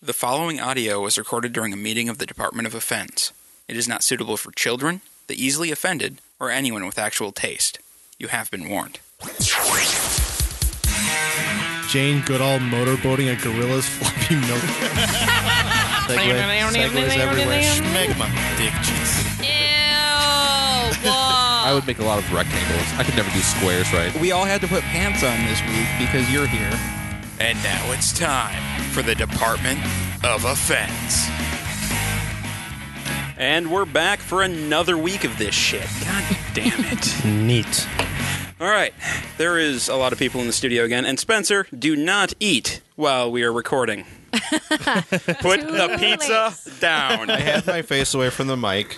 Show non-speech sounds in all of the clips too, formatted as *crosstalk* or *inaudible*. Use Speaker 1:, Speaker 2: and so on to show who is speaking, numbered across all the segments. Speaker 1: The following audio was recorded during a meeting of the Department of Offense. It is not suitable for children, the easily offended, or anyone with actual taste. You have been warned.
Speaker 2: Jane Goodall motorboating a gorilla's floppy *laughs* milk. Segway, segways everywhere.
Speaker 3: Ew! Whoa!
Speaker 4: I
Speaker 2: *laughs*
Speaker 4: would make a lot of rectangles. I could never do squares, right?
Speaker 1: We all had to put pants on this week because you're here. And now it's time for the Department of Offense. And we're back for another week of this shit. God damn it. *laughs*
Speaker 2: Neat.
Speaker 1: All right, there is a lot of people in the studio again. And Spencer, do not eat while we are recording. Put the pizza down.
Speaker 5: Have my face away from the mic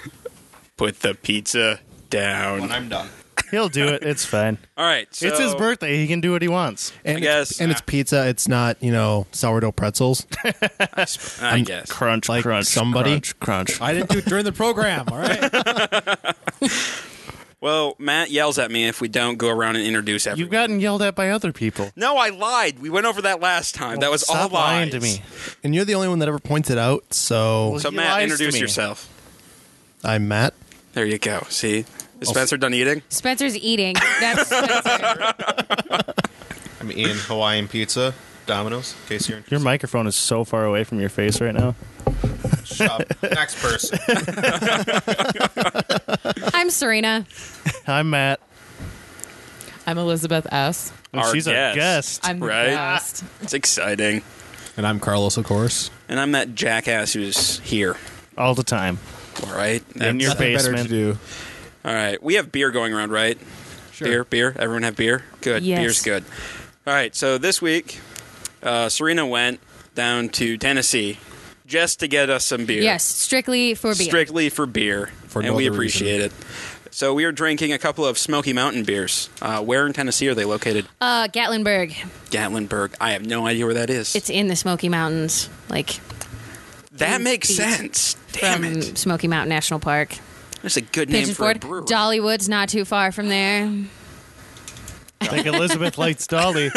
Speaker 1: Put the pizza down.
Speaker 5: when I'm done.
Speaker 6: He'll do it. It's fine.
Speaker 1: All right, *laughs* so
Speaker 6: it's his birthday. He can do what he wants.
Speaker 2: And
Speaker 1: I
Speaker 2: it's-
Speaker 1: guess-
Speaker 2: and it's pizza. It's not you know sourdough pretzels.
Speaker 1: I guess.
Speaker 3: crunch,
Speaker 2: Like
Speaker 3: crunch,
Speaker 2: somebody?
Speaker 3: crunch, crunch.
Speaker 2: I didn't do it during the program. All right.
Speaker 1: Well, Matt yells at me if we don't go around and introduce everyone.
Speaker 6: You've gotten yelled at by other people.
Speaker 1: no, I lied. We went over that last time. that was
Speaker 6: Stop
Speaker 1: all lies.
Speaker 6: lying to me.
Speaker 2: *laughs* And you're the only one that ever points it out. So
Speaker 1: So
Speaker 6: He
Speaker 1: Matt,
Speaker 6: lies
Speaker 1: introduce
Speaker 6: to me.
Speaker 1: yourself.
Speaker 2: I'm Matt.
Speaker 1: There you go. See,
Speaker 6: Oh.
Speaker 1: is Spencer done eating?
Speaker 3: Spencer's eating.
Speaker 2: *laughs*
Speaker 3: That's Spencer.
Speaker 5: I'm eating Hawaiian pizza, Domino's. In case you're
Speaker 6: Your microphone is so far away from your face right now.
Speaker 2: *laughs*
Speaker 5: interested. Shop. Next person.
Speaker 3: I'm Serena.
Speaker 6: I'm Matt.
Speaker 7: I'm Elizabeth S.
Speaker 6: And
Speaker 1: Our
Speaker 6: she's
Speaker 1: guest.
Speaker 6: a guest.
Speaker 7: I'm the
Speaker 1: Right.
Speaker 7: best.
Speaker 1: It's exciting.
Speaker 2: And I'm Carlos, of course.
Speaker 1: And I'm that jackass who's here.
Speaker 6: all the time.
Speaker 1: All right.
Speaker 6: In your
Speaker 2: Nothing better to
Speaker 6: basement.
Speaker 2: do.
Speaker 1: All right. We have beer going around, right? Beer, beer. Everyone have beer? Good.
Speaker 7: Yes.
Speaker 1: Beer's good. All right. So this week, uh, Serena went down to Tennessee just to get us some beer.
Speaker 3: Yes, strictly for beer.
Speaker 1: Strictly for beer.
Speaker 2: For
Speaker 1: and
Speaker 2: no
Speaker 1: we
Speaker 2: other
Speaker 1: appreciate it. So we are drinking a couple of Smoky Mountain beers. Uh, where in Tennessee are they located?
Speaker 3: Uh, Gatlinburg.
Speaker 1: Gatlinburg. I have no idea where that is.
Speaker 3: It's in the Smoky Mountains, like
Speaker 1: that makes
Speaker 3: feet
Speaker 1: sense. Damn
Speaker 3: from
Speaker 1: it.
Speaker 3: Smoky Mountain National Park.
Speaker 1: That's a good name for a
Speaker 3: Pigeonford,
Speaker 1: brewery.
Speaker 3: Dollywood's not too far from there.
Speaker 6: I think Elizabeth
Speaker 1: *laughs*
Speaker 6: likes Dolly.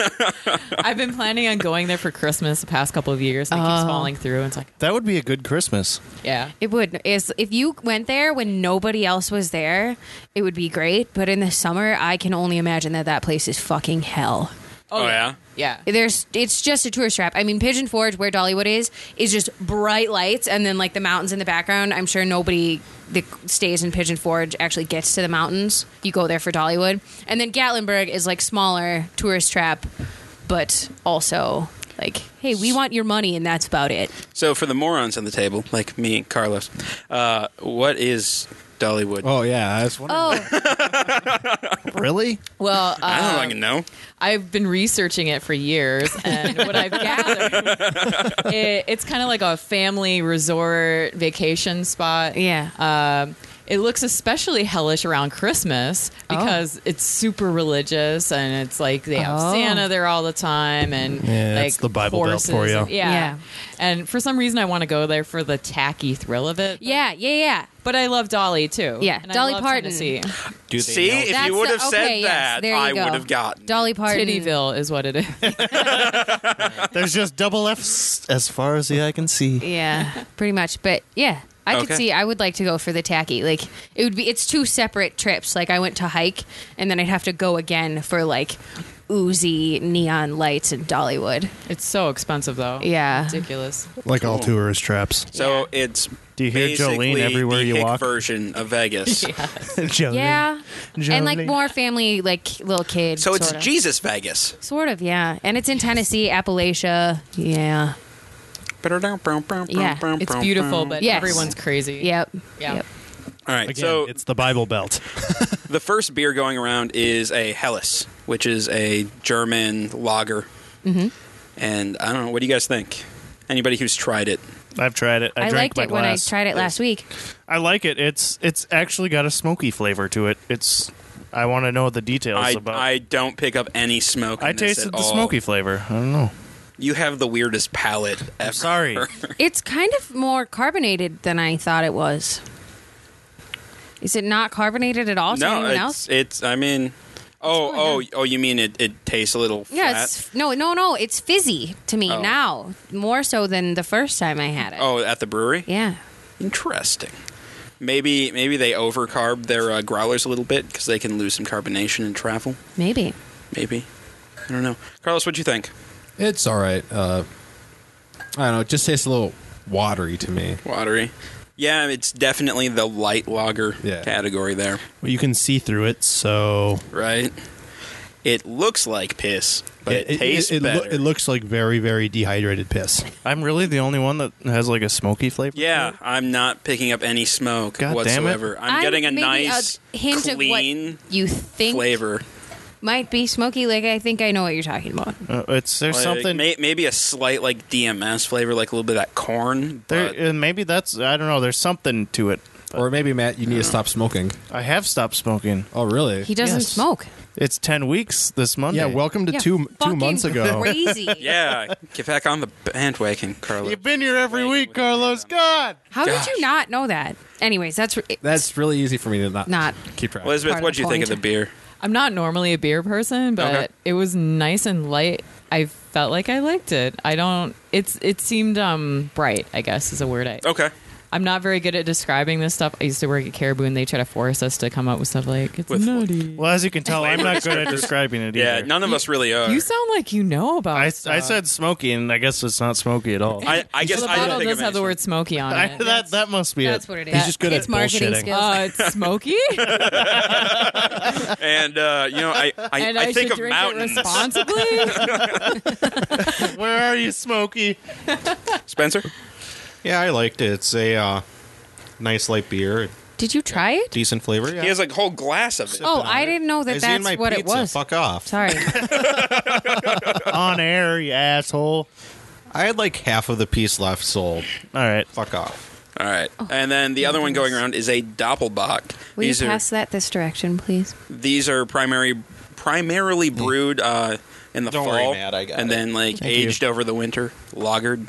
Speaker 7: I've been planning on going there for Christmas the past couple of years, and it keeps
Speaker 3: Oh.
Speaker 7: falling through. And it's like,
Speaker 6: That would be a good Christmas.
Speaker 7: yeah,
Speaker 3: It would. Is if you went there when nobody else was there, it would be great. But in the summer, I can only imagine that that place is fucking hell.
Speaker 1: Oh, yeah?
Speaker 7: yeah.
Speaker 3: There's, it's just a tourist trap. I mean, Pigeon Forge, where Dollywood is, is just bright lights, and then like the mountains in the background. I'm sure nobody that stays in Pigeon Forge actually gets to the mountains. You go there for Dollywood, and then Gatlinburg is like smaller tourist trap, but also like, hey, we want your money, and that's about it.
Speaker 1: So for the morons on the table, like me and Carlos, uh, what is Dollywood?
Speaker 2: Oh yeah, I was
Speaker 1: Uh,
Speaker 2: wondering.
Speaker 3: Oh,
Speaker 2: Really?
Speaker 7: Well,
Speaker 1: I
Speaker 3: Ah.
Speaker 1: don't
Speaker 7: um,
Speaker 1: fucking know.
Speaker 7: I've been researching it for years,
Speaker 3: *laughs*
Speaker 7: and what I've gathered, it, it's kind of like a family resort vacation
Speaker 3: *laughs*
Speaker 7: spot.
Speaker 3: yeah. Uh,
Speaker 7: Um, it looks especially hellish around Christmas
Speaker 3: Oh.
Speaker 7: because it's super religious and it's like they have
Speaker 3: Oh.
Speaker 7: Santa there all the time and
Speaker 2: Yeah,
Speaker 7: like
Speaker 2: it's the Bible Belt
Speaker 7: horses.
Speaker 2: for you.
Speaker 7: Yeah.
Speaker 3: Yeah.
Speaker 7: and for some reason I want to go there for the tacky thrill of it.
Speaker 3: Yeah, yeah, yeah.
Speaker 7: but I love Dolly too.
Speaker 3: Yeah,
Speaker 7: and
Speaker 3: Dolly
Speaker 7: I love
Speaker 3: Parton.
Speaker 7: Tennessee.
Speaker 2: Do
Speaker 1: See, if you
Speaker 3: That's
Speaker 1: would
Speaker 3: the-
Speaker 1: have said
Speaker 3: okay, yes,
Speaker 1: that,
Speaker 3: there you
Speaker 1: I
Speaker 3: go.
Speaker 1: would have gotten.
Speaker 3: Dolly Parton.
Speaker 7: Tittyville is what it is.
Speaker 3: *laughs*
Speaker 6: There's just double F's as far as the eye can see.
Speaker 1: *laughs*
Speaker 3: Yeah, pretty much. But yeah, I
Speaker 1: Okay.
Speaker 3: could see. I would like to go for the tacky. Like it would be. It's two separate trips. Like I went to hike, and then I'd have to go again for like oozy neon lights in Dollywood.
Speaker 7: it's so expensive though.
Speaker 3: Yeah.
Speaker 7: ridiculous.
Speaker 2: Like all tourist traps.
Speaker 1: So it's
Speaker 6: Do you hear
Speaker 1: basically
Speaker 6: Jolene everywhere
Speaker 1: the
Speaker 6: you
Speaker 1: hick
Speaker 6: walk?
Speaker 1: version of
Speaker 3: *laughs*
Speaker 1: Vegas.
Speaker 6: Jolene.
Speaker 3: Yeah, and like
Speaker 6: Jolene.
Speaker 3: more family, like little kids.
Speaker 1: So it's
Speaker 3: sort of.
Speaker 1: Jesus Vegas.
Speaker 3: Sort of, yeah. And it's in Tennessee, Appalachia. Yeah. Yeah,
Speaker 7: It's beautiful, but
Speaker 3: Yes.
Speaker 7: everyone's crazy.
Speaker 3: Yep.
Speaker 7: Yeah.
Speaker 3: Yep.
Speaker 1: all right.
Speaker 2: Again,
Speaker 1: so
Speaker 2: it's the Bible Belt.
Speaker 1: the first beer going around is a Helles, which is a German lager.
Speaker 3: Mm-hmm.
Speaker 1: And I don't know. What do you guys think? Anybody who's tried it?
Speaker 6: I've tried it. I,
Speaker 3: I,
Speaker 6: drank
Speaker 3: liked
Speaker 6: my
Speaker 3: it when I
Speaker 6: glass.
Speaker 3: tried it last week.
Speaker 6: I like it. It's it's actually got a smoky flavor to it. It's I want to know the details
Speaker 1: I,
Speaker 6: about.
Speaker 1: I don't pick up any smoke.
Speaker 6: I
Speaker 1: in this
Speaker 6: tasted
Speaker 1: at
Speaker 6: the
Speaker 1: all.
Speaker 6: smoky flavor. I don't know.
Speaker 1: You have the weirdest palate. Ever. *laughs*
Speaker 6: Sorry.
Speaker 3: It's kind of more carbonated than I thought it was. Is it not carbonated at all to
Speaker 1: no,
Speaker 3: anyone
Speaker 1: it's,
Speaker 3: else?
Speaker 1: it's. I mean, Oh, oh, oh! You mean it? It tastes a little flat.
Speaker 3: Yeah, it's, no, no, no. It's fizzy to me
Speaker 1: Oh.
Speaker 3: now, more so than the first time I had it.
Speaker 1: oh, at the brewery.
Speaker 3: Yeah.
Speaker 1: Interesting. Maybe maybe they overcarb their uh, growlers a little bit because they can lose some carbonation in travel.
Speaker 3: Maybe.
Speaker 1: Maybe. I don't know. Carlos, what do you think?
Speaker 2: It's all right. Uh, I don't know. It just tastes a little watery to me.
Speaker 1: Watery. Yeah, it's definitely the light lager
Speaker 2: Yeah.
Speaker 1: category there,
Speaker 6: Well, you can see through it, so
Speaker 1: right? It looks like piss, but it, tastes
Speaker 2: it,
Speaker 1: better.
Speaker 2: It, looks like very, very dehydrated piss.
Speaker 6: I'm really the only one that has like a smoky flavor.
Speaker 1: yeah, I'm not picking up any smoke
Speaker 6: God damn it.
Speaker 1: whatsoever. I'm getting a
Speaker 3: maybe
Speaker 1: nice,
Speaker 3: hint
Speaker 1: clean
Speaker 3: of what you think
Speaker 1: flavor.
Speaker 3: might be smoky. Like I think I know what you're talking about.
Speaker 6: Uh, it's there's
Speaker 1: Like,
Speaker 6: something
Speaker 1: may, maybe a slight like DMS flavor, like a little bit of that corn. but-
Speaker 6: there. Uh, maybe that's I don't know. There's something to it.
Speaker 2: Or maybe Matt, you need to stop smoking.
Speaker 6: I have stopped smoking.
Speaker 2: Oh, really?
Speaker 3: He doesn't
Speaker 6: Yes.
Speaker 3: smoke.
Speaker 6: It's ten weeks this Monday.
Speaker 2: yeah. Welcome to
Speaker 3: Yeah,
Speaker 2: two two
Speaker 3: fucking
Speaker 2: months
Speaker 3: *laughs*
Speaker 2: ago.
Speaker 3: Crazy.
Speaker 1: *laughs* Yeah, get back on the bandwagon, Carlos.
Speaker 6: you've been here every week, Carlos. God.
Speaker 3: How
Speaker 1: Gosh.
Speaker 3: did you not know that? Anyways, that's re-
Speaker 2: That's really easy for me to not
Speaker 3: Not.
Speaker 2: keep track.
Speaker 1: Elizabeth,
Speaker 3: Part of
Speaker 1: what do you
Speaker 3: the
Speaker 1: think of the beer?
Speaker 7: I'm not normally a beer person, but
Speaker 1: Okay.
Speaker 7: it was nice and light. I felt like I liked it. I don't. It's it seemed um bright. I guess is a word. I
Speaker 1: Okay,
Speaker 7: I'm not very good at describing this stuff. I used to work at Caribou, and they try to force us to come up with stuff like it's
Speaker 1: With-
Speaker 7: nutty.
Speaker 6: Well, as you can tell, I'm not good
Speaker 1: *laughs*
Speaker 6: at describing it.
Speaker 1: yeah,
Speaker 6: either.
Speaker 1: none of us really uh, are.
Speaker 7: You sound like you know about.
Speaker 6: I, I
Speaker 7: stuff.
Speaker 3: uh,
Speaker 6: said smoky, and I guess it's not smoky at all.
Speaker 1: I, I guess
Speaker 7: Well, the
Speaker 1: I didn't
Speaker 7: bottle
Speaker 1: think
Speaker 7: does
Speaker 1: of
Speaker 7: have the
Speaker 1: anything.
Speaker 7: word
Speaker 1: *laughs*
Speaker 7: smoky
Speaker 6: *laughs*
Speaker 7: on
Speaker 6: I-
Speaker 7: it.
Speaker 6: that that must be
Speaker 3: that's
Speaker 6: it.
Speaker 3: what it is.
Speaker 7: He's just
Speaker 2: good
Speaker 3: it's
Speaker 2: at
Speaker 3: marketing
Speaker 2: bullshitting.
Speaker 3: skills.
Speaker 7: Uh, it's
Speaker 1: *laughs*
Speaker 7: smoky,
Speaker 1: And uh, you know, I I,
Speaker 7: *laughs* and
Speaker 1: I
Speaker 7: I,
Speaker 1: think
Speaker 7: should
Speaker 1: of
Speaker 7: drink
Speaker 1: mountains.
Speaker 7: it *laughs* responsibly.
Speaker 6: Where are
Speaker 3: *laughs*
Speaker 6: you, Smoky?
Speaker 1: Spencer,
Speaker 5: Yeah, I liked it. It's a uh, nice light beer,
Speaker 3: Did you try it?
Speaker 5: decent flavor. Yeah.
Speaker 1: he has a whole glass of it.
Speaker 3: Oh, I didn't know that
Speaker 5: Is he in
Speaker 3: that's
Speaker 5: my
Speaker 3: what it
Speaker 5: pizza?
Speaker 3: was.
Speaker 5: Fuck off.
Speaker 3: Sorry.
Speaker 6: On air, you asshole.
Speaker 5: I had like half of the piece left sold.
Speaker 6: All right.
Speaker 5: Fuck off.
Speaker 1: All right, and then
Speaker 7: Oh,
Speaker 1: the other one going around is a doppelbock.
Speaker 3: Will
Speaker 1: these
Speaker 3: you
Speaker 1: are
Speaker 3: pass that this direction, please?
Speaker 1: these are primary primarily brewed uh, in the
Speaker 5: Don't
Speaker 1: fall,
Speaker 5: worry, Matt, I got
Speaker 1: and
Speaker 5: it.
Speaker 1: then like
Speaker 6: you.
Speaker 1: aged over the winter, lagered,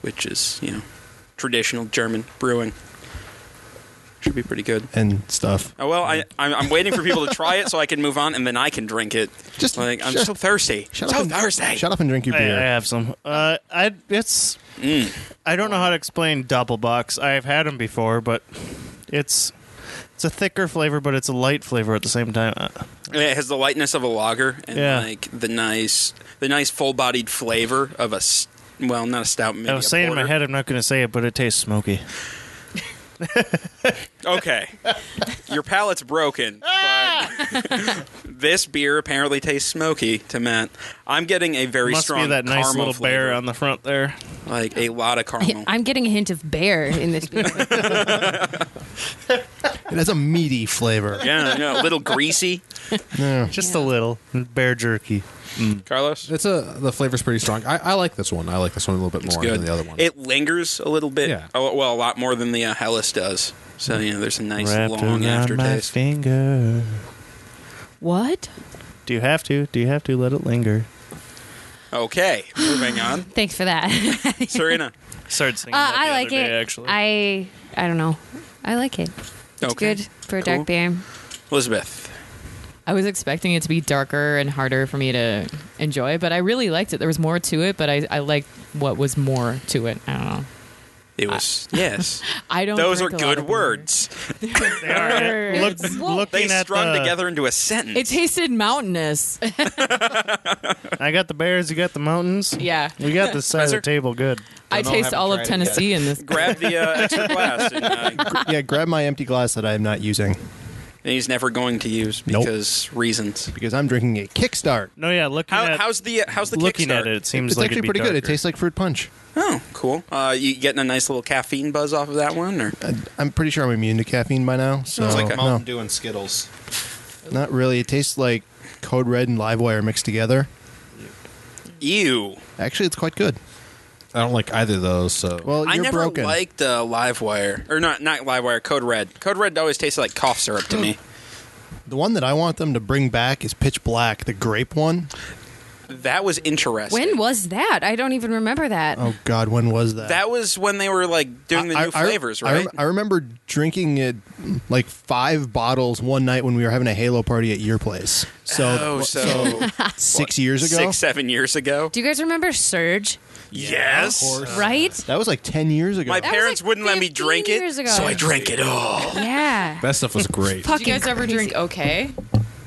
Speaker 1: which is you know traditional German brewing. Should be pretty good.
Speaker 2: and stuff.
Speaker 1: Oh, well, I, I'm, I'm waiting for people to try it so I can move on, and then I can drink it.
Speaker 2: Just-
Speaker 1: like I'm
Speaker 2: shut-
Speaker 1: so thirsty, so
Speaker 2: Shut up and,
Speaker 1: thirsty.
Speaker 2: Shut up and drink your
Speaker 6: I, I
Speaker 2: beer.
Speaker 6: have some. Uh, I it's. I don't know how to explain doppelbox. I've had them before, but it's it's a thicker flavor, but it's a light flavor at the same time. Uh,
Speaker 1: It has the lightness of a lager and
Speaker 6: Yeah.
Speaker 1: like the nice, the nice full-bodied flavor of a s- well, not a stout. Maybe
Speaker 6: I was
Speaker 1: a
Speaker 6: saying in my
Speaker 1: porter.
Speaker 6: head, I'm not going to say it, but it tastes smoky.
Speaker 1: Okay. Your palate's broken. But
Speaker 7: Ah!
Speaker 1: *laughs* this beer apparently tastes smoky to Matt. I'm getting a very
Speaker 6: Must
Speaker 1: strong
Speaker 6: be that nice
Speaker 1: caramel
Speaker 6: little
Speaker 1: flavor,
Speaker 6: bear on the front there.
Speaker 1: like a lot of caramel.
Speaker 3: I'm getting a hint of bear in *laughs* this. beer.
Speaker 2: It has a meaty flavor.
Speaker 1: yeah, yeah, a little greasy.
Speaker 6: Just a little bear jerky.
Speaker 1: Carlos,
Speaker 2: It's a the flavor's pretty strong. I, I like this one. I like this one a little bit
Speaker 1: it's
Speaker 2: more
Speaker 1: good.
Speaker 2: than the other one.
Speaker 1: It lingers a little bit.
Speaker 2: Yeah.
Speaker 1: Oh, well, a lot more than the uh, Hellas does. So you know, there's a nice
Speaker 6: Wrapped
Speaker 1: long
Speaker 6: around my
Speaker 1: aftertaste.
Speaker 6: finger.
Speaker 7: what?
Speaker 6: Do you have to? Do you have to let it linger?
Speaker 1: Okay, moving
Speaker 7: *laughs*
Speaker 1: on.
Speaker 3: Thanks for that. uh,
Speaker 1: Serena.
Speaker 6: Started singing. that the
Speaker 3: I like
Speaker 6: other
Speaker 3: it.
Speaker 6: day, actually.
Speaker 3: I I don't know. I like it. It's
Speaker 1: Okay.
Speaker 3: good for a
Speaker 1: Cool.
Speaker 3: dark beer.
Speaker 1: Elizabeth.
Speaker 7: I was expecting it to be darker and harder for me to enjoy, but I really liked it. There was more to it, but I, I liked what was more to it. I don't know.
Speaker 1: It was yes.
Speaker 7: *laughs* I don't.
Speaker 1: Those are
Speaker 7: drink a lot
Speaker 1: good
Speaker 7: of beer.
Speaker 1: words.
Speaker 6: They are. Look,
Speaker 7: Words.
Speaker 1: They
Speaker 6: looking at
Speaker 1: strung
Speaker 6: the-
Speaker 1: together into a sentence.
Speaker 7: It tasted mountainous. *laughs*
Speaker 6: I got the bears. You got the mountains.
Speaker 7: yeah,
Speaker 6: We got the side of
Speaker 1: Spencer?
Speaker 6: the table good.
Speaker 7: I
Speaker 5: know,
Speaker 7: taste
Speaker 5: haven't
Speaker 7: all of
Speaker 5: tried it yet.
Speaker 7: Tennessee in this.
Speaker 1: grab the uh, extra
Speaker 6: *laughs*
Speaker 1: glass, and, uh,
Speaker 8: yeah, grab my empty glass that I am not using
Speaker 1: and he's never going to use
Speaker 8: Nope.
Speaker 1: because reasons.
Speaker 8: because I'm drinking a Kickstart.
Speaker 6: No, yeah. Looking
Speaker 1: How,
Speaker 6: at
Speaker 1: how's the uh, how's the
Speaker 6: looking
Speaker 1: Kickstart?
Speaker 6: at it, it seems
Speaker 8: it's
Speaker 6: like
Speaker 8: actually
Speaker 6: it'd be
Speaker 8: pretty good. It
Speaker 6: darker.
Speaker 8: tastes like fruit punch.
Speaker 1: Oh, cool. Uh, you getting a nice little caffeine buzz off of that one, or
Speaker 8: I'm pretty sure I'm immune to caffeine by now. So
Speaker 1: Sounds
Speaker 2: Oh,
Speaker 1: like a
Speaker 8: no,
Speaker 5: Mountain Dew and Skittles.
Speaker 8: not really. It tastes like Code Red and Livewire mixed together.
Speaker 1: ew?
Speaker 8: Actually, it's quite good.
Speaker 2: I don't like either of those. So
Speaker 8: Well,
Speaker 1: I
Speaker 8: you're
Speaker 1: never
Speaker 8: broken.
Speaker 1: liked uh, Livewire, or not not Livewire. Code Red. Code Red always tasted like cough syrup to me.
Speaker 8: the one that I want them to bring back is Pitch Black, the grape one.
Speaker 1: That was interesting.
Speaker 3: When was that? I don't even remember that.
Speaker 8: Oh God, when was that?
Speaker 1: That was when they were like doing the new flavors,
Speaker 8: I,
Speaker 1: right?
Speaker 8: I remember drinking it like five bottles one night when we were having a Halo party at your place. So,
Speaker 1: oh, so
Speaker 8: six years
Speaker 1: *laughs*
Speaker 8: ago,
Speaker 1: six, seven years ago.
Speaker 3: Do you guys remember Surge?
Speaker 1: yes.
Speaker 3: Right?
Speaker 8: *laughs* that was like ten years ago.
Speaker 1: My
Speaker 3: was
Speaker 1: parents
Speaker 3: like
Speaker 1: wouldn't let me
Speaker 3: 15
Speaker 1: drink it,
Speaker 3: years ago.
Speaker 1: so I drank it all.
Speaker 3: Yeah.
Speaker 2: That stuff was *laughs* great.
Speaker 7: Did you guys ever drink okay?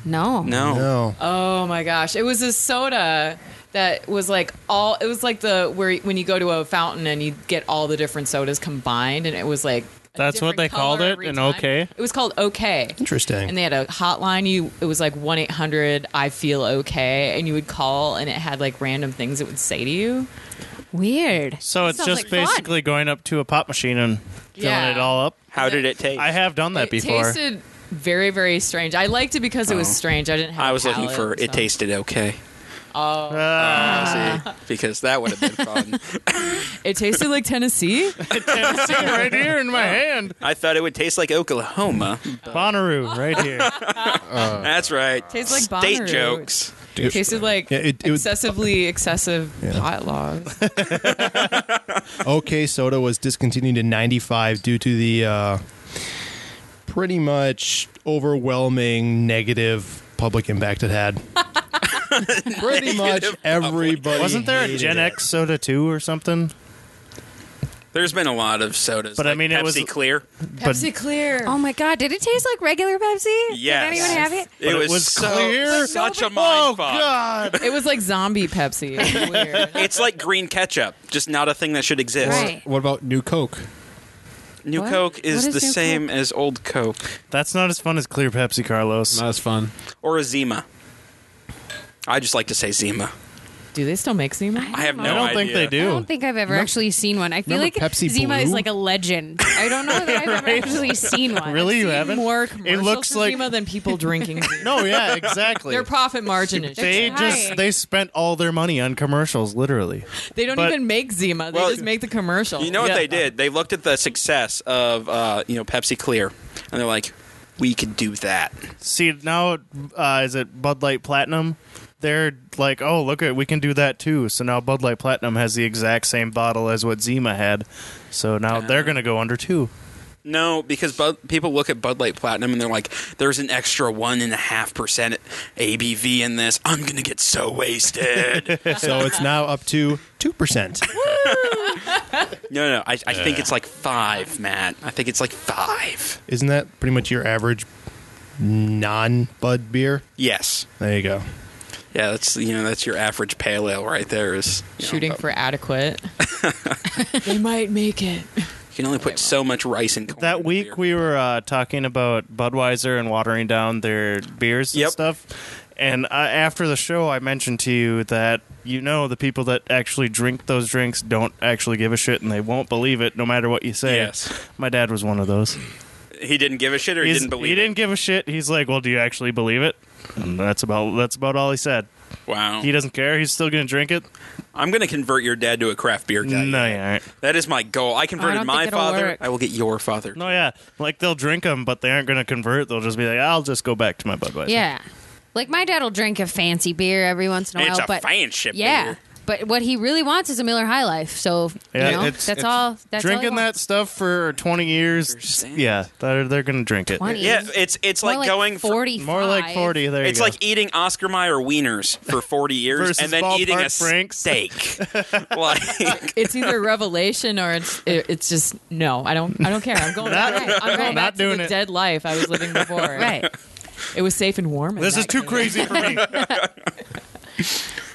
Speaker 3: No.
Speaker 1: No.
Speaker 8: no,
Speaker 7: Oh my gosh. It was this soda that was like all it was like the where when you go to a fountain and you get all the different sodas combined and it was like a
Speaker 6: That's what
Speaker 7: different
Speaker 6: they
Speaker 7: color
Speaker 6: called it,
Speaker 7: every
Speaker 6: an
Speaker 7: time.
Speaker 6: okay?
Speaker 7: It was called okay.
Speaker 8: interesting.
Speaker 7: And they had a hotline you it was like 1-800 I feel okay and you would call and it had like random things it would say to you.
Speaker 3: Weird.
Speaker 6: So
Speaker 3: That
Speaker 6: it's
Speaker 3: sounds
Speaker 6: just
Speaker 3: like fun.
Speaker 6: basically going up to a pop machine and filling
Speaker 7: Yeah.
Speaker 6: it all up.
Speaker 1: How did it taste?
Speaker 6: I have done that
Speaker 7: it
Speaker 6: before.
Speaker 7: tasted very very strange. I liked it because it was strange. I didn't have
Speaker 1: I
Speaker 7: a
Speaker 1: was looking
Speaker 7: palate,
Speaker 1: for it
Speaker 7: so-
Speaker 1: tasted okay.
Speaker 7: Oh.
Speaker 6: Ah,
Speaker 1: See, because that would have been fun.
Speaker 7: It tasted like Tennessee.
Speaker 6: Tennessee *laughs* right here in my hand.
Speaker 1: *laughs* I thought it would taste like Oklahoma.
Speaker 6: Bonnaroo right here. *laughs*
Speaker 1: That's right.
Speaker 7: Tastes like
Speaker 1: State
Speaker 7: Bonnaroo.
Speaker 1: jokes.
Speaker 7: It tasted like
Speaker 8: Yeah, it- it was- uh,
Speaker 7: excessively excessive pot laws.
Speaker 8: okay soda was discontinued in 95 due to the uh, pretty much overwhelming negative public impact it had
Speaker 2: *laughs*
Speaker 8: pretty much everybody
Speaker 6: Wasn't there a
Speaker 8: hated
Speaker 6: Gen
Speaker 8: it.
Speaker 6: X soda too or something?
Speaker 1: There's been a lot of sodas.
Speaker 6: But I
Speaker 1: like
Speaker 6: mean,
Speaker 1: Pepsi
Speaker 6: it was-
Speaker 1: Clear.
Speaker 7: Pepsi Clear.
Speaker 3: Oh my god, did it taste like regular Pepsi?
Speaker 1: Yes.
Speaker 3: Did anyone have it?
Speaker 1: It
Speaker 6: it
Speaker 1: was,
Speaker 6: was
Speaker 1: so,
Speaker 6: clear.
Speaker 1: such a
Speaker 6: Oh
Speaker 1: mind fuck.
Speaker 6: God!
Speaker 7: It was like zombie Pepsi. It
Speaker 6: *laughs*
Speaker 7: was weird.
Speaker 1: It's like green ketchup, just not a thing that should exist.
Speaker 3: Right.
Speaker 2: What about New Coke?
Speaker 1: New
Speaker 3: What?
Speaker 1: Coke
Speaker 3: What
Speaker 1: is,
Speaker 3: is
Speaker 1: the
Speaker 3: New
Speaker 1: same as old Coke
Speaker 6: That's not as fun as clear Pepsi, Carlos.
Speaker 2: Not as fun.
Speaker 1: or a Zima. I just like to say Zima.
Speaker 7: Do they still make Zima?
Speaker 1: I have no
Speaker 6: I don't
Speaker 1: idea.
Speaker 6: think they
Speaker 3: I
Speaker 6: do.
Speaker 3: don't think I've ever actually seen one. I feel like
Speaker 8: remember Pepsi
Speaker 3: Zima is
Speaker 8: Blue?
Speaker 3: like a legend. I don't know that I've ever actually seen one.
Speaker 6: really, you haven't?
Speaker 7: More commercials
Speaker 6: it looks
Speaker 7: for
Speaker 6: like
Speaker 7: Zima than
Speaker 6: *laughs*
Speaker 7: people drinking. Zima.
Speaker 6: no,
Speaker 3: *laughs*
Speaker 6: yeah, exactly.
Speaker 7: Their profit margin is
Speaker 6: they
Speaker 7: shit.
Speaker 6: just they spent all their money on commercials, literally.
Speaker 7: they don't
Speaker 6: but-
Speaker 7: even make Zima. They
Speaker 1: Well,
Speaker 7: just make the commercial.
Speaker 1: You know what
Speaker 6: Yeah.
Speaker 1: they did? They looked at the success of uh, you know Pepsi Clear, and they're like, "We could do that."
Speaker 6: See now, uh, is it Bud Light Platinum? They're like, oh look at we can do that too. So now Bud Light Platinum has the exact same bottle as what Zima had. So now
Speaker 1: Uh-huh.
Speaker 6: they're gonna go under two.
Speaker 1: No, because Bud, people look at Bud Light Platinum and they're like, "There's an extra one and a half percent ABV in this. I'm gonna get so wasted."
Speaker 6: *laughs*
Speaker 8: so it's now up to 2%
Speaker 1: no, no, I, I think it's like five, Matt. I think it's like five.
Speaker 8: isn't that pretty much your average non-bud beer
Speaker 1: Yes,
Speaker 8: there you go
Speaker 1: yeah, that's you know that's your average pale ale right there. Is you know,
Speaker 7: shooting
Speaker 1: about-
Speaker 7: for adequate.
Speaker 1: *laughs*
Speaker 7: they might make it.
Speaker 1: You can only put so much rice in corn in
Speaker 6: That
Speaker 1: a beer.
Speaker 6: week we were uh, talking about Budweiser and watering down their beers and
Speaker 1: Yep.
Speaker 6: stuff. And uh, after the show, I mentioned to you that you know the people that actually drink those drinks don't actually give a shit, and they won't believe it no matter what you say.
Speaker 1: Yes.
Speaker 6: my dad was one of those.
Speaker 1: he didn't give a shit or he
Speaker 6: He's-
Speaker 1: didn't believe.
Speaker 6: he
Speaker 1: it?
Speaker 6: didn't give a shit. He's like, "Well, do you actually believe it?" And that's about that's about all he said.
Speaker 1: Wow,
Speaker 6: He doesn't care. He's still gonna drink it.
Speaker 1: I'm gonna convert your dad to a craft beer guy.
Speaker 6: no, yeah, all right.
Speaker 1: That is my goal. I
Speaker 3: I
Speaker 1: converted
Speaker 3: don't
Speaker 1: my
Speaker 3: think it'll
Speaker 1: father.
Speaker 3: work.
Speaker 1: I will get your father.
Speaker 6: no, yeah. Like they'll drink them, but they aren't gonna convert. They'll just be like, "I'll just go back to my Budweiser."
Speaker 3: Yeah. Like my dad will drink a fancy beer every once in a
Speaker 1: it's
Speaker 3: while,
Speaker 1: a
Speaker 3: but
Speaker 1: fan ship.
Speaker 3: yeah.
Speaker 1: beer.
Speaker 3: But what he really wants is a Miller High Life. So
Speaker 6: Yeah,
Speaker 3: you know,
Speaker 6: it's-
Speaker 3: that's all. That's all he
Speaker 6: drinking that
Speaker 3: wants.
Speaker 6: stuff for 20 years
Speaker 1: Understand.
Speaker 6: yeah they're, they're gonna drink it
Speaker 3: 20.
Speaker 1: Yeah, it's it's
Speaker 3: More
Speaker 1: like, going for.
Speaker 3: forty.
Speaker 6: more like 40 there you
Speaker 1: It's
Speaker 6: go.
Speaker 1: like eating Oscar Mayer wieners for 40 years
Speaker 6: Versus
Speaker 1: and then
Speaker 6: ballpark
Speaker 1: eating a
Speaker 6: Franks. *laughs*
Speaker 1: steak. *laughs* like,
Speaker 7: It's either
Speaker 1: *laughs*
Speaker 7: revelation or it's it, it's just no. I don't I don't care. I'm going
Speaker 6: Not-
Speaker 7: back.
Speaker 6: *laughs*
Speaker 7: I'm
Speaker 6: not
Speaker 7: going back to
Speaker 6: doing
Speaker 7: the
Speaker 6: it.
Speaker 7: dead life I
Speaker 6: *laughs*
Speaker 7: was living before.
Speaker 3: Right.
Speaker 7: It was safe and warm. in
Speaker 6: this is
Speaker 7: that
Speaker 6: too
Speaker 7: case.
Speaker 1: *laughs*
Speaker 6: crazy for me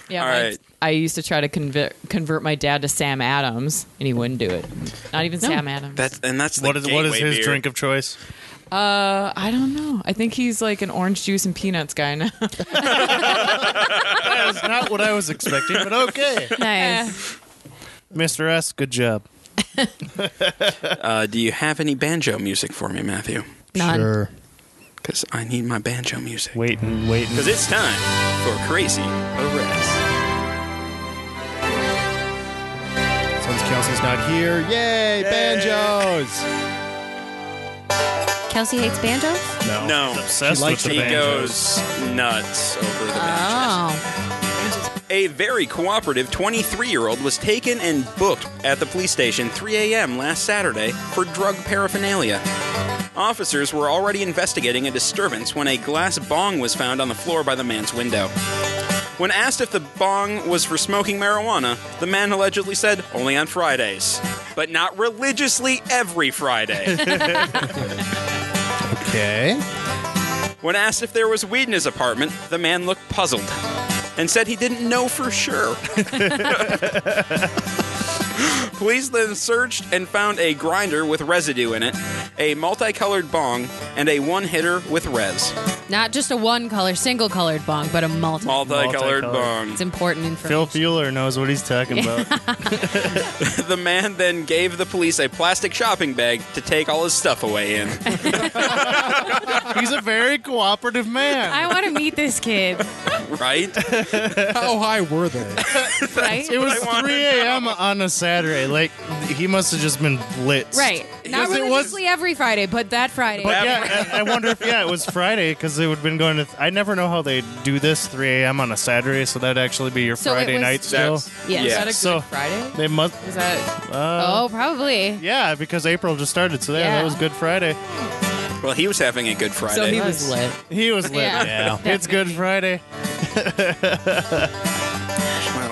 Speaker 7: Yeah,
Speaker 1: All
Speaker 7: my-
Speaker 1: right.
Speaker 7: I used to try to convert convert my dad to Sam Adams, and he wouldn't do it. Not even Sam Adams.
Speaker 1: that's, and that's the
Speaker 6: what is what is
Speaker 1: gateway
Speaker 6: his
Speaker 1: beer.
Speaker 6: drink of choice
Speaker 7: uh, I don't know. I think he's like an orange juice and peanuts guy now.
Speaker 6: that's not what i was expecting but okay
Speaker 3: Nice.
Speaker 6: mr s good job
Speaker 1: Uh, do you have any banjo music for me, Matthew?
Speaker 3: None.
Speaker 8: sure
Speaker 1: Because I need my banjo music.
Speaker 6: waiting waiting
Speaker 1: Because it's time for Crazy Arrest.
Speaker 8: since kelsey's not here yay banjos
Speaker 3: Kelsey hates banjos.
Speaker 6: no
Speaker 1: No.
Speaker 6: He's obsessed
Speaker 8: She likes
Speaker 6: with
Speaker 1: He
Speaker 6: the banjo.
Speaker 1: goes nuts over the banjos.
Speaker 3: Oh,
Speaker 1: A very cooperative 23 year old was taken and booked at the police station 3 a.m. last Saturday for drug paraphernalia. Officers were already investigating a disturbance when a glass bong was found on the floor by the man's window. When asked if the bong was for smoking marijuana, the man allegedly said, only on Fridays, but not religiously every Friday.
Speaker 8: Okay.
Speaker 1: When asked if there was weed in his apartment, the man looked puzzled and said he didn't know for sure. *laughs* Police then searched and found a grinder with residue in it, a multicolored bong, and a one hitter with res.
Speaker 3: Not just a one color, single colored bong, but a multi.
Speaker 1: Multicolored,
Speaker 6: Multicolored.
Speaker 1: bong.
Speaker 3: It's important
Speaker 6: Phil
Speaker 3: information.
Speaker 6: Fuller knows what he's talking about.
Speaker 1: *laughs* The man then gave the police a plastic shopping bag to take all his stuff away in.
Speaker 6: *laughs*
Speaker 1: *laughs*
Speaker 6: he's a very cooperative man.
Speaker 3: I want to meet this
Speaker 6: *laughs*
Speaker 3: kid,
Speaker 1: Right?
Speaker 2: How high were they?
Speaker 3: right?
Speaker 6: It was
Speaker 1: I wanna
Speaker 6: 3 a.m. on a Saturday. Like he must have just been blitzed.
Speaker 3: right. Not
Speaker 6: Because it was-
Speaker 3: religiously every Friday, but that Friday.
Speaker 6: But yeah, I I wonder if yeah, it was Friday because they would have been going to. I never know how they do this 3 a.m. on a Saturday, so that'd actually be your
Speaker 3: So it
Speaker 6: Friday
Speaker 3: was-
Speaker 6: night still.
Speaker 3: Yes.
Speaker 7: Is that a
Speaker 1: Yeah.
Speaker 7: Good
Speaker 6: So-
Speaker 7: Friday?
Speaker 6: They must.
Speaker 7: Is that
Speaker 6: uh,
Speaker 3: oh,
Speaker 6: *laughs*
Speaker 3: probably.
Speaker 6: Yeah, because April just started, so yeah,
Speaker 3: Yeah.
Speaker 6: that was Good Friday.
Speaker 1: Well, he was having a good Friday.
Speaker 7: so? He was lit.
Speaker 6: He was lit.
Speaker 3: Yeah.
Speaker 6: *laughs* It's Good Friday.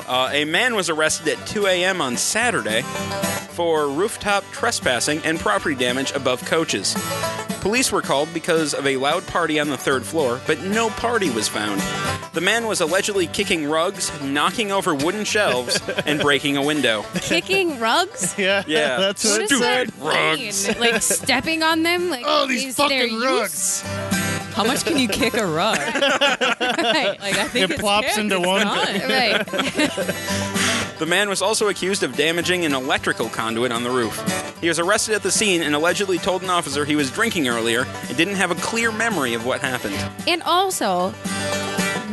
Speaker 1: Uh, a man was arrested at 2 a.m. on Saturday for rooftop trespassing and property damage above coaches. Police were called because of a loud party on the third floor, but no party was found. The man was allegedly kicking rugs, knocking over wooden shelves, and breaking a window.
Speaker 3: Kicking rugs.
Speaker 6: *laughs* Yeah,
Speaker 1: Yeah.
Speaker 6: that's
Speaker 3: What
Speaker 6: what.
Speaker 3: does
Speaker 1: Stupid
Speaker 3: that mean?
Speaker 1: rugs.
Speaker 3: Like stepping on them. Like
Speaker 6: *laughs* Oh, these
Speaker 3: is
Speaker 6: fucking
Speaker 3: their use?
Speaker 6: rugs.
Speaker 7: How much can you kick a rug?
Speaker 3: Right.
Speaker 7: Like I think
Speaker 6: It
Speaker 7: it's
Speaker 6: plops
Speaker 7: kicked,
Speaker 6: into
Speaker 7: it's
Speaker 6: one. *laughs*
Speaker 7: done.
Speaker 3: right.
Speaker 1: The man was also accused of damaging an electrical conduit on the roof. He was arrested at the scene and allegedly told an officer he was drinking earlier and didn't have a clear memory of what happened.
Speaker 3: And also,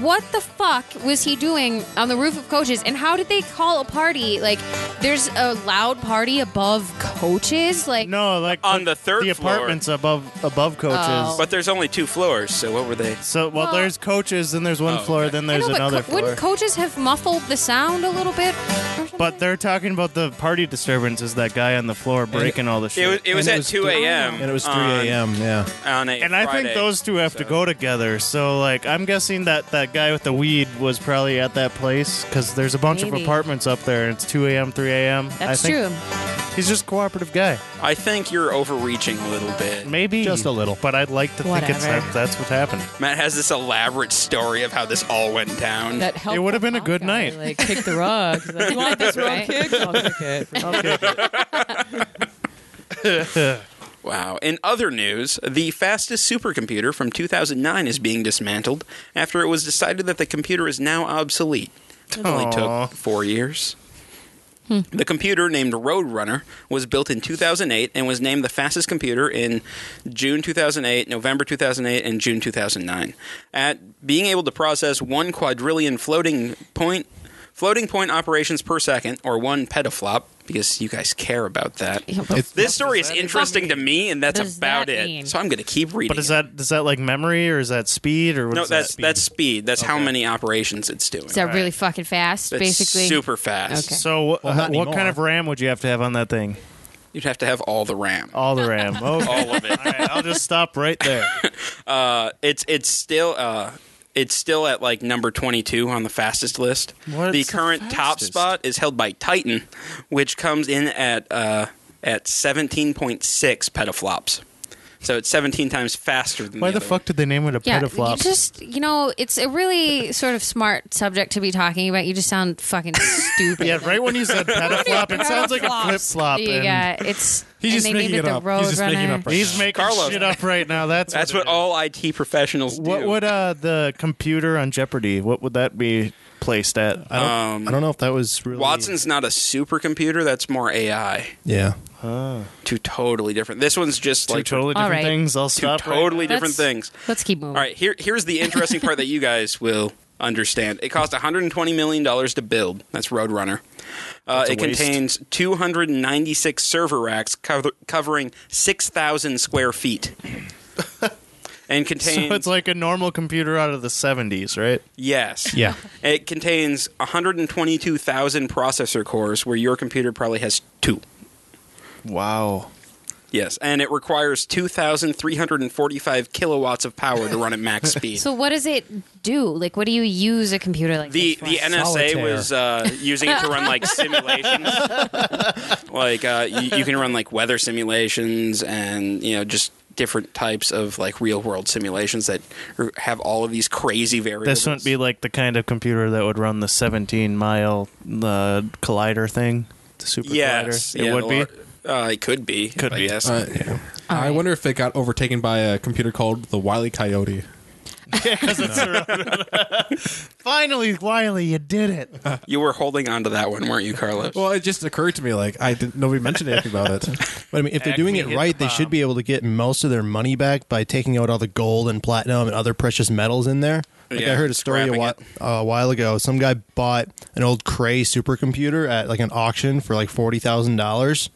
Speaker 3: what the fuck was he doing on the roof of coaches? And how did they call a party? Like, there's a loud party above coaches. Like,
Speaker 6: No, like
Speaker 1: On the third
Speaker 6: the
Speaker 1: floor.
Speaker 6: apartments above above coaches.
Speaker 3: Oh.
Speaker 1: But there's only two floors, so what were they?
Speaker 6: So well,
Speaker 3: Well-
Speaker 6: there's coaches, then there's one
Speaker 1: Oh,
Speaker 6: floor,
Speaker 1: okay.
Speaker 6: then
Speaker 3: I
Speaker 6: there's
Speaker 3: know, but
Speaker 6: another
Speaker 3: co-
Speaker 6: floor.
Speaker 3: wouldn't coaches have muffled the sound a little bit? or
Speaker 6: but
Speaker 3: something?
Speaker 6: they're talking about the party disturbances. That guy on the floor breaking all the shit.
Speaker 1: It was, it was
Speaker 8: And it
Speaker 1: at
Speaker 8: was
Speaker 1: 2
Speaker 8: three-
Speaker 1: a.m.
Speaker 8: And it
Speaker 2: Um,
Speaker 8: was 3
Speaker 1: on-
Speaker 8: a.m. Yeah.
Speaker 1: on a
Speaker 6: and I
Speaker 1: Friday.
Speaker 6: think those two have to
Speaker 1: so-
Speaker 6: go together. So, like, I'm guessing that that guy with the weed was probably at that place because there's a bunch
Speaker 3: Maybe.
Speaker 6: of apartments up there. And it's 2 a.m., 3 a.m. I
Speaker 3: That's
Speaker 6: think
Speaker 3: true.
Speaker 6: He's just a cooperative guy.
Speaker 1: I think you're overreaching a little bit.
Speaker 6: Maybe
Speaker 8: Just a little.
Speaker 6: but I'd like to think it's
Speaker 3: Whatever.
Speaker 6: that, that's what
Speaker 3: *laughs*
Speaker 6: happened.
Speaker 1: Matt has this elaborate story of how this all went down.
Speaker 7: *laughs* That helped.
Speaker 6: It would've been a good night.
Speaker 7: Like kick the rug.
Speaker 6: *laughs*
Speaker 7: Like, you want this rug
Speaker 3: Right.
Speaker 7: kicked? I'll kick it.
Speaker 6: Okay.
Speaker 1: wow. In other news, the fastest supercomputer from 2009 is being dismantled after it was decided that the computer is now obsolete. It only
Speaker 6: Aw.
Speaker 1: took four years. The computer named Roadrunner was built in 2008 and was named the fastest computer in June 2008, November 2008, and June 2009. At being able to process one quadrillion floating point floating point operations per second, or one petaflop, because you guys care about that. this story is interesting to me, and that's
Speaker 3: Does
Speaker 1: about
Speaker 3: that
Speaker 1: it.
Speaker 3: mean?
Speaker 1: So I'm going to keep reading.
Speaker 6: but is
Speaker 1: it.
Speaker 6: that is that like memory or is that speed or what
Speaker 1: no?
Speaker 6: is
Speaker 1: That's
Speaker 6: that
Speaker 1: that's speed. That's how many operations it's doing.
Speaker 3: Is that really fucking fast?
Speaker 1: That's
Speaker 3: basically,
Speaker 1: super fast.
Speaker 3: Okay.
Speaker 6: So,
Speaker 8: Well,
Speaker 6: uh,
Speaker 8: not
Speaker 6: what kind
Speaker 8: anymore.
Speaker 6: of RAM would you have to have on that thing?
Speaker 1: You'd have to have all the RAM.
Speaker 6: All the
Speaker 3: *laughs*
Speaker 6: RAM. Okay.
Speaker 1: all
Speaker 6: *laughs*
Speaker 1: of it.
Speaker 6: All right, I'll just stop right there.
Speaker 1: it's it's still uh it's still at like number 22 on the fastest list.
Speaker 6: What's
Speaker 1: the
Speaker 6: the
Speaker 1: current top
Speaker 6: fastest?
Speaker 1: spot is held by Titan, which comes in at uh at 17.6 petaflops. So it's 17 times faster than
Speaker 6: Why
Speaker 1: the,
Speaker 6: the
Speaker 1: other
Speaker 6: fuck did they name it a
Speaker 3: yeah. You
Speaker 6: petaflop?
Speaker 3: just, you know, it's a really sort of smart subject to be talking about. You just sound fucking stupid.
Speaker 6: Yeah, right *laughs* when you said petaflop, it sounds like a
Speaker 7: Petaflops.
Speaker 6: flip flop.
Speaker 3: You got it's. and
Speaker 2: He's just
Speaker 3: they
Speaker 2: making
Speaker 3: named
Speaker 2: it
Speaker 3: the
Speaker 2: up. He's just making it
Speaker 3: Roadrunner.
Speaker 2: up right
Speaker 6: He's making
Speaker 1: Carlos.
Speaker 6: shit up right now. That's
Speaker 1: one. That's
Speaker 6: what,
Speaker 1: what
Speaker 6: it is.
Speaker 1: all IT professionals do.
Speaker 6: What would uh, the computer on Jeopardy? What would that be placed at?
Speaker 8: I don't,
Speaker 2: um,
Speaker 8: I don't know if that was really.
Speaker 1: Watson's not a supercomputer, that's more AI.
Speaker 8: Yeah.
Speaker 1: Two totally different. This one's just
Speaker 6: Two
Speaker 1: like
Speaker 6: totally
Speaker 3: All
Speaker 6: different
Speaker 3: right.
Speaker 6: things. I'll
Speaker 1: two
Speaker 6: stop. right
Speaker 1: totally different
Speaker 3: Let's-
Speaker 1: things.
Speaker 3: Let's keep moving.
Speaker 1: All right, here, here's the interesting part that you guys will understand. It cost $120 million to build. That's Roadrunner. Uh,
Speaker 6: a
Speaker 1: it
Speaker 6: waste.
Speaker 1: contains
Speaker 6: *laughs*
Speaker 1: 296 server racks cover- covering 6,000 square feet. and contains
Speaker 6: *laughs* So it's like a normal computer out of the 70s, right?
Speaker 1: yes,
Speaker 8: Yeah.
Speaker 1: It contains 122,000 processor cores, where your computer probably has two.
Speaker 6: Wow.
Speaker 1: Yes, and it requires 2,345 kilowatts of power to run at
Speaker 3: *laughs*
Speaker 1: max speed.
Speaker 3: So what does it do? Like, what do you use a computer like
Speaker 1: the
Speaker 3: this for?
Speaker 1: the NSA
Speaker 8: Solitaire.
Speaker 1: was uh, using it to run like
Speaker 6: *laughs*
Speaker 1: simulations. like uh, you, you can run like weather simulations and you know just different types of like real world simulations that r- have all of these crazy variables.
Speaker 6: This wouldn't be like the kind of computer that would run the 17 mile uh, collider thing, the super
Speaker 1: yes,
Speaker 6: collider. It
Speaker 1: yeah,
Speaker 6: would
Speaker 1: the
Speaker 6: be.
Speaker 1: lar- Uh, it could be.
Speaker 6: Could
Speaker 1: I
Speaker 6: be.
Speaker 1: guess.
Speaker 2: Uh,
Speaker 3: All
Speaker 2: I
Speaker 3: right.
Speaker 2: wonder if it got overtaken by a computer called the Wiley Coyote.
Speaker 6: Finally, Wiley, you did it.
Speaker 1: you were holding on to that one, weren't you, Carlos?
Speaker 2: Well, it just occurred to me like I didn't nobody mentioned anything about *laughs* it.
Speaker 8: But I mean, if they're
Speaker 6: Acme
Speaker 8: doing it
Speaker 6: hit
Speaker 8: right,
Speaker 6: the
Speaker 8: they should
Speaker 6: bomb.
Speaker 8: be able to get most of their money back by taking out all the gold and platinum and other precious metals in there. Like
Speaker 1: Yeah,
Speaker 8: I heard a story a
Speaker 1: scrapping
Speaker 8: while,
Speaker 1: it.
Speaker 8: a while ago. Some guy bought an old Cray supercomputer at like an auction for like forty thousand dollars.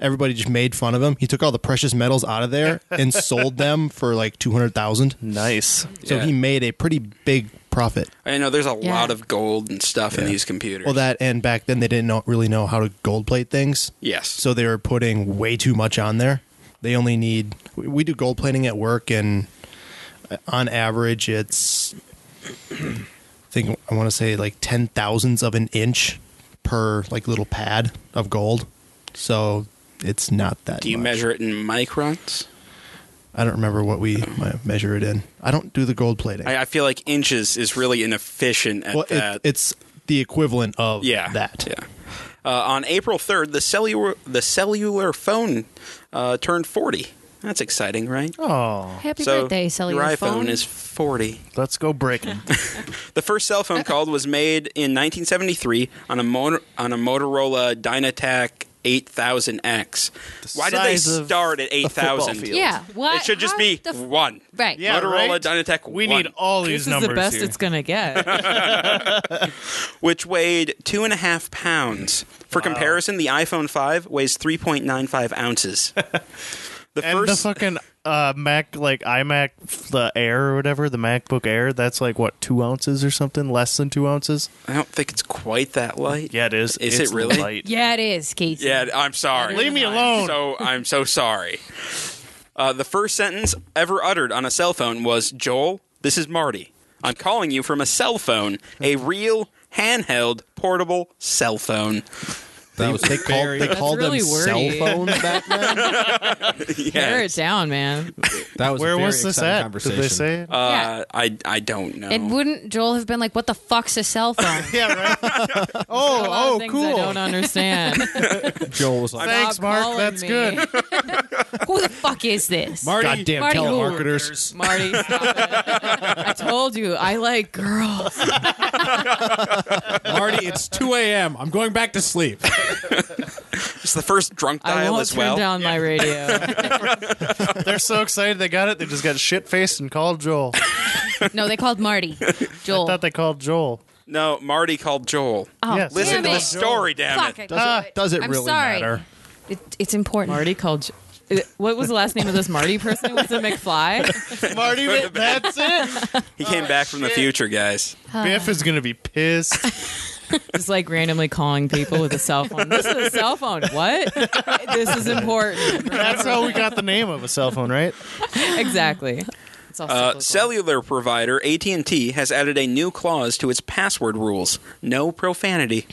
Speaker 8: Everybody just made fun of him. He took all the precious metals out of there
Speaker 1: *laughs*
Speaker 8: and sold them for like two hundred thousand.
Speaker 6: Nice.
Speaker 8: So
Speaker 1: Yeah.
Speaker 8: he made a pretty big profit.
Speaker 1: I know there's a
Speaker 3: Yeah.
Speaker 1: lot of gold and stuff in these computers.
Speaker 8: Well, that and back then they didn't know, really know how to gold plate things.
Speaker 1: yes.
Speaker 8: So they were putting way too much on there. They only need we- we do gold plating at work, and uh, on average, it's I think I want to say like ten thousandths of an inch per like little pad of gold. So it's not that.
Speaker 1: do you
Speaker 8: much.
Speaker 1: measure it in microns?
Speaker 8: I don't remember what we might measure it in. I don't do the gold plating.
Speaker 1: I, I feel like inches is really inefficient at
Speaker 8: well,
Speaker 1: that.
Speaker 8: it, it's the equivalent of
Speaker 1: yeah,
Speaker 8: that.
Speaker 1: Yeah. Uh, on April third, the cellular the cellular phone uh, turned forty. That's exciting, right?
Speaker 6: Oh,
Speaker 3: Happy
Speaker 1: so
Speaker 3: birthday, cellular
Speaker 1: your iPhone
Speaker 3: phone.
Speaker 1: is forty.
Speaker 6: let's
Speaker 1: *laughs*
Speaker 6: go breaking.
Speaker 1: The first cell phone call was made in 1973 on a motor, on a Motorola Dynatac 8000X. Why did they
Speaker 6: size of
Speaker 1: start at
Speaker 6: football
Speaker 1: 8000?
Speaker 6: field.
Speaker 3: yeah. What?
Speaker 1: It should just
Speaker 3: how
Speaker 1: be
Speaker 3: the f-
Speaker 1: one.
Speaker 3: right.
Speaker 6: Yeah,
Speaker 1: Motorola
Speaker 6: right?
Speaker 1: Dynatec
Speaker 6: We
Speaker 1: one.
Speaker 6: need all these
Speaker 7: This is
Speaker 6: numbers.
Speaker 7: the best
Speaker 6: here.
Speaker 7: it's gonna
Speaker 6: *laughs*
Speaker 7: get.
Speaker 1: which weighed two and a half pounds. For comparison, the iPhone 5 weighs 3.95
Speaker 6: *laughs*
Speaker 1: ounces. The
Speaker 6: and
Speaker 1: first,
Speaker 6: the fucking uh, Mac, like iMac, the Air or whatever, the MacBook Air, that's like what two ounces or something, less than two ounces.
Speaker 1: I don't think it's quite that light.
Speaker 6: Yeah, it is.
Speaker 1: Is
Speaker 6: It's
Speaker 1: it really?
Speaker 6: light.
Speaker 3: Yeah, it is, Casey.
Speaker 1: Yeah, I'm sorry.
Speaker 6: Leave me
Speaker 1: I'm
Speaker 6: alone.
Speaker 1: So I'm so sorry. Uh, the first sentence ever uttered on a cell phone was, "Joel, this is Marty. I'm calling you from a cell phone,
Speaker 6: *laughs*
Speaker 1: a real handheld portable cell phone."
Speaker 2: That was
Speaker 8: They called, they
Speaker 7: That's
Speaker 8: called
Speaker 7: really
Speaker 8: them
Speaker 7: wordy.
Speaker 8: cell
Speaker 1: *laughs*
Speaker 8: phones back then.
Speaker 7: Tear
Speaker 1: Yeah.
Speaker 7: it down, man.
Speaker 2: that was a
Speaker 6: Where
Speaker 2: very
Speaker 6: was this
Speaker 2: exciting
Speaker 6: at? Did
Speaker 2: Conversation.
Speaker 6: they say? It?
Speaker 1: Uh,
Speaker 3: Yeah.
Speaker 1: I I don't know.
Speaker 3: And wouldn't Joel have been like, "What the fuck's a
Speaker 1: *laughs*
Speaker 3: cell phone?"
Speaker 6: yeah, right.
Speaker 7: A lot of
Speaker 6: oh, oh,
Speaker 7: things I
Speaker 6: cool.
Speaker 7: don't understand.
Speaker 2: Joel was like,
Speaker 6: *laughs* Thanks,
Speaker 7: Stop
Speaker 6: Mark.
Speaker 7: calling
Speaker 6: That's
Speaker 7: me.
Speaker 6: good.
Speaker 3: Who the fuck is this?
Speaker 8: Goddamn
Speaker 3: Marty who?
Speaker 8: telemarketers.
Speaker 7: Marty, stop it. I told you I like girls.
Speaker 2: Marty, it's 2 a.m. I'm going back to sleep.
Speaker 1: it's the first drunk
Speaker 7: I
Speaker 1: dial
Speaker 7: won't
Speaker 1: as
Speaker 7: turn
Speaker 1: well.
Speaker 7: down
Speaker 6: *laughs*
Speaker 7: my radio.
Speaker 6: They're so excited they got it. They just got shit faced and called Joel.
Speaker 3: No, they
Speaker 1: *laughs*
Speaker 3: called Marty. Joel.
Speaker 6: Thought they called Joel.
Speaker 1: No, Marty called Joel.
Speaker 3: oh,
Speaker 6: Yes.
Speaker 1: Listen
Speaker 3: damn
Speaker 1: to the
Speaker 3: it.
Speaker 1: story, damn
Speaker 3: Fuck, I
Speaker 1: it.
Speaker 3: knew
Speaker 6: Ah,
Speaker 3: it.
Speaker 8: Does it
Speaker 3: I'm
Speaker 8: really
Speaker 1: *laughs*
Speaker 3: sorry.
Speaker 8: matter?
Speaker 3: It, it's important. *laughs*
Speaker 7: Marty called. J- uh, What was the last name of this Marty person? Was it McFly?
Speaker 6: Marty, that's it.
Speaker 1: He came back from the future, guys.
Speaker 6: Biff is gonna be *laughs* pissed.
Speaker 7: Just like randomly calling people with a cell phone. This is a cell phone. What? This is important.
Speaker 6: That's how we got the name of a cell phone, right?
Speaker 7: Exactly. It's all
Speaker 1: Uh,
Speaker 7: cyclical.
Speaker 1: cellular provider AT&T has added a new clause to its password rules: no profanity.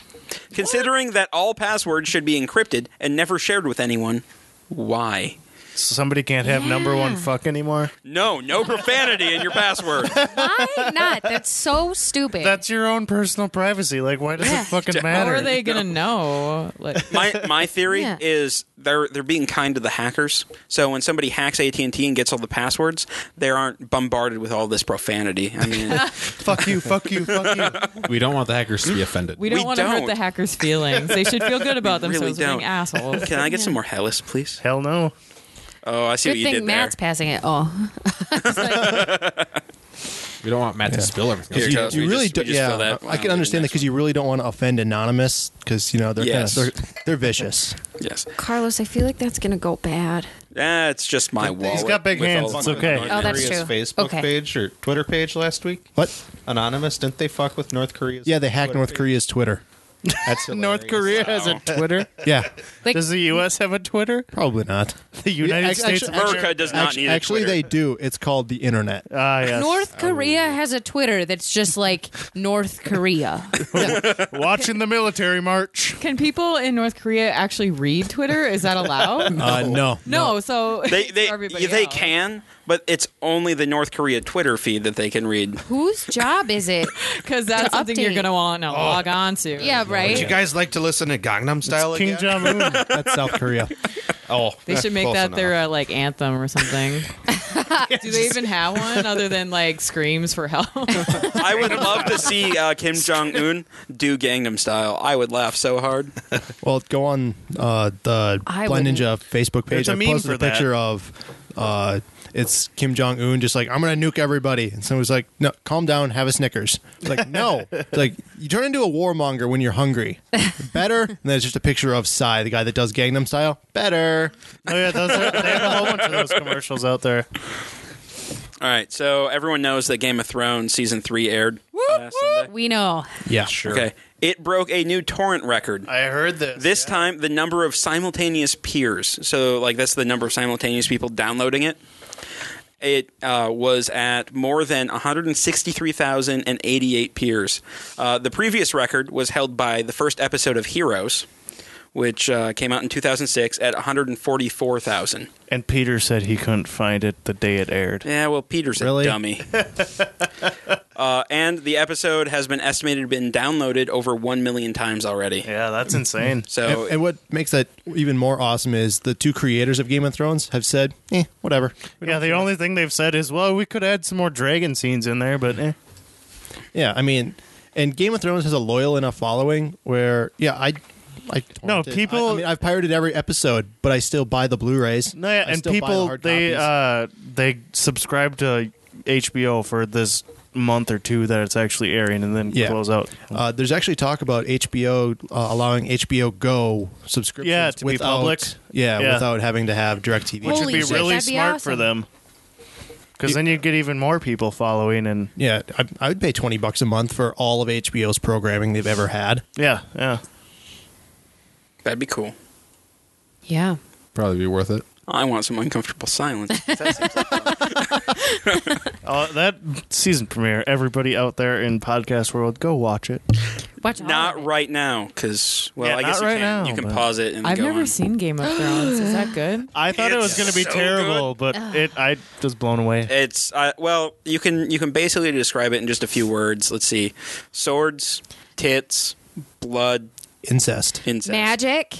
Speaker 1: Considering that all passwords should be encrypted and never shared with anyone, why?
Speaker 6: So somebody can't have number one fuck anymore.
Speaker 1: No, no profanity in your password.
Speaker 3: Why not? That's so stupid.
Speaker 6: That's your own personal privacy. Like, why does
Speaker 3: Yeah.
Speaker 6: it fucking
Speaker 7: How
Speaker 6: matter?
Speaker 7: are they gonna know? Like,
Speaker 1: *laughs* My my theory
Speaker 3: Yeah.
Speaker 1: is they're they're being kind to the hackers. So when somebody hacks AT&T and gets all the passwords, they aren't bombarded with all this profanity. I mean,
Speaker 6: *laughs*
Speaker 3: *laughs*
Speaker 6: Fuck you, fuck you, fuck you.
Speaker 2: *laughs* we don't want the hackers to be offended.
Speaker 7: we don't
Speaker 1: We
Speaker 7: want to hurt
Speaker 1: don't.
Speaker 7: the hackers' feelings. They should feel good about
Speaker 1: We really
Speaker 7: themselves for
Speaker 1: don't.
Speaker 7: being assholes.
Speaker 1: can I get some more Hellas, please?
Speaker 6: Hell no.
Speaker 1: Oh, I see
Speaker 3: Good
Speaker 1: what you
Speaker 3: thing
Speaker 1: did there.
Speaker 3: Matt's passing it. Oh,
Speaker 2: We don't want Matt to spill everything.
Speaker 1: Here,
Speaker 2: That's
Speaker 1: Kyle. We
Speaker 8: you really
Speaker 1: just- we
Speaker 8: do,
Speaker 1: just
Speaker 8: yeah.
Speaker 1: fill that
Speaker 8: I
Speaker 1: out in
Speaker 8: can understand that
Speaker 1: next
Speaker 8: because you really don't want to offend anonymous because you know they're
Speaker 1: Yes.
Speaker 8: kinda, they're, they're vicious.
Speaker 1: Yes.
Speaker 3: Carlos, I feel like that's gonna go bad.
Speaker 1: Ah, it's just my wallet.
Speaker 6: He's got big
Speaker 1: with
Speaker 6: hands.
Speaker 1: all
Speaker 6: It's
Speaker 1: my
Speaker 6: okay.
Speaker 1: money.
Speaker 3: Oh, that's
Speaker 5: Korea's
Speaker 3: true.
Speaker 5: Facebook
Speaker 3: Okay.
Speaker 5: page or Twitter page last week.
Speaker 8: What?
Speaker 5: Anonymous, didn't they fuck with North Korea's?
Speaker 8: Yeah, they hacked
Speaker 5: Twitter
Speaker 8: North
Speaker 5: page?
Speaker 8: Korea's Twitter.
Speaker 5: That's
Speaker 6: North Korea
Speaker 5: hilarious.
Speaker 6: has a Twitter.
Speaker 8: Yeah,
Speaker 3: Like,
Speaker 6: Does the U.S. have a Twitter?
Speaker 8: probably not.
Speaker 6: The United
Speaker 8: act-
Speaker 6: States of
Speaker 8: actually-
Speaker 1: America does not
Speaker 8: Actu-
Speaker 1: need a
Speaker 8: actually,
Speaker 1: Twitter.
Speaker 8: they do. It's called the internet.
Speaker 1: *laughs*
Speaker 6: Ah, yes.
Speaker 3: North Korea has a Twitter that's just like North Korea.
Speaker 6: *laughs* Watching the military march.
Speaker 7: Can people in North Korea actually read Twitter? Is that allowed? no.
Speaker 8: Uh, no,
Speaker 7: so
Speaker 1: They they,
Speaker 7: everybody
Speaker 1: they
Speaker 7: else.
Speaker 1: can, but it's only the North Korea Twitter feed that they can
Speaker 6: *laughs*
Speaker 1: read.
Speaker 3: Whose job is it?
Speaker 7: because that's something you're
Speaker 3: update.
Speaker 7: gonna want to log
Speaker 1: Oh.
Speaker 7: on to.
Speaker 3: Yeah,
Speaker 5: You
Speaker 3: right.
Speaker 5: guys like to listen to Gangnam Style
Speaker 6: King
Speaker 5: again?
Speaker 6: Jong *laughs* Un.
Speaker 8: that's South Korea.
Speaker 1: *laughs*
Speaker 5: Oh,
Speaker 7: They should make
Speaker 5: close
Speaker 7: that
Speaker 5: enough.
Speaker 7: their uh, like anthem
Speaker 3: *laughs*
Speaker 7: or something. Do they even have one other than like screams for help?
Speaker 1: I would love to see uh, Kim Jong Un do Gangnam Style. I would laugh so
Speaker 6: *laughs*
Speaker 1: hard.
Speaker 8: Well, go on uh, the
Speaker 3: I
Speaker 8: Blind
Speaker 3: wouldn't-
Speaker 8: Ninja Facebook page.
Speaker 6: There's a
Speaker 8: I
Speaker 6: meme
Speaker 8: posted
Speaker 6: for
Speaker 8: a picture of uh, it's Kim Jong Un just like I'm gonna nuke everybody, and someone was like, "No, calm down, have a Snickers." It's like,
Speaker 6: *laughs*
Speaker 8: no, It's like you turn into a warmonger when you're hungry. Better, and then it's just a picture of Psy, the guy that does Gangnam Style. Better.
Speaker 6: Oh yeah, those are, they have a whole bunch of *laughs* those commercials out there.
Speaker 1: All right, so everyone knows that Game of Thrones season three aired last Sunday.
Speaker 3: We know.
Speaker 8: Yeah, sure.
Speaker 1: Okay, it broke a new torrent record.
Speaker 6: I heard this.
Speaker 1: This time, the number of simultaneous peers. So, like, that's the number of simultaneous people downloading it. It uh, was at more than 163,088 peers. Uh, the previous record was held by the first episode of Heroes, which uh, came out in 2006 at 144,000.
Speaker 6: And Peter said he couldn't find it the day it aired.
Speaker 1: Yeah, well, Peter's
Speaker 8: Really?
Speaker 1: a
Speaker 8: *laughs*
Speaker 1: dummy. uh, and the episode has been estimated to have been downloaded over 1 million times already.
Speaker 6: Yeah, that's insane.
Speaker 1: So,
Speaker 8: And, and what makes that even more awesome is the two creators of Game of Thrones have said, "Eh, whatever."
Speaker 6: Yeah, the only thing they've said is, well, we could add some more dragon scenes in there, but eh.
Speaker 8: Yeah, I mean, and Game of Thrones has a loyal enough following where, yeah, I, I
Speaker 6: No,
Speaker 8: torrented- I-
Speaker 6: people-
Speaker 8: I, mean, I've pirated every episode, but I still buy the Blu-rays.
Speaker 6: No, yeah,
Speaker 8: I
Speaker 6: and
Speaker 8: still buy the
Speaker 6: people
Speaker 8: hard
Speaker 6: they
Speaker 8: copies.
Speaker 6: uh they subscribe to HBO for this month or two that it's actually airing, and then
Speaker 8: Yeah.
Speaker 6: close out.
Speaker 8: Uh, there's actually talk about HBO uh, allowing HBO Go subscriptions
Speaker 6: Yeah, to be
Speaker 8: without,
Speaker 6: public.
Speaker 8: Yeah,
Speaker 6: Yeah.
Speaker 8: without having to have DirecTV.
Speaker 6: which
Speaker 3: Well-
Speaker 6: would
Speaker 3: Holy
Speaker 6: be
Speaker 3: shit,
Speaker 6: really
Speaker 3: that'd be
Speaker 6: smart for
Speaker 3: awesome.
Speaker 6: them. Because then you'd get even more people following, and
Speaker 8: yeah, I, I would pay twenty bucks a month for all of HBO's programming they've ever had.
Speaker 6: yeah, yeah.
Speaker 1: that'd be cool.
Speaker 3: Yeah.
Speaker 4: Probably be worth it.
Speaker 1: I want some uncomfortable silence.
Speaker 6: Uh, that season premiere, everybody out there in podcast world, go watch it.
Speaker 3: Watch all of
Speaker 1: not
Speaker 3: it.
Speaker 1: right now, because well,
Speaker 6: Yeah,
Speaker 1: I guess you
Speaker 6: not right
Speaker 1: can.
Speaker 6: now,
Speaker 1: you can
Speaker 6: but-
Speaker 1: pause it and
Speaker 7: I've
Speaker 1: go
Speaker 7: never
Speaker 1: on.
Speaker 7: seen Game of Thrones. Is that good?
Speaker 3: *laughs*
Speaker 6: I thought it
Speaker 1: It's
Speaker 6: was going to be
Speaker 1: so
Speaker 6: terrible, but it I was blown away.
Speaker 1: It's uh, well, you can you can basically describe it in just a few words. Let's see: swords, tits, blood,
Speaker 8: Incest.
Speaker 1: incest.
Speaker 3: Magic.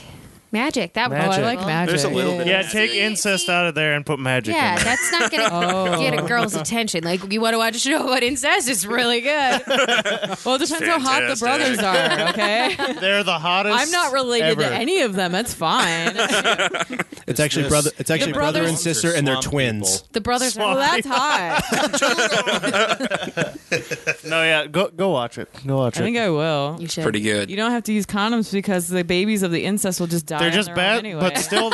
Speaker 3: Magic. That
Speaker 6: Magic.
Speaker 3: would
Speaker 6: I
Speaker 3: be
Speaker 6: like
Speaker 3: cool.
Speaker 7: magic.
Speaker 1: There's a little bit.
Speaker 6: yeah,
Speaker 1: of
Speaker 6: take incest out of there and put magic.
Speaker 3: Yeah,
Speaker 6: in there.
Speaker 3: that's not going to
Speaker 7: *laughs* Oh.
Speaker 3: get a girl's attention. Like, you want to watch *laughs* a show about incest? It's really good.
Speaker 7: Well, it depends how hot the brothers are. Okay,
Speaker 3: *laughs*
Speaker 6: they're the hottest.
Speaker 7: I'm not related
Speaker 6: ever.
Speaker 7: to any of them.
Speaker 6: *laughs*
Speaker 7: That's fine.
Speaker 8: It's actually
Speaker 5: this-
Speaker 8: brother. It's actually brother
Speaker 7: brothers-
Speaker 8: and sister, and they're twins.
Speaker 3: The brothers
Speaker 7: well,
Speaker 3: are
Speaker 7: that's hot.
Speaker 6: No, yeah, go go watch it. Go watch
Speaker 7: I
Speaker 6: it.
Speaker 7: think I will.
Speaker 3: You should.
Speaker 1: pretty good.
Speaker 7: You don't have to use condoms because the babies of the incest will just die.
Speaker 6: They're
Speaker 7: on
Speaker 6: just
Speaker 7: their own
Speaker 6: bad,
Speaker 7: anyway.
Speaker 6: but
Speaker 7: *laughs*
Speaker 6: still.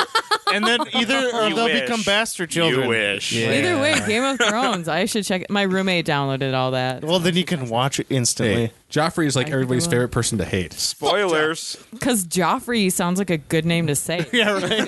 Speaker 6: And then either or
Speaker 5: You
Speaker 6: they'll
Speaker 5: wish.
Speaker 6: become bastard children.
Speaker 8: Yeah.
Speaker 7: Either way, Game of Thrones. I should check. It. My roommate downloaded all that.
Speaker 6: Well, then you can watch it instantly.
Speaker 4: Hey, Joffrey is like
Speaker 7: I
Speaker 4: everybody's
Speaker 7: will.
Speaker 4: favorite person to hate.
Speaker 1: Spoilers.
Speaker 7: Because Joffrey sounds like a good name to say.
Speaker 5: *laughs*
Speaker 6: Yeah, right.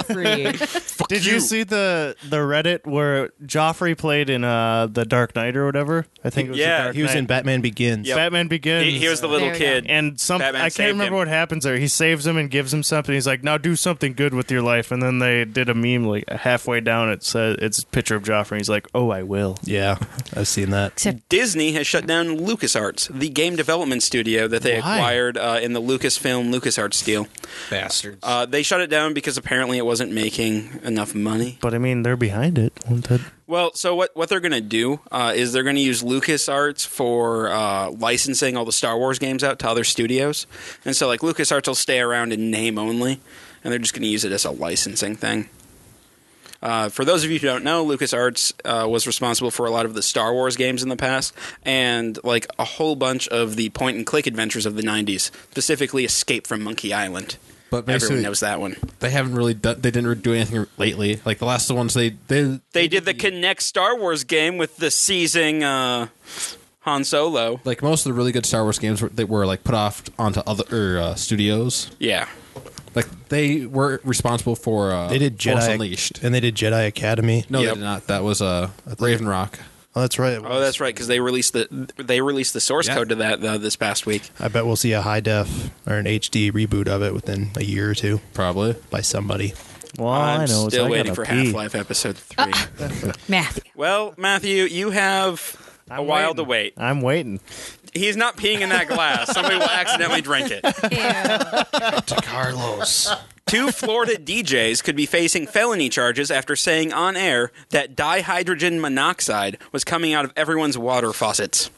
Speaker 7: Joffrey.
Speaker 6: Did you.
Speaker 1: you.
Speaker 6: see the the Reddit where Joffrey played in uh the Dark Knight or whatever? I think it was
Speaker 1: Yeah,
Speaker 6: the Dark
Speaker 8: He was
Speaker 6: Knight.
Speaker 8: in Batman Begins.
Speaker 1: Yep.
Speaker 6: Batman Begins.
Speaker 1: He, he was the little
Speaker 3: There we go.
Speaker 1: kid.
Speaker 6: and some
Speaker 1: Batman
Speaker 6: I can't
Speaker 1: saved
Speaker 6: remember
Speaker 1: him.
Speaker 6: what happens there. He saves him and gives him something. He's like, "Now do something good with your life." And then they did a meme like halfway down. It says it's a picture of Joffrey. He's like, "Oh, I will."
Speaker 8: Yeah, I've seen that.
Speaker 1: Disney has shut down LucasArts, the game development studio that they
Speaker 8: Why?
Speaker 1: acquired uh, in the Lucasfilm LucasArts deal.
Speaker 5: bastards.
Speaker 1: Uh, they shut it down because apparently it wasn't making enough money.
Speaker 6: But I mean, they're behind it. Won't that-
Speaker 1: Well, so what, what they're going to do uh, is they're going to use LucasArts for uh, licensing all the Star Wars games out to other studios. And so, like, LucasArts will stay around in name only, and they're just going to use it as a licensing thing. Uh, for those of you who don't know, LucasArts uh, was responsible for a lot of the Star Wars games in the past, and like a whole bunch of the point and click adventures of the 90s, specifically Escape from Monkey Island.
Speaker 2: But
Speaker 1: Everyone
Speaker 2: basically,
Speaker 1: knows that one.
Speaker 2: they haven't really done. They didn't do anything lately. Like the last ones, they they
Speaker 1: They did the Connect Star Wars game with the seizing uh, Han Solo.
Speaker 2: like most of the really good Star Wars games were, that were like put off onto other uh, studios.
Speaker 1: Yeah.
Speaker 2: Like they were responsible for uh,
Speaker 8: They did
Speaker 2: Force
Speaker 8: Jedi
Speaker 2: Unleashed.
Speaker 8: and they did Jedi Academy.
Speaker 2: No,
Speaker 1: Yep.
Speaker 2: they did not. That was uh, Raven Rock.
Speaker 8: Oh, that's right.
Speaker 1: Oh, that's right, because they released the they released the source
Speaker 2: Yeah.
Speaker 1: code to that uh, this past week.
Speaker 8: I bet we'll see a high def or an HD reboot of it within a year or two
Speaker 2: Probably.
Speaker 8: by somebody.
Speaker 6: Well,
Speaker 1: I'm
Speaker 6: Oh, I know. is
Speaker 1: still
Speaker 6: I
Speaker 1: waiting
Speaker 6: gotta
Speaker 1: for
Speaker 6: pee.
Speaker 1: Half Life Episode Three.
Speaker 3: Matthew.
Speaker 1: well, Matthew, you have
Speaker 6: I'm
Speaker 1: a while
Speaker 6: waiting.
Speaker 1: to wait.
Speaker 6: I'm waiting.
Speaker 1: He's not peeing in that glass. Somebody will accidentally drink it.
Speaker 8: *laughs* Carlos.
Speaker 1: Two Florida DJs could be facing felony charges after saying on air that dihydrogen monoxide was coming out of everyone's water faucets.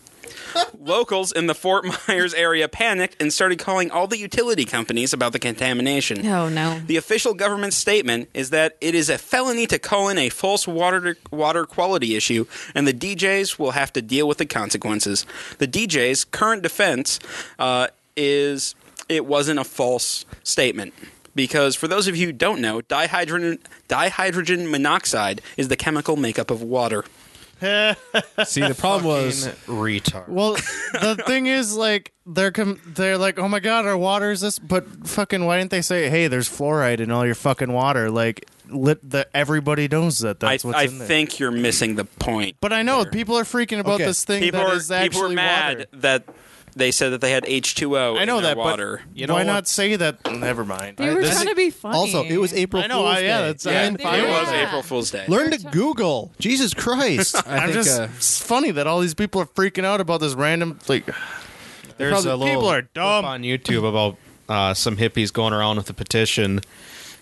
Speaker 1: Locals in the Fort Myers area panicked and started calling all the utility companies about the contamination.
Speaker 3: Oh no.
Speaker 1: The official government statement is that it is a felony to call in a false water water quality issue, and the DJs will have to deal with the consequences. The DJ's current defense uh, is it wasn't a false statement. Because for those of you who don't know, dihydrogen, dihydrogen monoxide is the chemical makeup of water.
Speaker 2: See, the problem was
Speaker 5: retard.
Speaker 6: Well, *laughs* the thing is, like, they're com- they're like, oh my god, our water is this, but fucking, why didn't they say, hey, there's fluoride in all your fucking water? Like, lit the everybody knows that.
Speaker 1: I,
Speaker 6: That's what's
Speaker 1: I
Speaker 6: in there.
Speaker 1: think you're missing the point.
Speaker 6: But I know people are freaking about
Speaker 8: Okay.
Speaker 6: this thing
Speaker 1: people
Speaker 6: that
Speaker 1: are,
Speaker 6: is actually
Speaker 1: people are mad
Speaker 6: water.
Speaker 1: that they said that they had H2O
Speaker 6: I know
Speaker 1: in their
Speaker 6: that,
Speaker 1: water.
Speaker 6: but
Speaker 5: You know
Speaker 6: why
Speaker 5: what?
Speaker 6: not say that? Never mind.
Speaker 7: They were
Speaker 8: this-
Speaker 7: trying to be funny.
Speaker 8: Also, it was April
Speaker 6: I know,
Speaker 8: Fool's
Speaker 6: I- yeah,
Speaker 8: Day.
Speaker 6: that's-
Speaker 8: I
Speaker 1: yeah,
Speaker 8: didn't
Speaker 7: they
Speaker 8: find
Speaker 1: it
Speaker 7: were.
Speaker 8: it.
Speaker 1: was April Fool's Day.
Speaker 8: Learn to Google. Jesus Christ.
Speaker 2: I
Speaker 6: I'm
Speaker 2: think
Speaker 6: just
Speaker 2: uh,
Speaker 6: it's funny that all these people are freaking out about this random like
Speaker 5: There's
Speaker 6: Probably-
Speaker 5: a little
Speaker 6: people are dumb.
Speaker 5: clip on YouTube about uh, some hippies going around with a petition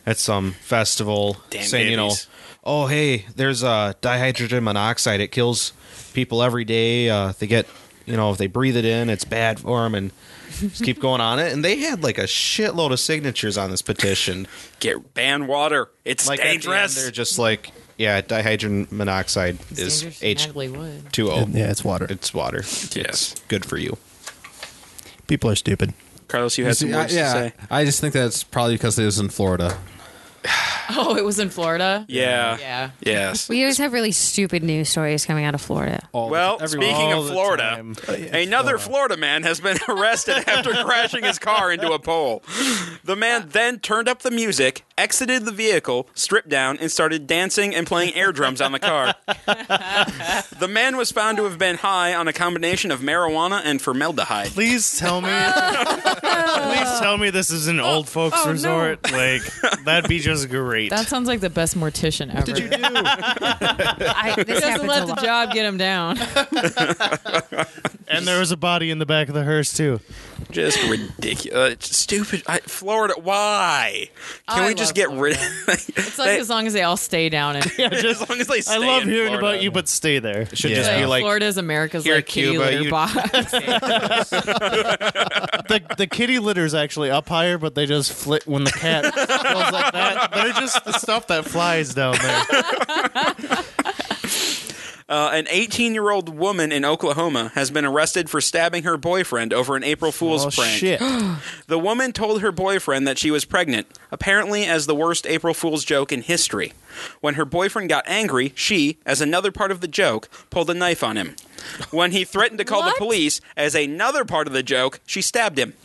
Speaker 5: at some festival
Speaker 1: Damn
Speaker 5: saying, you know,
Speaker 1: hippies.
Speaker 5: oh hey, there's uh, dihydrogen monoxide. It kills people every day. Uh, they get, you know, if they breathe it in, it's bad for them, and just keep going on it. And they had like a shitload of signatures on this petition.
Speaker 1: get ban water. It's
Speaker 5: Like at the end,
Speaker 1: dangerous.
Speaker 5: they're just like, yeah, dihydrogen monoxide is H
Speaker 7: Wood.
Speaker 5: two O.
Speaker 8: Yeah, it's water.
Speaker 5: It's water.
Speaker 1: Yes.
Speaker 5: Good for you.
Speaker 8: People are stupid.
Speaker 1: Carlos, you had some
Speaker 2: see, I,
Speaker 1: words
Speaker 2: yeah,
Speaker 1: to say.
Speaker 2: I just think that's probably because it was in Florida.
Speaker 7: Oh, it was in Florida.
Speaker 1: Yeah.
Speaker 7: Yeah.
Speaker 1: Yes.
Speaker 3: We always have really stupid news stories coming out of Florida.
Speaker 2: All
Speaker 1: Well,
Speaker 2: everyone-
Speaker 1: speaking
Speaker 6: all
Speaker 1: of
Speaker 6: the
Speaker 1: Florida,
Speaker 6: time.
Speaker 1: another Florida man has been *laughs* arrested after crashing his car into a pole. The man then turned up the music, exited the vehicle, stripped down, and started dancing and playing air drums on the car. the man was found to have been high on a combination of marijuana and formaldehyde.
Speaker 6: Please tell me. please tell me this is an old folks
Speaker 7: oh, no.
Speaker 6: resort. Like that'd be just great.
Speaker 7: That sounds like the best mortician ever. Did you do?
Speaker 3: I, this
Speaker 7: Doesn't
Speaker 3: happens
Speaker 7: let
Speaker 3: a
Speaker 7: the
Speaker 3: lot.
Speaker 7: job get him down.
Speaker 6: and there was a body in the back of the hearse too.
Speaker 1: Just ridiculous. Stupid. I, Florida. Why? Can
Speaker 7: I
Speaker 1: we just
Speaker 7: love
Speaker 1: get rid *laughs*
Speaker 7: It's like as long as they all stay down
Speaker 5: *laughs*
Speaker 7: and
Speaker 1: as long as they stay
Speaker 6: I love
Speaker 1: in
Speaker 6: hearing
Speaker 1: Florida.
Speaker 6: about you, but stay there.
Speaker 5: Should
Speaker 8: Yeah.
Speaker 5: just
Speaker 7: like,
Speaker 5: be like
Speaker 7: Florida's America's
Speaker 5: here,
Speaker 7: like kitty
Speaker 5: Cuba,
Speaker 7: litter
Speaker 5: you-
Speaker 7: box. *laughs*
Speaker 6: The the kitty litter's actually up higher, but they just flit when the
Speaker 7: *laughs*
Speaker 6: cat goes like that. They're just the stuff that flies down
Speaker 1: *laughs*
Speaker 6: there.
Speaker 1: Uh, an 18 year old woman in Oklahoma has been arrested for stabbing her boyfriend over an April Fool's
Speaker 6: Oh
Speaker 1: prank.
Speaker 6: shit!
Speaker 1: The woman told her boyfriend that she was pregnant, apparently as the worst April Fool's joke in history. When her boyfriend got angry, she, as another part of the joke, pulled a knife on him. When he threatened to call
Speaker 7: What?
Speaker 1: the police, as another part of the joke, she stabbed him. *laughs*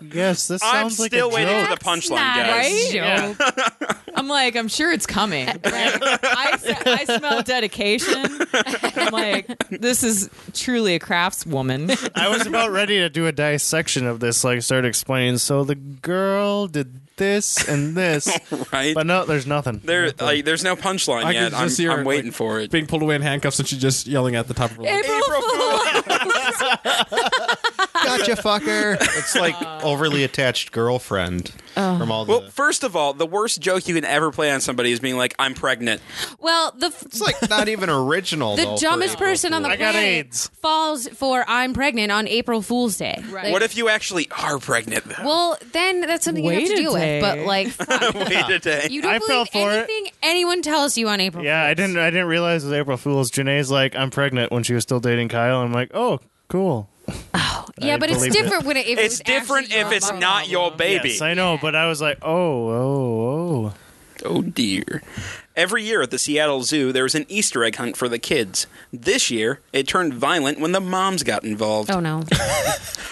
Speaker 6: Yes, this
Speaker 1: I'm
Speaker 6: sounds like
Speaker 1: still
Speaker 6: a
Speaker 1: waiting
Speaker 6: joke.
Speaker 1: for the punchline,
Speaker 3: Not a
Speaker 1: guys.
Speaker 7: Right?
Speaker 3: joke.
Speaker 7: I'm like, I'm sure it's coming. Like, I, s- I smell dedication.
Speaker 5: *laughs*
Speaker 7: I'm like, this is truly a craftswoman.
Speaker 6: I was about ready to do a dissection of this, like start explaining. So the girl did this and this,
Speaker 1: *laughs* Right?
Speaker 6: but no, there's nothing.
Speaker 1: There, like, there's no punchline
Speaker 2: I can
Speaker 1: yet.
Speaker 2: just
Speaker 1: I'm,
Speaker 2: see her,
Speaker 1: I'm waiting
Speaker 2: like,
Speaker 1: for it.
Speaker 2: *laughs* being pulled away in handcuffs and she just yelling at the top of her lungs.
Speaker 7: April Fool.
Speaker 8: Gotcha, fucker.
Speaker 5: It's like overly attached girlfriend from all the.
Speaker 1: Well, first of all, the worst joke you can ever play on somebody is being like, "I'm pregnant."
Speaker 3: Well, the f-
Speaker 5: it's like not even original.
Speaker 3: the
Speaker 5: though, for
Speaker 3: dumbest
Speaker 5: April
Speaker 3: person on the
Speaker 5: Fool's.
Speaker 6: I got
Speaker 3: planet
Speaker 6: AIDS.
Speaker 3: falls for I'm pregnant on April Fool's Day.
Speaker 7: Right.
Speaker 3: Like,
Speaker 1: What if you actually are pregnant? though?
Speaker 3: Well, then that's something you
Speaker 7: Wait
Speaker 3: have to
Speaker 7: a
Speaker 3: deal
Speaker 7: day.
Speaker 3: with. But
Speaker 6: *laughs*
Speaker 3: like,
Speaker 1: *laughs*
Speaker 3: fuck.
Speaker 1: Wait a day.
Speaker 3: you don't
Speaker 6: I fell
Speaker 3: believe
Speaker 6: for it.
Speaker 3: anything anyone tells you on April.
Speaker 6: *laughs* Yeah, I
Speaker 3: Fool's.
Speaker 6: didn't. I didn't realize it was April Fool's. Janae's like, I'm pregnant when she was still dating Kyle. I'm like, oh, cool.
Speaker 3: yeah, but it's
Speaker 6: believed it.
Speaker 3: different when it, if it
Speaker 1: It's
Speaker 3: was actually
Speaker 1: different if
Speaker 3: your
Speaker 1: it's
Speaker 3: mom.
Speaker 1: not your baby.
Speaker 6: Yes, I know, but I was like, oh, oh, oh.
Speaker 1: Oh dear. Every year at the Seattle Zoo, there's an Easter egg hunt for the kids. This year, it turned violent when the moms got involved.
Speaker 3: Oh
Speaker 1: *laughs*
Speaker 3: no.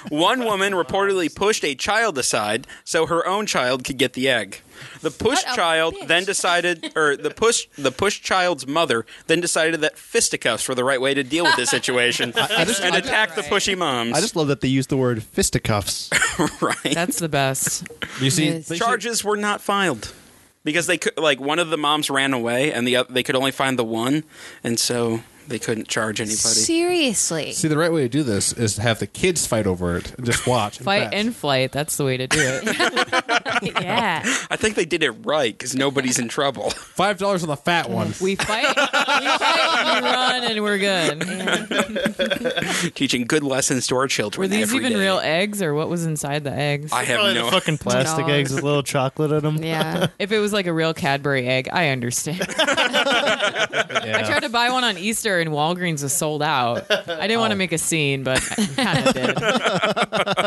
Speaker 1: One woman reportedly pushed a child aside so her own child could get the egg. The push
Speaker 3: What a
Speaker 1: child
Speaker 3: bitch.
Speaker 1: then decided, or the push the push child's mother then decided that fisticuffs were the right way to deal with this situation and attack the pushy moms.
Speaker 8: I just love that they use the word fisticuffs.
Speaker 1: *laughs* right.
Speaker 7: That's the best.
Speaker 2: You see,
Speaker 3: Yes.
Speaker 2: they should-
Speaker 1: charges were not filed because they could like one of the moms ran away and the other, they could only find the one and so they couldn't charge anybody
Speaker 6: *laughs*
Speaker 3: Seriously.
Speaker 2: See, the right way to do this is to have the kids fight over it and just watch. and
Speaker 7: Fight
Speaker 2: crash.
Speaker 7: and flight. That's the way to do it.
Speaker 3: *laughs* yeah.
Speaker 1: i think they did it right because nobody's in trouble *laughs*
Speaker 2: Five dollars on the fat one.
Speaker 7: we fight, we fight, we run, and we're good.
Speaker 1: teaching good lessons to our children
Speaker 7: Were these
Speaker 1: every
Speaker 7: even
Speaker 1: day.
Speaker 7: real eggs, or what was inside the eggs?
Speaker 1: i have
Speaker 6: Probably the
Speaker 1: no
Speaker 6: oh." fucking plastic
Speaker 3: No.
Speaker 6: eggs with little chocolate in them.
Speaker 3: Yeah.
Speaker 7: If it was like a real Cadbury egg, I
Speaker 1: *laughs*
Speaker 7: understand. I tried to buy one on Easter and Walgreens was sold out. I didn't
Speaker 1: Oh.
Speaker 7: want to make a scene, but I kind of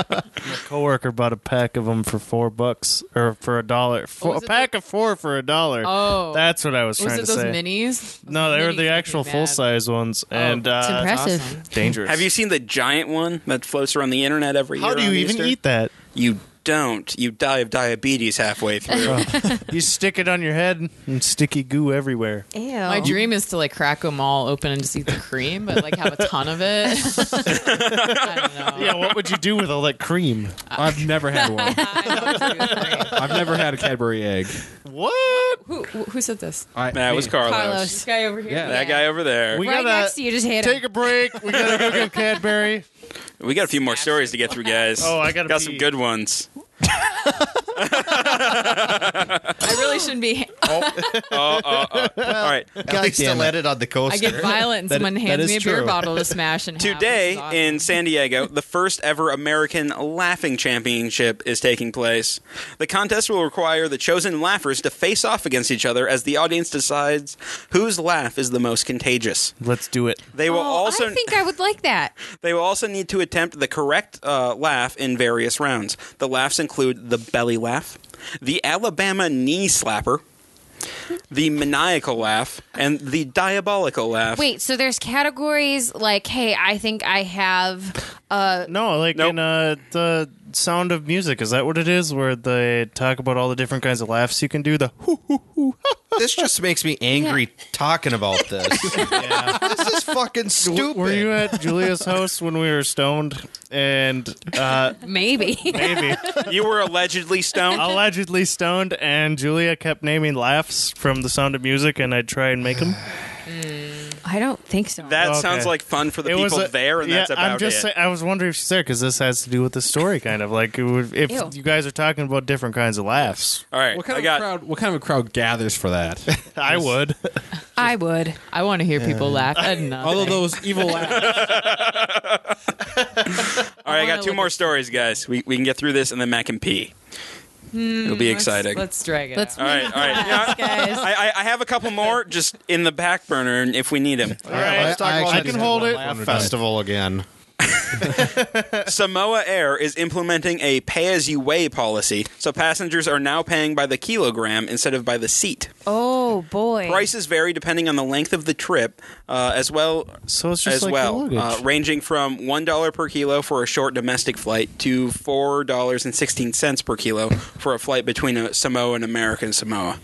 Speaker 1: *laughs*
Speaker 7: did.
Speaker 6: My coworker bought a pack of them for four bucks or for a dollar. Four, a
Speaker 7: was it
Speaker 6: pack of four for a dollar.
Speaker 7: Oh.
Speaker 6: that's what I was,
Speaker 7: Was
Speaker 6: trying
Speaker 7: it
Speaker 6: to
Speaker 7: those
Speaker 6: say.
Speaker 7: minis?
Speaker 6: no, they
Speaker 7: Those
Speaker 6: were
Speaker 7: minis make
Speaker 6: the
Speaker 7: me
Speaker 6: actual
Speaker 7: mad.
Speaker 6: full size ones, and
Speaker 7: that's
Speaker 6: uh,
Speaker 3: It's impressive.
Speaker 7: awesome.
Speaker 6: dangerous.
Speaker 1: have you seen the giant one that floats around the internet every
Speaker 6: How
Speaker 1: year
Speaker 6: do you
Speaker 1: on
Speaker 6: even
Speaker 1: Easter?
Speaker 6: eat that?
Speaker 1: you don't you die of diabetes halfway through
Speaker 3: *laughs*
Speaker 6: You stick it on your head and sticky goo everywhere.
Speaker 3: Ew.
Speaker 7: My
Speaker 1: Oh.
Speaker 7: dream is to like crack them all open and just eat the cream, but like have a ton of
Speaker 1: *laughs*
Speaker 7: it. *laughs* I don't know.
Speaker 6: Yeah, what would you do with all that cream?
Speaker 2: I've never had one.
Speaker 3: *laughs*
Speaker 7: I know what to do with cream.
Speaker 2: I've never had a Cadbury egg.
Speaker 6: What?
Speaker 7: Who, who who said this?
Speaker 2: I,
Speaker 1: that was carlos,
Speaker 3: Carlos.
Speaker 7: This guy over here.
Speaker 2: Yeah.
Speaker 1: that guy over there
Speaker 6: We
Speaker 1: we,
Speaker 3: right
Speaker 6: gotta
Speaker 3: next to you, just hit
Speaker 6: take
Speaker 3: him.
Speaker 6: a break. We gotta go get Cadbury.
Speaker 1: got a few more stories to get through guys
Speaker 6: Oh, I gotta
Speaker 1: got some
Speaker 6: pee.
Speaker 1: good ones
Speaker 7: I really shouldn't be.
Speaker 1: all
Speaker 6: *laughs*
Speaker 1: right
Speaker 5: God still at it on the coast.
Speaker 7: I get violent and
Speaker 8: That-
Speaker 7: someone hands
Speaker 8: that
Speaker 7: me a
Speaker 8: is
Speaker 7: beer
Speaker 8: true.
Speaker 7: bottle
Speaker 8: *laughs*
Speaker 7: to smash and have, which
Speaker 1: Today
Speaker 7: is awesome.
Speaker 1: in San Diego, the first ever American Laughing Championship is taking place. The contest will require the chosen laughers to face off against each other as the audience decides whose laugh is the most contagious.
Speaker 6: Let's do it.
Speaker 1: They will
Speaker 3: Oh,
Speaker 1: also
Speaker 3: I think I would
Speaker 1: *laughs*
Speaker 3: like that.
Speaker 1: they will also need to attempt the correct uh, laugh in various rounds. The laughs include the belly laugh, the Alabama knee slapper, the maniacal laugh, and the diabolical laugh.
Speaker 3: Wait, so there's categories like, hey, I think I have.
Speaker 6: No, like
Speaker 1: Nope.
Speaker 6: in uh, the Sound of Music. Is that what it is? Where they talk about all the different kinds of laughs you can do. The whoo hoo hoo.
Speaker 5: this just makes me angry talking about this. This is fucking stupid.
Speaker 6: Were you at Julia's house when we were stoned? And uh, *laughs*
Speaker 3: Maybe.
Speaker 6: maybe
Speaker 1: You were allegedly
Speaker 6: *laughs*
Speaker 1: stoned.
Speaker 6: Oh, allegedly stoned, and Julia kept naming laughs from the Sound of Music, and I'd try and make them.
Speaker 3: I don't think so.
Speaker 1: That
Speaker 6: Okay.
Speaker 1: sounds like fun for the people
Speaker 6: a-
Speaker 1: there, and
Speaker 6: yeah,
Speaker 1: that's about
Speaker 6: I'm just
Speaker 1: it.
Speaker 6: saying- I was wondering if she's there because this has to do with the story, kind of like it would, if
Speaker 3: Ew.
Speaker 6: you guys are talking about different kinds of laughs.
Speaker 1: All right,
Speaker 2: What kind
Speaker 1: I
Speaker 2: of
Speaker 1: got.
Speaker 2: crowd? What kind of a crowd gathers for that?
Speaker 6: I would.
Speaker 3: I would.
Speaker 7: I want to hear people laugh at nothing.
Speaker 2: Although those
Speaker 3: *laughs*
Speaker 2: evil laughs.
Speaker 1: All right, I
Speaker 7: wanna
Speaker 1: got two
Speaker 7: look
Speaker 1: more
Speaker 7: at-
Speaker 1: stories, guys. We, we can get through this, and then Mac and pee. It'll be exciting.
Speaker 7: Let's, let's drag it.
Speaker 3: Let's-
Speaker 1: all right, all right. Yeah, I, I, I have a couple more just in the back burner and if we need them.
Speaker 6: All right,
Speaker 5: let's talk about
Speaker 6: I
Speaker 5: it.
Speaker 6: can hold it.
Speaker 5: Laugh festival again.
Speaker 1: Samoa Air is implementing a pay as you weigh policy, so passengers are now paying by the kilogram instead of by the seat.
Speaker 3: *laughs* Oh boy.
Speaker 1: Prices vary depending on the length of the trip, uh, as well
Speaker 6: So it's just
Speaker 1: as
Speaker 6: like your
Speaker 1: well,
Speaker 6: luggage.
Speaker 1: uh, ranging from one dollar per kilo for a short domestic flight to four dollars and sixteen cents per kilo for a flight between uh Samoa and American Samoa.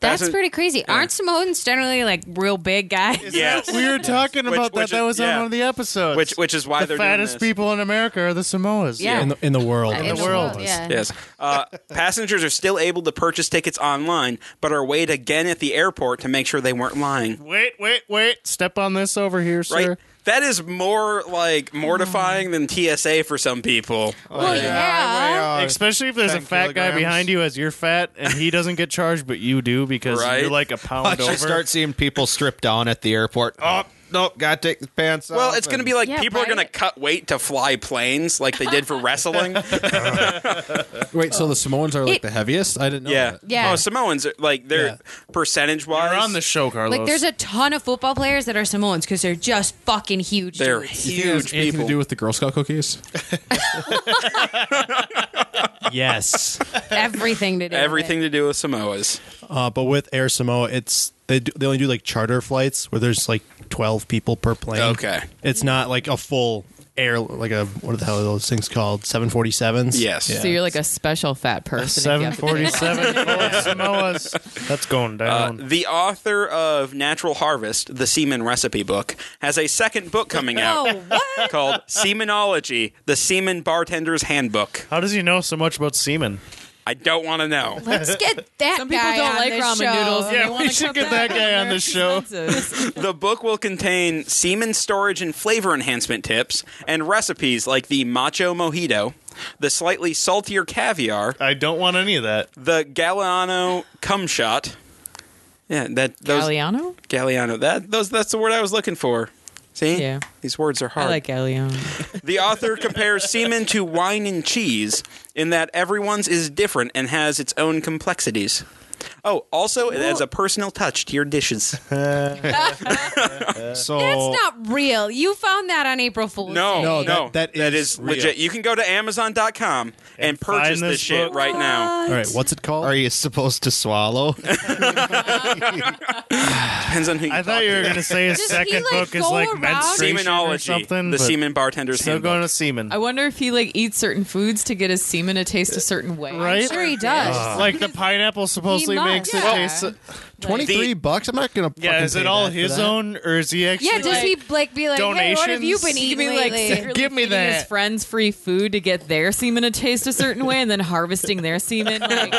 Speaker 3: That's
Speaker 1: That's a-
Speaker 3: pretty crazy. Aren't Samoans generally like real big guys?
Speaker 1: Yes,
Speaker 6: we were talking
Speaker 1: Which-
Speaker 6: about
Speaker 1: which
Speaker 6: that. that
Speaker 1: is-
Speaker 6: was
Speaker 1: yeah.
Speaker 6: on one of the episodes.
Speaker 1: which which is why
Speaker 6: the
Speaker 1: they're doing
Speaker 6: fattest
Speaker 1: this.
Speaker 6: people in America are the Samoas.
Speaker 3: Yeah.
Speaker 8: in the, in the world.
Speaker 3: In
Speaker 6: the world.
Speaker 3: Yeah.
Speaker 1: Yes, uh, passengers are still able to purchase tickets online, but are weighed again at the airport to make sure they weren't lying.
Speaker 6: Wait, wait, wait. Step on this over here,
Speaker 1: Right.
Speaker 6: sir.
Speaker 1: That is more like mortifying than TSA for some people.
Speaker 3: Well, yeah.
Speaker 6: Especially if there's a
Speaker 5: 10
Speaker 6: fat guy
Speaker 5: kilograms.
Speaker 6: behind you as you're fat and he doesn't get charged, but you do because
Speaker 1: Right.
Speaker 6: you're like a pound over.
Speaker 5: I start seeing people strip down at the airport. Oh, nope, gotta take the pants off.
Speaker 1: Well, it's going to
Speaker 5: and-
Speaker 1: be like
Speaker 3: Yeah,
Speaker 1: people are going to
Speaker 3: right.
Speaker 1: cut weight to fly planes like they did for wrestling.
Speaker 2: Wait, so the Samoans are like
Speaker 3: It-
Speaker 2: the heaviest? I didn't know.
Speaker 1: yeah.
Speaker 2: that.
Speaker 3: Yeah.
Speaker 1: Oh, Samoans are like they're
Speaker 2: Yeah.
Speaker 1: percentage wise.
Speaker 6: You're on the show, Carlos.
Speaker 3: Like, there's a ton of football players that are Samoans because they're just fucking huge.
Speaker 1: They're
Speaker 3: dudes.
Speaker 2: Do you think it has
Speaker 1: huge
Speaker 2: anything
Speaker 1: people.
Speaker 2: to do with the Girl Scout cookies?
Speaker 8: yes.
Speaker 3: everything to do. with
Speaker 1: Everything
Speaker 3: it.
Speaker 1: to do with Samoas.
Speaker 8: *laughs* Uh, but with Air Samoa, it's they do, they only do like charter flights where there's like twelve people per plane.
Speaker 1: Okay.
Speaker 8: it's not like a full air like a what the hell are those things called? Seven forty sevens.
Speaker 1: Yes.
Speaker 7: So you're like a special fat person. if you
Speaker 6: seven
Speaker 7: have to
Speaker 6: forty
Speaker 7: *laughs*
Speaker 6: seven
Speaker 3: *laughs*
Speaker 6: Samoas. That's going
Speaker 1: Uh,
Speaker 6: down.
Speaker 1: the author of Natural Harvest, the Semen Recipe Book, has a second book coming out
Speaker 3: Oh, what?
Speaker 1: called Semenology, the Semen Bartender's Handbook.
Speaker 6: How does he know so much about semen?
Speaker 1: I don't want to know. *laughs*
Speaker 3: Let's get that.
Speaker 7: Some people
Speaker 3: guy
Speaker 7: don't
Speaker 3: on
Speaker 7: like
Speaker 3: this
Speaker 7: ramen
Speaker 3: show.
Speaker 7: noodles. and
Speaker 6: Yeah,
Speaker 7: they wanna
Speaker 6: we should
Speaker 7: cut
Speaker 6: get that
Speaker 7: down
Speaker 6: guy
Speaker 7: their
Speaker 6: on the show.
Speaker 7: expenses.
Speaker 1: The book will contain semen storage and flavor enhancement tips and recipes like the macho mojito, the slightly saltier caviar,
Speaker 6: I don't want any of that.
Speaker 1: the Galliano cum shot. Yeah, that those
Speaker 7: Galliano?
Speaker 1: Galliano. That those that's the word I was looking for. See?
Speaker 7: Yeah.
Speaker 1: These words are
Speaker 7: I
Speaker 1: hard.
Speaker 7: like Galliano.
Speaker 1: The author compares semen to wine and cheese in that everyone's is different and has its own complexities. Oh, also it adds a personal touch to your dishes.
Speaker 5: So
Speaker 3: That's not real. You found that on April Fool's
Speaker 1: No,
Speaker 3: Day.
Speaker 1: no,
Speaker 8: No, that- that
Speaker 1: that
Speaker 8: is
Speaker 1: is
Speaker 8: real.
Speaker 1: legit. You can go to Amazon.com and,
Speaker 6: find
Speaker 1: purchase this,
Speaker 6: this
Speaker 1: shit
Speaker 6: book.
Speaker 1: right now.
Speaker 6: *laughs*
Speaker 8: All right, what's it called?
Speaker 5: are you supposed to swallow?
Speaker 1: Depends on who you
Speaker 6: I
Speaker 1: talk
Speaker 6: thought you were
Speaker 1: to. *laughs*
Speaker 6: going to say his
Speaker 3: Does he,
Speaker 6: second
Speaker 3: like,
Speaker 6: book is
Speaker 3: go
Speaker 6: like
Speaker 3: around-
Speaker 6: menstruation or
Speaker 1: Semenology,
Speaker 6: something.
Speaker 1: the
Speaker 6: but
Speaker 1: semen bartender's
Speaker 6: Still
Speaker 1: handbook.
Speaker 6: going to semen.
Speaker 7: I wonder if he like eats certain foods to get his semen to taste a certain way.
Speaker 6: Right?
Speaker 3: I'm sure he does.
Speaker 8: Uh,
Speaker 6: like the pineapple supposedly
Speaker 3: must.
Speaker 6: makes it
Speaker 3: Yeah.
Speaker 6: taste.
Speaker 8: Twenty three bucks. I'm not gonna.
Speaker 6: Yeah,
Speaker 8: fucking
Speaker 6: is
Speaker 8: pay
Speaker 6: it all
Speaker 8: that for
Speaker 6: his
Speaker 8: that.
Speaker 6: own, or is he actually?
Speaker 3: yeah, does he like be like, hey, what have you
Speaker 6: donations?
Speaker 3: been
Speaker 7: He could
Speaker 3: eating
Speaker 7: be like
Speaker 3: lately?
Speaker 7: secretly
Speaker 6: Give me
Speaker 7: feeding his
Speaker 6: that.
Speaker 7: friends free food to get their semen to taste a certain way, and then harvesting their semen. like-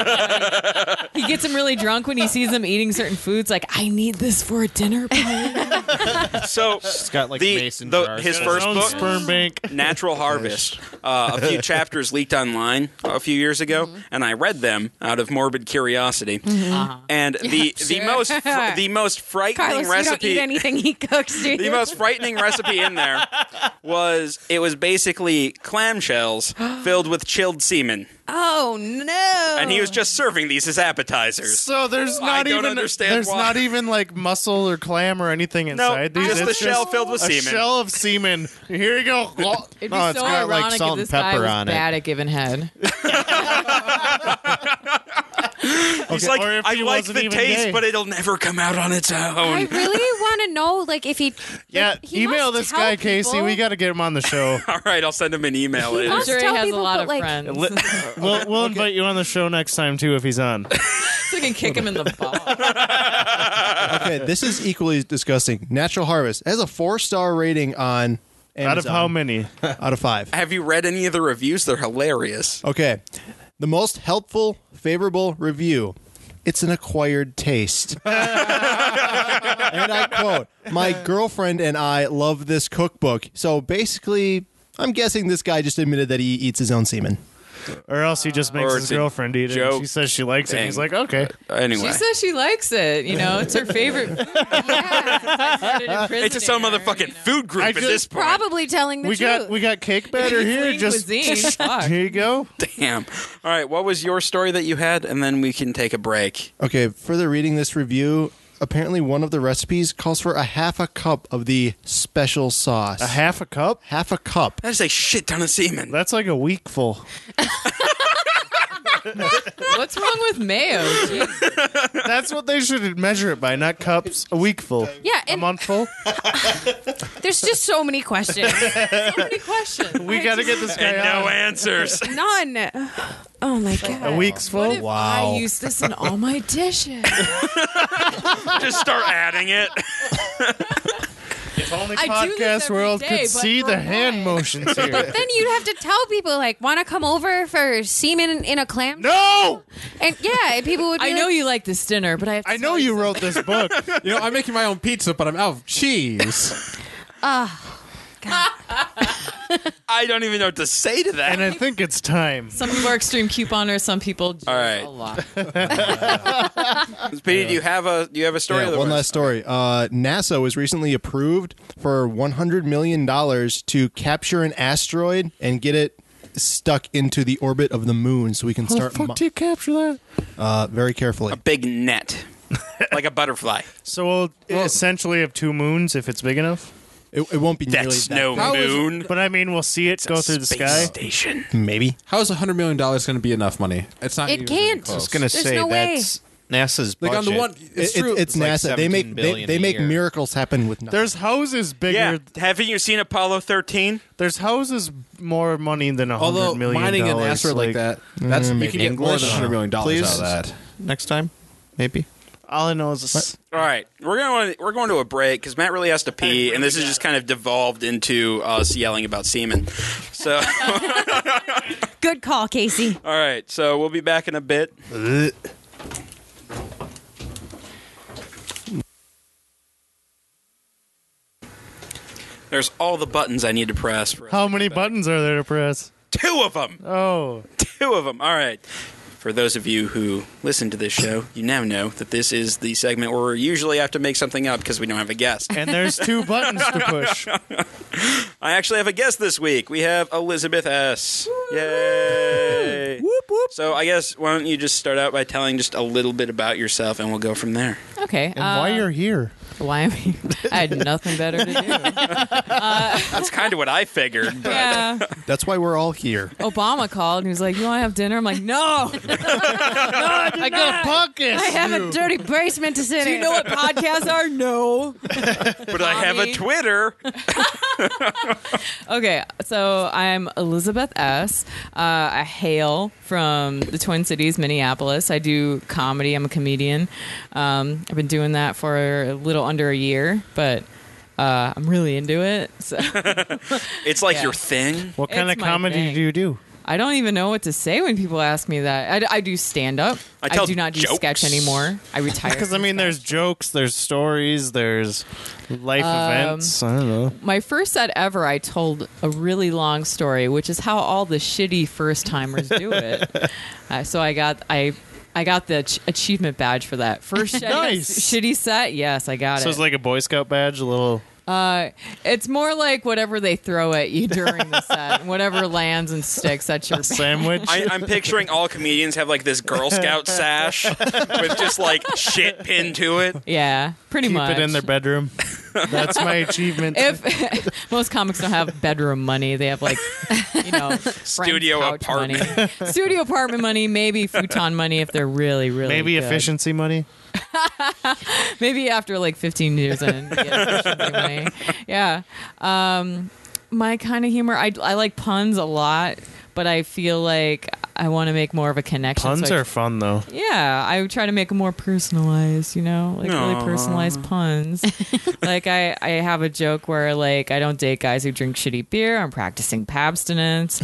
Speaker 7: *laughs* he gets them really drunk when he sees them eating certain foods. Like, I need this for
Speaker 3: *laughs*
Speaker 7: a dinner party.
Speaker 1: *laughs*
Speaker 6: *laughs*
Speaker 1: So
Speaker 5: It's got like
Speaker 1: the,
Speaker 5: mason
Speaker 1: the,
Speaker 5: jars.
Speaker 1: his
Speaker 6: His
Speaker 1: first
Speaker 6: own
Speaker 1: book,
Speaker 6: sperm bank.
Speaker 1: Natural Harvest. Uh,
Speaker 6: *laughs*
Speaker 1: a few chapters leaked online a few years ago,
Speaker 6: Mm-hmm.
Speaker 1: and I read them out of morbid curiosity. And
Speaker 6: *laughs*
Speaker 1: the the
Speaker 3: sure.
Speaker 1: most fr- the most frightening
Speaker 3: Carlos,
Speaker 1: recipe
Speaker 3: you don't eat anything he cooks,
Speaker 7: *laughs*
Speaker 3: do you?
Speaker 1: the most frightening recipe in
Speaker 6: *laughs*
Speaker 1: there was it was basically
Speaker 6: *gasps*
Speaker 1: clamshells filled with chilled semen,
Speaker 3: oh no!
Speaker 1: and he was just serving these as appetizers.
Speaker 6: So there's
Speaker 1: I
Speaker 6: not
Speaker 1: don't
Speaker 6: even
Speaker 1: understand
Speaker 6: there's
Speaker 1: why.
Speaker 6: not even like muscle or clam or anything
Speaker 1: No,
Speaker 6: inside these.
Speaker 1: just
Speaker 6: It's
Speaker 1: the shell filled with
Speaker 6: a
Speaker 1: semen.
Speaker 6: shell of semen. Here *laughs* you go. Oh,
Speaker 7: It'd be
Speaker 5: No, it's
Speaker 7: so
Speaker 5: got, like,
Speaker 7: ironic
Speaker 5: salt
Speaker 7: if this
Speaker 5: and
Speaker 7: guy
Speaker 5: pepper
Speaker 7: was
Speaker 5: on it.
Speaker 7: bad at giving head.
Speaker 1: He's like,
Speaker 6: or if
Speaker 1: I
Speaker 6: he
Speaker 1: like
Speaker 6: wasn't
Speaker 1: the
Speaker 6: even
Speaker 1: taste,
Speaker 6: gay."
Speaker 1: but it'll never come out on its
Speaker 3: I
Speaker 1: own.
Speaker 6: *laughs*
Speaker 3: really want to know, like, if he.
Speaker 6: yeah,
Speaker 3: like, he
Speaker 6: email
Speaker 3: must
Speaker 6: this
Speaker 3: tell
Speaker 6: guy
Speaker 3: people-
Speaker 6: Casey. We got to get him on the
Speaker 1: *laughs*
Speaker 6: show.
Speaker 1: *laughs* All right, I'll send him an email
Speaker 3: He
Speaker 1: later.
Speaker 7: I'm
Speaker 3: must
Speaker 7: sure he
Speaker 3: tell
Speaker 7: has
Speaker 3: people,
Speaker 7: a lot
Speaker 3: but,
Speaker 7: of
Speaker 3: like-
Speaker 7: friends.
Speaker 6: Li- we'll we'll invite you on the show next time too if he's on.
Speaker 7: *laughs* so we can kick him in the ball.
Speaker 8: Okay, this is equally disgusting. Natural Harvest has a four star rating on Amazon.
Speaker 6: Out of
Speaker 1: *laughs*
Speaker 6: how many?
Speaker 8: Out of five.
Speaker 1: Have you read any of the reviews? They're hilarious.
Speaker 8: Okay, the most helpful, favorable review. It's an acquired taste. *laughs* and I quote, "My girlfriend and I love this cookbook." So basically, I'm guessing this guy just admitted that he eats his own semen.
Speaker 6: Or else he just makes
Speaker 1: Or
Speaker 6: his
Speaker 1: it's a
Speaker 6: girlfriend eat it.
Speaker 1: joke
Speaker 6: She says she likes it.
Speaker 1: thing.
Speaker 6: and He's like, okay.
Speaker 1: Anyway,
Speaker 7: She says she likes it. You know, it's her favorite. food.
Speaker 1: it's just some motherfucking food group
Speaker 6: I
Speaker 1: at
Speaker 6: feel-
Speaker 1: this point.
Speaker 3: Probably telling the
Speaker 6: We
Speaker 3: truth.
Speaker 6: got we got cake batter here. Just
Speaker 7: cuisine. Fuck.
Speaker 6: here you go.
Speaker 1: Damn. All right, what was your story that you had, and then we can take a break.
Speaker 8: Okay, further reading this review, apparently one of the recipes calls for a half a cup of the special sauce.
Speaker 6: A half a cup.
Speaker 8: half a cup.
Speaker 1: That is a shit ton of semen.
Speaker 6: That's like a week
Speaker 1: *laughs*
Speaker 6: full.
Speaker 7: What's wrong with mayo? Jeez.
Speaker 6: That's what they should measure it by, not cups. A week full.
Speaker 3: Yeah,
Speaker 6: a
Speaker 3: and-
Speaker 6: month
Speaker 7: *laughs*
Speaker 6: full.
Speaker 3: There's just so many questions.
Speaker 6: *laughs*
Speaker 7: So many questions.
Speaker 6: We got to get this guy
Speaker 1: no
Speaker 6: on.
Speaker 1: answers.
Speaker 3: None. Oh my god.
Speaker 6: A week's
Speaker 7: What
Speaker 6: full.
Speaker 7: if I use this in all *laughs* my dishes?
Speaker 1: Just
Speaker 6: *laughs*
Speaker 1: start adding it.
Speaker 6: If only
Speaker 7: I do this
Speaker 6: podcast
Speaker 7: every
Speaker 6: world
Speaker 7: day,
Speaker 6: could
Speaker 7: but
Speaker 6: see
Speaker 7: for
Speaker 6: the hand
Speaker 7: what?
Speaker 1: *laughs*
Speaker 6: motions here.
Speaker 3: Then you'd have to tell people like, want to come over for semen in, in a clam?
Speaker 6: no,
Speaker 3: And yeah, and people would. Be
Speaker 7: I know
Speaker 3: like,
Speaker 7: you like this dinner, but I have to
Speaker 6: I
Speaker 7: tell
Speaker 6: know you wrote this book.
Speaker 2: You know, I'm making my own pizza, but I'm out of cheese.
Speaker 1: I don't even know what to say to that.
Speaker 6: and I think it's time.
Speaker 7: Some people are extreme couponers. Some people do
Speaker 1: All right.
Speaker 7: a *laughs* lot.
Speaker 1: Petey, do you have a do you have a story?
Speaker 8: *laughs* Yeah, one
Speaker 1: otherwise?
Speaker 8: last story. Uh, NASA was recently approved for $100 million to capture an asteroid and get it stuck into the orbit of the moon so we can start mo-
Speaker 4: you capture that?
Speaker 8: uh, very carefully.
Speaker 1: Big net, like a butterfly.
Speaker 6: So we'll, essentially have two moons if it's big enough.
Speaker 8: It, it won't be nearly
Speaker 1: That's
Speaker 8: that
Speaker 1: no moon.
Speaker 6: But I mean, we'll see it go through the
Speaker 1: Space
Speaker 6: sky.
Speaker 1: station.
Speaker 8: Maybe.
Speaker 2: How is $100 million going to be enough money? It's not
Speaker 3: It
Speaker 2: even
Speaker 3: can't.
Speaker 2: close.
Speaker 3: It's
Speaker 5: gonna
Speaker 3: There's
Speaker 5: say
Speaker 3: no way.
Speaker 5: that's NASA's
Speaker 2: like
Speaker 5: budget.
Speaker 2: on the one, it's
Speaker 8: It- it-
Speaker 2: true.
Speaker 8: it's
Speaker 5: like
Speaker 8: NASA. they make
Speaker 5: 17
Speaker 8: they,
Speaker 5: billion
Speaker 8: they
Speaker 5: a
Speaker 8: make
Speaker 5: year.
Speaker 8: miracles happen with nothing.
Speaker 6: There's houses bigger.
Speaker 1: Yeah, haven't you seen Apollo 13?
Speaker 6: There's houses more money than a
Speaker 2: Although
Speaker 6: hundred million
Speaker 2: mining an
Speaker 6: dollars.
Speaker 2: asteroid like, that, that's you can get more than
Speaker 5: English,
Speaker 2: $100 million
Speaker 5: please.
Speaker 2: out of that.
Speaker 5: next time, maybe.
Speaker 6: All I know is
Speaker 1: All right, we're going we're going to a break because Matt really has to pee, and this is just kind of devolved into us yelling about semen. So, *laughs* all
Speaker 3: Good call, Casey.
Speaker 1: right, so we'll be back in a bit. There's all the buttons I need to press. For
Speaker 6: how many buttons are there to press?
Speaker 1: Two of them.
Speaker 6: Oh,
Speaker 1: two of them. All right. For those of you who listen to this show, you now know that this is the segment where we usually have to make something up because we don't have a guest.
Speaker 6: and there's two buttons to push.
Speaker 1: I actually have a guest this week. We have Elizabeth S. Yay! whoop, whoop. So I guess why don't you just start out by telling just a little bit about yourself, and we'll go from there.
Speaker 7: Okay. uh,
Speaker 6: And why you're here?
Speaker 7: why am I? *laughs* I had nothing better to *laughs* do.
Speaker 1: That's kind of what I figured. But
Speaker 7: Yeah.
Speaker 8: That's why we're all here.
Speaker 7: Obama called and he was like, "You want to have dinner?" I'm like, "No." *laughs* no, I did not.
Speaker 3: I have a dirty basement to sit
Speaker 7: Do
Speaker 3: in.
Speaker 7: you know what podcasts are? No.
Speaker 1: but I have a
Speaker 7: Tommy. *laughs*
Speaker 1: Twitter.
Speaker 7: Okay, so I'm Elizabeth S. Uh, I hail from the Twin Cities, Minneapolis. I do comedy. I'm a comedian. Um, I've been doing that for a little under a year, but uh, I'm really into it. So
Speaker 1: It's like
Speaker 7: Yeah.
Speaker 1: your thing.
Speaker 6: What kind
Speaker 7: It's
Speaker 6: of
Speaker 7: my
Speaker 6: comedy
Speaker 7: thing.
Speaker 6: do you do?
Speaker 7: I don't even know what to say when people ask me that. I, I do stand up.
Speaker 1: I tell
Speaker 7: do not do
Speaker 1: jokes.
Speaker 7: sketch anymore. I retired.
Speaker 6: Because I
Speaker 7: from
Speaker 6: mean, there's jokes, there's stories, there's life events. I don't know.
Speaker 7: my first set ever, I told a really long story, which is how all the shitty first timers
Speaker 6: *laughs*
Speaker 7: do it. uh, so I got I. I got the ach- achievement badge for that first shitty,
Speaker 6: Nice.
Speaker 7: shitty set. Yes, I got
Speaker 6: So
Speaker 7: it.
Speaker 6: it's like a Boy Scout badge, a little.
Speaker 7: uh, it's more like whatever they throw at you during
Speaker 6: *laughs*
Speaker 7: the set, whatever lands and sticks at your.
Speaker 6: Sandwich.
Speaker 1: I, I'm picturing all comedians have like this Girl Scout
Speaker 7: *laughs*
Speaker 1: sash with just like shit pinned to it.
Speaker 7: *laughs* Yeah, pretty
Speaker 6: keep
Speaker 7: much.
Speaker 6: it in their
Speaker 7: *laughs*
Speaker 6: bedroom. That's my achievement.
Speaker 7: if *laughs* most comics don't have bedroom money, they have like you know
Speaker 6: *laughs*
Speaker 7: friend's
Speaker 1: Studio
Speaker 7: couch
Speaker 1: apartment.
Speaker 7: money. studio apartment money, maybe futon money if they're really really
Speaker 6: Maybe
Speaker 7: good.
Speaker 6: efficiency money.
Speaker 7: Maybe after like 15 years in, you get efficiency money. yeah. Um, my kind of humor, I I like puns a lot, but I feel like I want to make more of a connection.
Speaker 6: Puns
Speaker 7: so I-
Speaker 6: are fun though.
Speaker 7: yeah, I would try to make them more personalized, you know, like
Speaker 1: Aw.
Speaker 7: really personalized puns. like I, I have a joke where like I don't date guys who drink shitty beer. I'm practicing abstinence,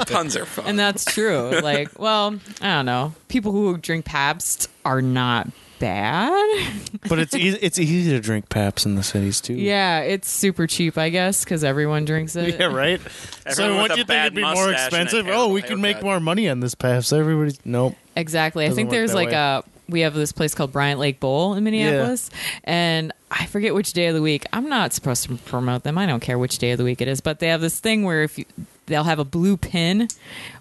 Speaker 1: Puns are fun.
Speaker 7: and that's true. Like, well, I don't know. People who drink Pabst are not bad.
Speaker 6: But it's easy, it's easy to drink Paps in the cities too.
Speaker 7: Yeah, it's super cheap, I guess, because everyone drinks it.
Speaker 6: *laughs* Yeah, right.
Speaker 1: Everyone
Speaker 6: so
Speaker 1: with
Speaker 6: what
Speaker 1: a
Speaker 6: do you think
Speaker 1: bad
Speaker 6: it'd be
Speaker 1: mustache
Speaker 6: more
Speaker 1: and a
Speaker 6: expensive?
Speaker 1: terrible
Speaker 6: Oh, we can make
Speaker 1: haircut.
Speaker 6: more money on this Paps. Everybody's nope.
Speaker 7: Exactly. I
Speaker 6: Doesn't
Speaker 7: think
Speaker 6: work
Speaker 7: there's
Speaker 6: that
Speaker 7: like
Speaker 6: way.
Speaker 7: a we have this place called Bryant Lake Bowl in Minneapolis, and I forget which day of the week. I'm not supposed to promote them. I don't care which day of the week it is, but they have this thing where if you they'll have a blue pin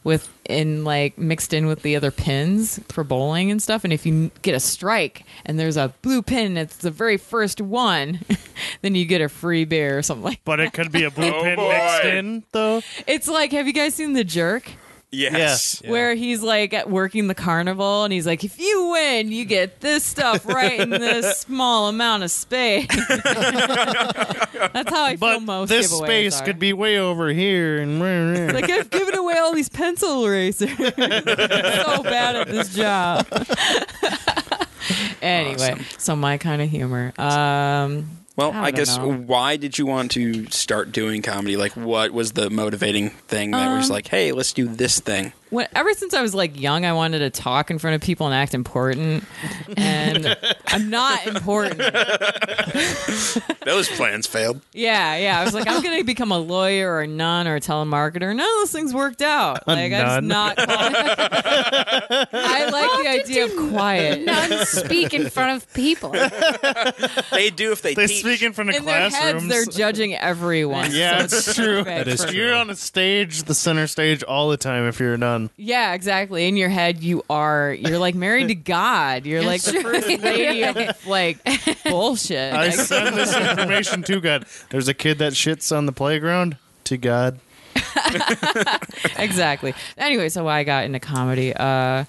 Speaker 7: with in like mixed in with the other pins for bowling and stuff and if you get a strike and there's a blue pin it's the very first one *laughs* then you get a free beer or something like
Speaker 6: But it could *laughs* be a blue
Speaker 1: Oh,
Speaker 6: pin
Speaker 1: boy.
Speaker 6: mixed in though.
Speaker 7: it's like have you guys seen the jerk
Speaker 1: Yes.
Speaker 7: where he's like at working the carnival and he's like, if you win, you get this stuff right
Speaker 6: *laughs*
Speaker 7: in this small amount of space. *laughs* That's how I feel
Speaker 6: But
Speaker 7: most
Speaker 6: this
Speaker 7: giveaways
Speaker 6: space
Speaker 7: are.
Speaker 6: could be way over here and *laughs*
Speaker 7: like I've given away all these pencil erasers. *laughs* so bad at this *laughs* job. anyway, so my kind of humor. Um,
Speaker 1: Well,
Speaker 7: I
Speaker 1: I,
Speaker 7: don't
Speaker 1: guess
Speaker 7: know.
Speaker 1: why did you want to start doing comedy? Like, what was the motivating thing that
Speaker 7: Um,
Speaker 1: was like, hey, let's do this thing?
Speaker 7: when ever since I was like young, I wanted to talk in front of people and act important, and I'm not important.
Speaker 1: Those plans failed.
Speaker 7: Yeah, yeah. I was like, I'm
Speaker 6: *laughs*
Speaker 7: gonna become a lawyer or a nun or a telemarketer. None of those things worked out. Like, I'm just
Speaker 6: nun. *laughs*
Speaker 7: not. *laughs* I like the idea of *laughs* quiet.
Speaker 3: None speak in front of
Speaker 6: *laughs*
Speaker 3: people.
Speaker 1: They do if they,
Speaker 6: They
Speaker 1: teach.
Speaker 6: speak in front of
Speaker 7: In their heads,
Speaker 6: classrooms.
Speaker 7: they're judging everyone.
Speaker 6: Yeah, *laughs*
Speaker 7: so it's
Speaker 6: it's true.
Speaker 7: perfect
Speaker 8: That is
Speaker 7: for-
Speaker 8: true.
Speaker 6: you're on a stage, the center stage, all the time if you're a nun.
Speaker 7: Yeah, exactly. In your head, you are you're like married to God. You're like the first lady *laughs* of like bullshit.
Speaker 6: I
Speaker 7: Like,
Speaker 6: send
Speaker 7: *laughs*
Speaker 6: this information to God. There's a kid that shits on the playground to God.
Speaker 7: *laughs* exactly. Anyway, so why I got into comedy. Uh,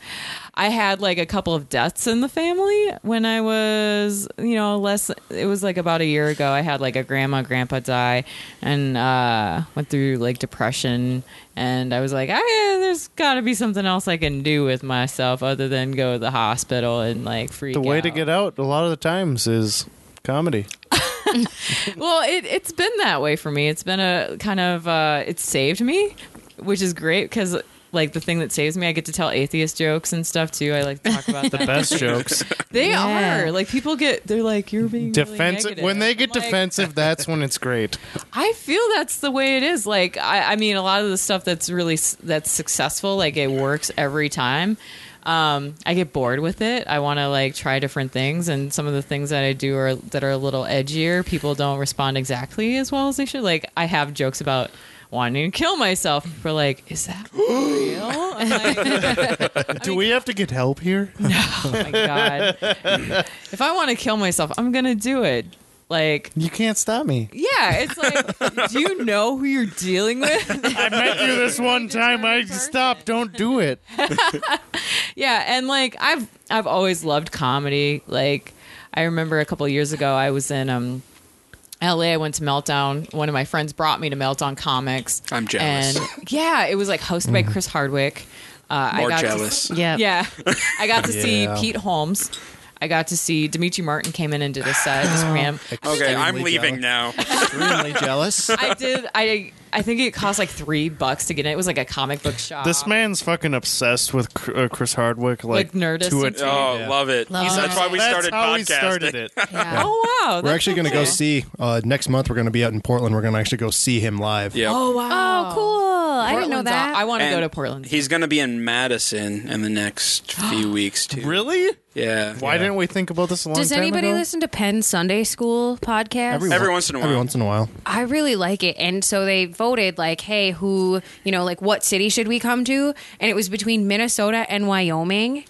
Speaker 7: I had like a couple of deaths in the family when I was, you know, less. It was like about a year ago. I had like a grandma, grandpa die, and uh, went through like depression. And I was like, I, there's got to be something else I can do with myself other than go to the hospital and like freak.
Speaker 6: The way to
Speaker 7: out.
Speaker 6: get out a lot of the times is comedy.
Speaker 7: well it, it's been that way for me it's been a kind of uh, it saved me which is great because like the thing that saves me i get to tell atheist jokes and stuff too i like to talk
Speaker 6: *laughs*
Speaker 7: about
Speaker 6: The
Speaker 7: that
Speaker 6: best jokes.
Speaker 7: they
Speaker 3: Yeah.
Speaker 7: are like people get they're like you're being really
Speaker 6: defensive.
Speaker 7: negative."
Speaker 6: when they get
Speaker 7: I'm like,
Speaker 6: defensive, that's when it's
Speaker 7: *laughs*
Speaker 6: great.
Speaker 7: I feel that's the way it is. Like, I, I mean, a lot of the stuff that's really s- that's successful, like it works every time. Um, I get bored with it. I want to like try different things, and some of the things that I do are that are a little edgier. People don't respond exactly as well as they should. Like, I have jokes about wanting to kill myself. People are like, "Is that real?" *laughs* I'm like,
Speaker 6: Do we have to get help here?
Speaker 7: oh my god! If I want to kill myself, I'm gonna do it. Like,
Speaker 6: You can't stop me.
Speaker 7: yeah, it's like, do you know who you're dealing with? *laughs*
Speaker 6: I met you this one time. I
Speaker 7: person.
Speaker 6: stop. Don't do it.
Speaker 7: yeah and like i've i've always loved comedy like i remember a couple of years ago i was in um la i went to meltdown one of my friends brought me to meltdown comics
Speaker 1: I'm jealous.
Speaker 7: and yeah it was like hosted
Speaker 8: Mm-hmm.
Speaker 7: by chris hardwick uh,
Speaker 1: More
Speaker 7: I got
Speaker 1: jealous.
Speaker 7: *laughs* To,
Speaker 3: Yeah.
Speaker 7: yeah i got to see
Speaker 8: Yeah.
Speaker 7: pete holmes I got to see Dimitri Martin came in and did a set. Just
Speaker 8: Oh
Speaker 7: random.
Speaker 1: Okay, I'm
Speaker 8: Extremely
Speaker 1: leaving
Speaker 7: *laughs*
Speaker 1: now. Oh,
Speaker 8: Extremely jealous.
Speaker 7: I did. I I think it cost like three bucks to get in. It was like a comic book shop.
Speaker 6: This man's fucking obsessed with Cr- uh, Chris Hardwick. Like,
Speaker 7: Like Nerdist
Speaker 6: To a
Speaker 7: and-
Speaker 6: t-
Speaker 1: Oh,
Speaker 8: Yeah.
Speaker 1: love it.
Speaker 3: Love
Speaker 1: That's
Speaker 3: it.
Speaker 1: why we
Speaker 6: That's
Speaker 1: started
Speaker 6: how
Speaker 1: podcasting.
Speaker 6: we started it.
Speaker 1: *laughs*
Speaker 3: Yeah.
Speaker 7: Oh wow!
Speaker 8: We're
Speaker 7: that's
Speaker 8: actually going to go
Speaker 7: cool.
Speaker 8: see uh, next month. We're going to be out in Portland. We're going to actually go see him live.
Speaker 1: Yeah.
Speaker 7: Oh wow!
Speaker 3: Oh, cool. I didn't know
Speaker 7: Portland's aw-
Speaker 3: that.
Speaker 7: I want to
Speaker 1: And
Speaker 7: go to Portland.
Speaker 1: He's going to be in Madison in the
Speaker 7: *gasps*
Speaker 1: next few weeks, too.
Speaker 6: really?
Speaker 1: Yeah.
Speaker 6: Why didn't we think about this a long
Speaker 3: Does
Speaker 6: time
Speaker 3: anybody
Speaker 6: ago?
Speaker 3: listen to Penn Sunday School podcast?
Speaker 1: Every once in a while.
Speaker 8: Every once in a while.
Speaker 3: I really like it. And so they voted, like, hey, who, you know, like, what city should we come to? And it was between Minnesota and Wyoming.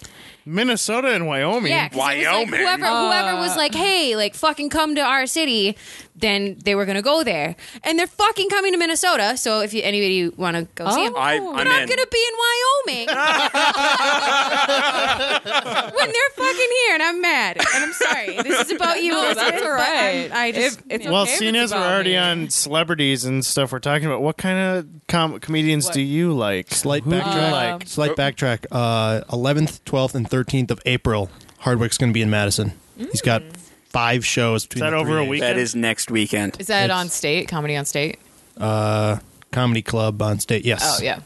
Speaker 6: Minnesota and Wyoming.
Speaker 3: Yeah, 'cause it was, like,
Speaker 1: Wyoming. Uh.
Speaker 3: whoever whoever was like, "Hey, like fucking come to our city," then they were gonna go there, and they're fucking coming to Minnesota. So if you, anybody want to go see 'em.
Speaker 1: Oh. I, I'm
Speaker 3: but
Speaker 1: in.
Speaker 3: I'm gonna be in Wyoming *laughs* when they're fucking here, and I'm mad, and I'm sorry. This is about you.
Speaker 7: No,
Speaker 3: isn't
Speaker 7: that's
Speaker 3: it?
Speaker 7: all
Speaker 3: But I'm-
Speaker 7: right.
Speaker 3: I just
Speaker 7: If- it's
Speaker 3: yeah.
Speaker 7: okay
Speaker 6: *laughs* Well,
Speaker 7: if
Speaker 6: seeing
Speaker 7: it's
Speaker 6: as we're
Speaker 7: about
Speaker 6: already
Speaker 7: me.
Speaker 6: on celebrities and stuff we're talking about, what kind of com- comedians do you like?
Speaker 8: Slight
Speaker 6: Who do you
Speaker 8: backtrack.
Speaker 6: like?
Speaker 8: Slight backtrack. Uh, 11th, 12th, and 13th of April, Hardwick's going to be in Madison. He's got five shows between
Speaker 6: that
Speaker 8: the
Speaker 6: over
Speaker 8: three
Speaker 6: a
Speaker 8: days.
Speaker 6: week?
Speaker 1: that is next weekend.
Speaker 7: Is that on state comedy on state?
Speaker 8: Comedy Club on state. Yes.
Speaker 7: Oh yeah,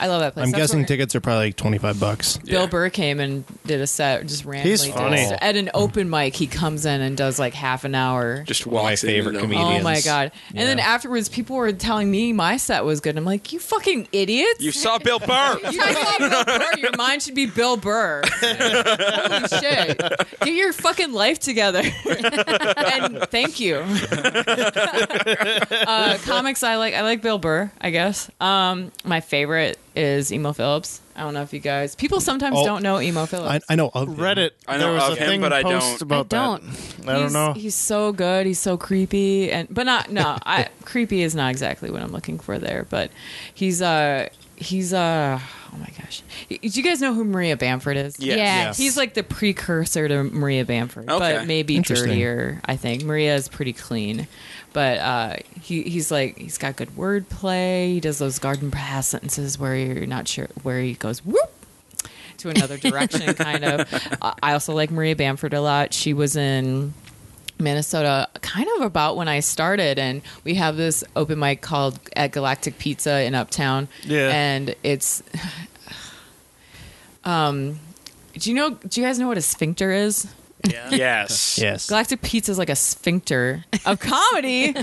Speaker 7: I love that place.
Speaker 8: I'm
Speaker 7: That's
Speaker 8: guessing
Speaker 7: where
Speaker 8: tickets are probably like 25 bucks.
Speaker 7: Bill Burr came and did a set just randomly. did a
Speaker 6: funny.
Speaker 7: set. at an open mic. He comes in and does like half an hour.
Speaker 1: Just
Speaker 5: of my
Speaker 1: walks in
Speaker 5: favorite
Speaker 1: and-
Speaker 5: comedians.
Speaker 7: Oh my god! And then afterwards, people were telling me my set was good. I'm like, you fucking idiots!
Speaker 1: You saw Bill Burr.
Speaker 7: You talk about Bill Burr, your mind should be Bill Burr. Holy shit. Get your fucking life together. *laughs* and thank you. *laughs* uh, comics I like I like Bill Burr, I guess. Um, my favorite is Emo Phillips. I don't know if you guys people sometimes
Speaker 8: Oh.
Speaker 7: don't know Emo Phillips.
Speaker 8: I, I know. Of him.
Speaker 6: Reddit.
Speaker 1: I know
Speaker 6: there was
Speaker 1: of
Speaker 6: a
Speaker 1: him,
Speaker 6: thing
Speaker 1: but I
Speaker 6: post
Speaker 1: don't.
Speaker 6: About
Speaker 3: I don't.
Speaker 6: That. I don't
Speaker 7: He's-
Speaker 6: know.
Speaker 7: He's so good. He's so creepy, and but not no. I *laughs* creepy is not exactly what I'm looking for there. But he's uh he's uh oh my gosh. Y- Do you guys know who Maria Bamford is?
Speaker 1: Yeah.
Speaker 7: He's like the precursor to Maria Bamford,
Speaker 1: Okay.
Speaker 7: but maybe
Speaker 8: Interesting.
Speaker 7: dirtier. I think Maria is pretty clean, but uh, he he's like he's got good wordplay. He does those garden pass sentences where you're not sure where he goes whoop to another direction, kind of. Uh, I also like Maria Bamford a lot. She was in Minnesota kind of about when I started and we have this open mic called at Galactic Pizza in Uptown.
Speaker 6: Yeah.
Speaker 7: And it's *sighs* um do you know do you guys know what a sphincter is?
Speaker 1: *laughs* Yes.
Speaker 8: Yes.
Speaker 7: Galactic Pizza is like a sphincter of comedy.
Speaker 1: But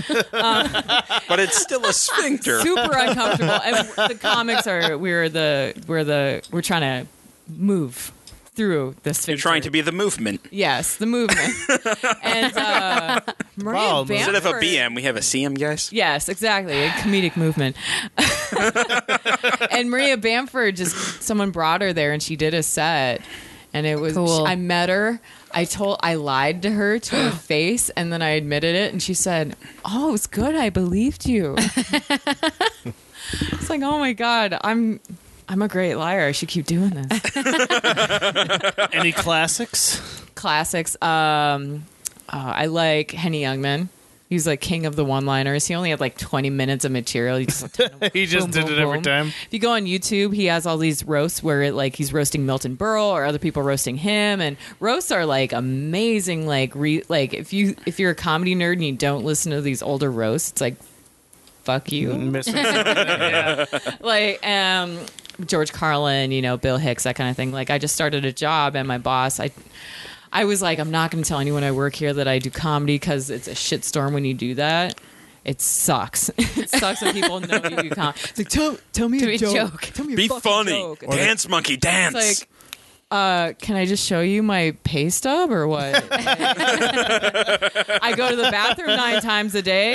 Speaker 1: it's still a
Speaker 7: *laughs*
Speaker 1: sphincter.
Speaker 7: super uncomfortable. And the comics are we're the we're the we're trying to move through this.
Speaker 1: You're trying to be the movement.
Speaker 7: yes, the
Speaker 1: *laughs*
Speaker 7: movement. and uh, Maria
Speaker 6: Wow,
Speaker 1: Instead of a
Speaker 7: Bamford-
Speaker 1: BM, we have a CM, guys.
Speaker 7: Yes, exactly. A comedic movement. and Maria Bamford just someone brought her there and she did a set and it was
Speaker 3: Cool.
Speaker 7: I met her. I told I lied to her to her face and then I admitted it and she said, "Oh, it's good. I believed you." it's like, "Oh my god, I'm I'm a great liar. I should keep doing this."
Speaker 6: *laughs* Any classics?
Speaker 7: classics. Um, uh, I like Henny Youngman. He was like king of the one-liners. He only had like 20 minutes of material. He just,
Speaker 6: He just
Speaker 7: boom,
Speaker 6: did
Speaker 7: boom,
Speaker 6: it every *laughs*
Speaker 7: boom.
Speaker 6: time.
Speaker 7: If you go on YouTube, he has all these roasts where it like he's roasting Milton Berle or other people roasting him, and roasts are like amazing. Like re- like if you if you're a comedy nerd and you don't listen to these older roasts, it's like fuck you
Speaker 6: Mm-hmm.
Speaker 7: *laughs* like um George Carlin, you know, Bill Hicks, that kind of thing. Like I just started a job and my boss, I I was like I'm not going to tell anyone I work here that I do comedy cuz it's a shitstorm when you do that. It sucks. *laughs* it sucks when people know you do comedy. It's like tell tell me
Speaker 3: Tell
Speaker 7: a,
Speaker 3: me a
Speaker 7: joke.
Speaker 3: joke.
Speaker 7: *laughs* Tell me a
Speaker 1: Be
Speaker 7: fucking
Speaker 1: funny.
Speaker 7: joke.
Speaker 1: Dance, monkey, dance.
Speaker 7: It's like uh, can I just show you my pay stub or what? Like, I go to the bathroom nine times a day.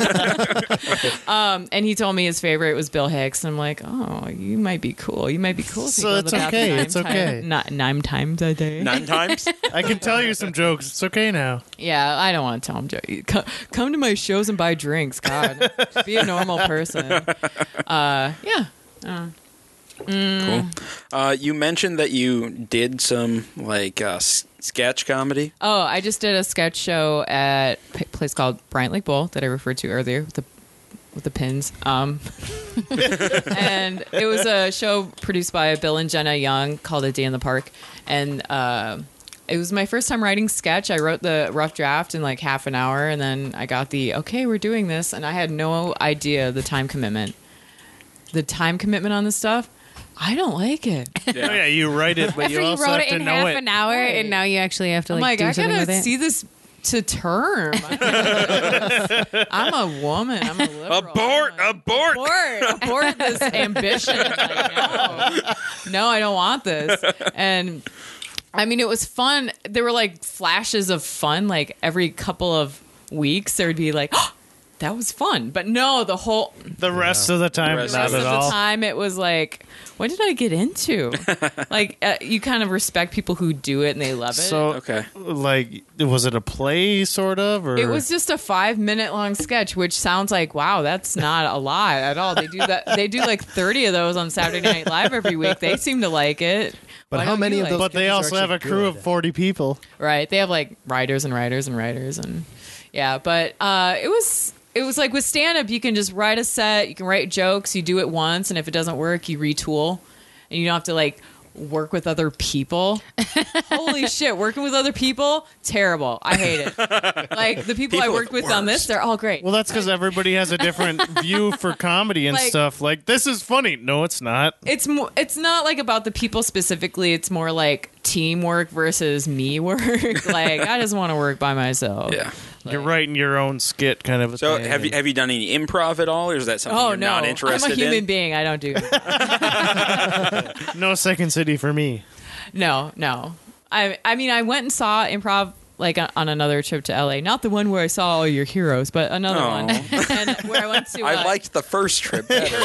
Speaker 7: huh? um, and he told me his favorite was Bill Hicks. And I'm like, oh, you might be cool. You might be cool. If
Speaker 6: So
Speaker 7: you go to
Speaker 6: it's
Speaker 7: the bathroom
Speaker 6: okay.
Speaker 7: Nine
Speaker 6: It's okay.
Speaker 7: Time, not nine times a day.
Speaker 1: Nine times?
Speaker 6: I can tell you some jokes. It's okay now.
Speaker 7: *laughs* Yeah, I don't want to tell him. Joe, Come, come to my shows and buy drinks. God, be a normal person. Uh, yeah.
Speaker 1: Cool.
Speaker 7: Mm.
Speaker 1: Uh, you mentioned that you did some like uh, s- sketch
Speaker 7: *laughs*
Speaker 1: comedy.
Speaker 7: Oh, I just did a sketch show at a place called Bryant Lake Bowl that I referred to earlier with the with the pins. Um, *laughs* and it was a show produced by Bill and Jenna Young called A Day in the Park, and uh, it was my first time writing sketch. I wrote the rough draft in like half an hour, and then I got the okay, we're doing this, and I had no idea the time commitment, the time commitment on this stuff. I don't like it.
Speaker 6: Oh, Yeah,
Speaker 7: Oh,
Speaker 6: you write it, *laughs* but you
Speaker 3: After you
Speaker 6: also
Speaker 3: wrote
Speaker 6: have
Speaker 3: it
Speaker 6: to
Speaker 3: in
Speaker 6: know
Speaker 3: half
Speaker 6: it.
Speaker 3: an hour,
Speaker 7: Right.
Speaker 3: and now you actually have to
Speaker 7: I'm
Speaker 3: like,
Speaker 7: like,
Speaker 3: do
Speaker 7: I
Speaker 3: something with
Speaker 7: gotta
Speaker 3: it.
Speaker 7: see this to term. *laughs* I'm a woman. I'm a liberal.
Speaker 1: Abort!
Speaker 7: I'm
Speaker 1: Abort!
Speaker 7: a- abort! Abort this ambition. Like, no. no, I don't want this. And I mean, it was fun. There were like flashes of fun. Like every couple of weeks, there would be like, *gasps* that was fun. But no, the whole
Speaker 6: The rest of the time,
Speaker 1: rest
Speaker 6: not
Speaker 7: most
Speaker 6: at
Speaker 7: of the
Speaker 6: all.
Speaker 7: time it was like what did i get
Speaker 3: *laughs*
Speaker 7: into like uh, you kind of respect people who do it and they love it
Speaker 6: So,
Speaker 1: Okay.
Speaker 6: like, was it a play, sort of? Or
Speaker 7: It was just a five minute long sketch, which sounds like wow, that's not a lot at all. They do that. They do like thirty of those on Saturday Night Live every week. They seem to like it.
Speaker 8: But
Speaker 7: Why
Speaker 8: how
Speaker 7: don't
Speaker 8: many of
Speaker 7: you like
Speaker 8: those-
Speaker 6: But they
Speaker 8: Sketches are
Speaker 6: also have a
Speaker 8: actually
Speaker 6: crew
Speaker 8: good.
Speaker 6: of 40 people.
Speaker 7: it? Right. They have like writers and writers and writers and yeah. But uh, it was it was like with stand up, you can just write a set, you can write jokes, you do it once, and if it doesn't work, you retool, and you don't have to like work with other
Speaker 1: *laughs*
Speaker 7: people. Holy shit, working with other people, terrible. I hate
Speaker 1: *laughs*
Speaker 7: it. Like the people,
Speaker 1: People
Speaker 7: I
Speaker 1: are
Speaker 7: worked
Speaker 1: the
Speaker 7: with on this,
Speaker 1: worst.
Speaker 7: they're all great.
Speaker 6: Well, that's because everybody has a different view for comedy and
Speaker 7: Like-
Speaker 6: stuff. Like, this is funny. No, it's not.
Speaker 7: it's more it's not like about the people specifically it's more like teamwork versus me work *laughs* like i just want to work by myself
Speaker 1: Yeah.
Speaker 6: You're writing your own skit, kind of a
Speaker 1: So
Speaker 6: thing.
Speaker 1: have you have you done any improv at all, or is that something
Speaker 7: oh
Speaker 1: you're
Speaker 7: no
Speaker 1: not interested
Speaker 7: i'm a human
Speaker 1: in?
Speaker 7: being
Speaker 1: *laughs*
Speaker 7: i don't do
Speaker 6: no second city for me.
Speaker 7: no no i i mean i went and saw improv like uh, on another trip to la not the one where i saw all your heroes but another
Speaker 1: Oh.
Speaker 7: one *laughs* and where i went to
Speaker 1: I
Speaker 7: uh,
Speaker 1: liked the first trip better.
Speaker 7: *laughs*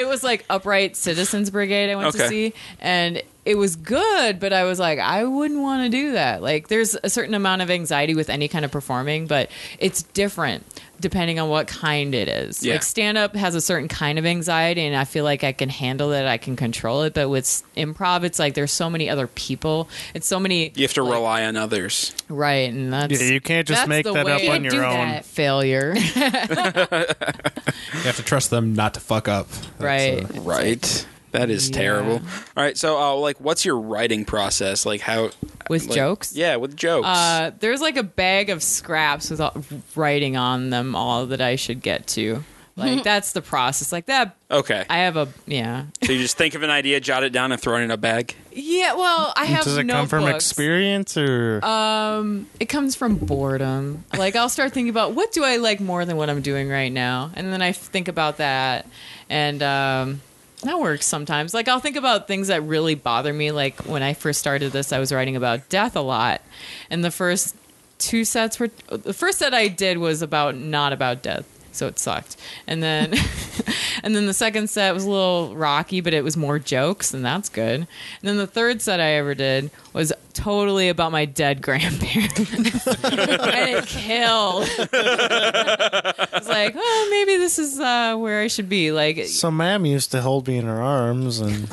Speaker 7: it was like upright citizens brigade i went
Speaker 1: Okay.
Speaker 7: to see and it was good but i was like i wouldn't want to do that like there's a certain amount of anxiety with any kind of performing but it's different depending on what kind it is
Speaker 1: Yeah.
Speaker 7: like stand up has a certain kind of anxiety and i feel like i can handle it i can control it but with s- improv it's like there's so many other people it's so many
Speaker 1: you have to rely on others.
Speaker 7: right and that's
Speaker 6: Yeah, you can't just
Speaker 7: that's
Speaker 6: make
Speaker 7: the
Speaker 6: that up
Speaker 7: way-
Speaker 6: on
Speaker 3: You
Speaker 6: your
Speaker 3: do
Speaker 6: own.
Speaker 3: that.
Speaker 6: *laughs*
Speaker 7: failure
Speaker 2: You have to trust them not to fuck up. That's,
Speaker 7: right
Speaker 2: uh,
Speaker 1: Right. That is
Speaker 7: Yeah.
Speaker 1: terrible. All right, so uh, like, what's your writing process? Like how
Speaker 7: With
Speaker 1: like-
Speaker 7: jokes?
Speaker 1: Yeah, with jokes.
Speaker 7: Uh, there's like a bag of scraps with all, writing on them all that I should get to. *laughs* Like that's the process. Like that.
Speaker 1: okay,
Speaker 7: I have a yeah.
Speaker 1: so you just think of an idea, jot it down, and throw it in a bag.
Speaker 7: Yeah. Well, I have.
Speaker 6: Does it come
Speaker 7: notebooks.
Speaker 6: from experience or?
Speaker 7: It comes from boredom. Like I'll start thinking about what do I like more than what I'm doing right now, and then I think about that, and um, that works sometimes. Like I'll think about things that really bother me. Like when I first started this, I was writing about death a lot, and the first two sets were the first set I did was about not about death, so it sucked, and then. *laughs* And then the second set was a little rocky, but it was more jokes, and that's good. And then the third set I ever did was totally about my dead *laughs* grandparents. and it *laughs* killed. I was like, oh, maybe this is uh, where I should be. Like,
Speaker 6: so, ma'am used to hold me in her arms, and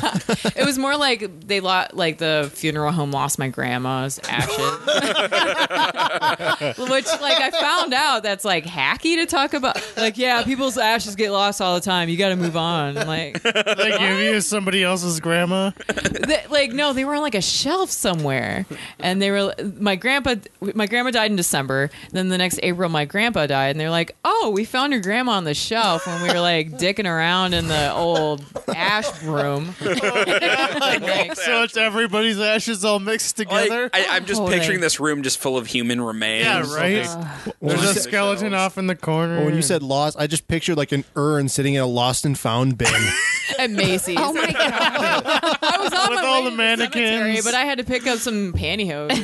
Speaker 7: it was more like they lost, like the funeral home lost my grandma's ashes, *laughs* which like I found out that's like hacky to talk about. Like, yeah, people's ashes get lost all the time. You got to move on. I'm like.
Speaker 6: they give you somebody else's grandma.
Speaker 7: They- like no they were on like a shelf somewhere and they were my grandpa my grandma died in december then the next april my grandpa died and they're like oh we found your grandma on the shelf when we were like dicking around in the old ash room Like,
Speaker 6: So it's everybody's ashes all mixed
Speaker 1: Like,
Speaker 6: together.
Speaker 1: I, I'm just
Speaker 7: Totally.
Speaker 1: picturing this room just full of human remains.
Speaker 6: yeah, right.
Speaker 8: When you
Speaker 6: There's a
Speaker 8: said-
Speaker 6: skeleton off in the corner.
Speaker 8: when you
Speaker 7: Mm.
Speaker 8: said lost, I just pictured like an urn sitting in a lost and found
Speaker 7: *laughs*
Speaker 8: bin.
Speaker 7: *laughs* at macy's
Speaker 3: *laughs* Oh my god!
Speaker 7: i was on
Speaker 6: With
Speaker 7: my way
Speaker 6: all
Speaker 7: to
Speaker 6: the
Speaker 7: cemetery,
Speaker 6: mannequins.
Speaker 7: but i had to pick up some
Speaker 6: *laughs*
Speaker 7: pantyhose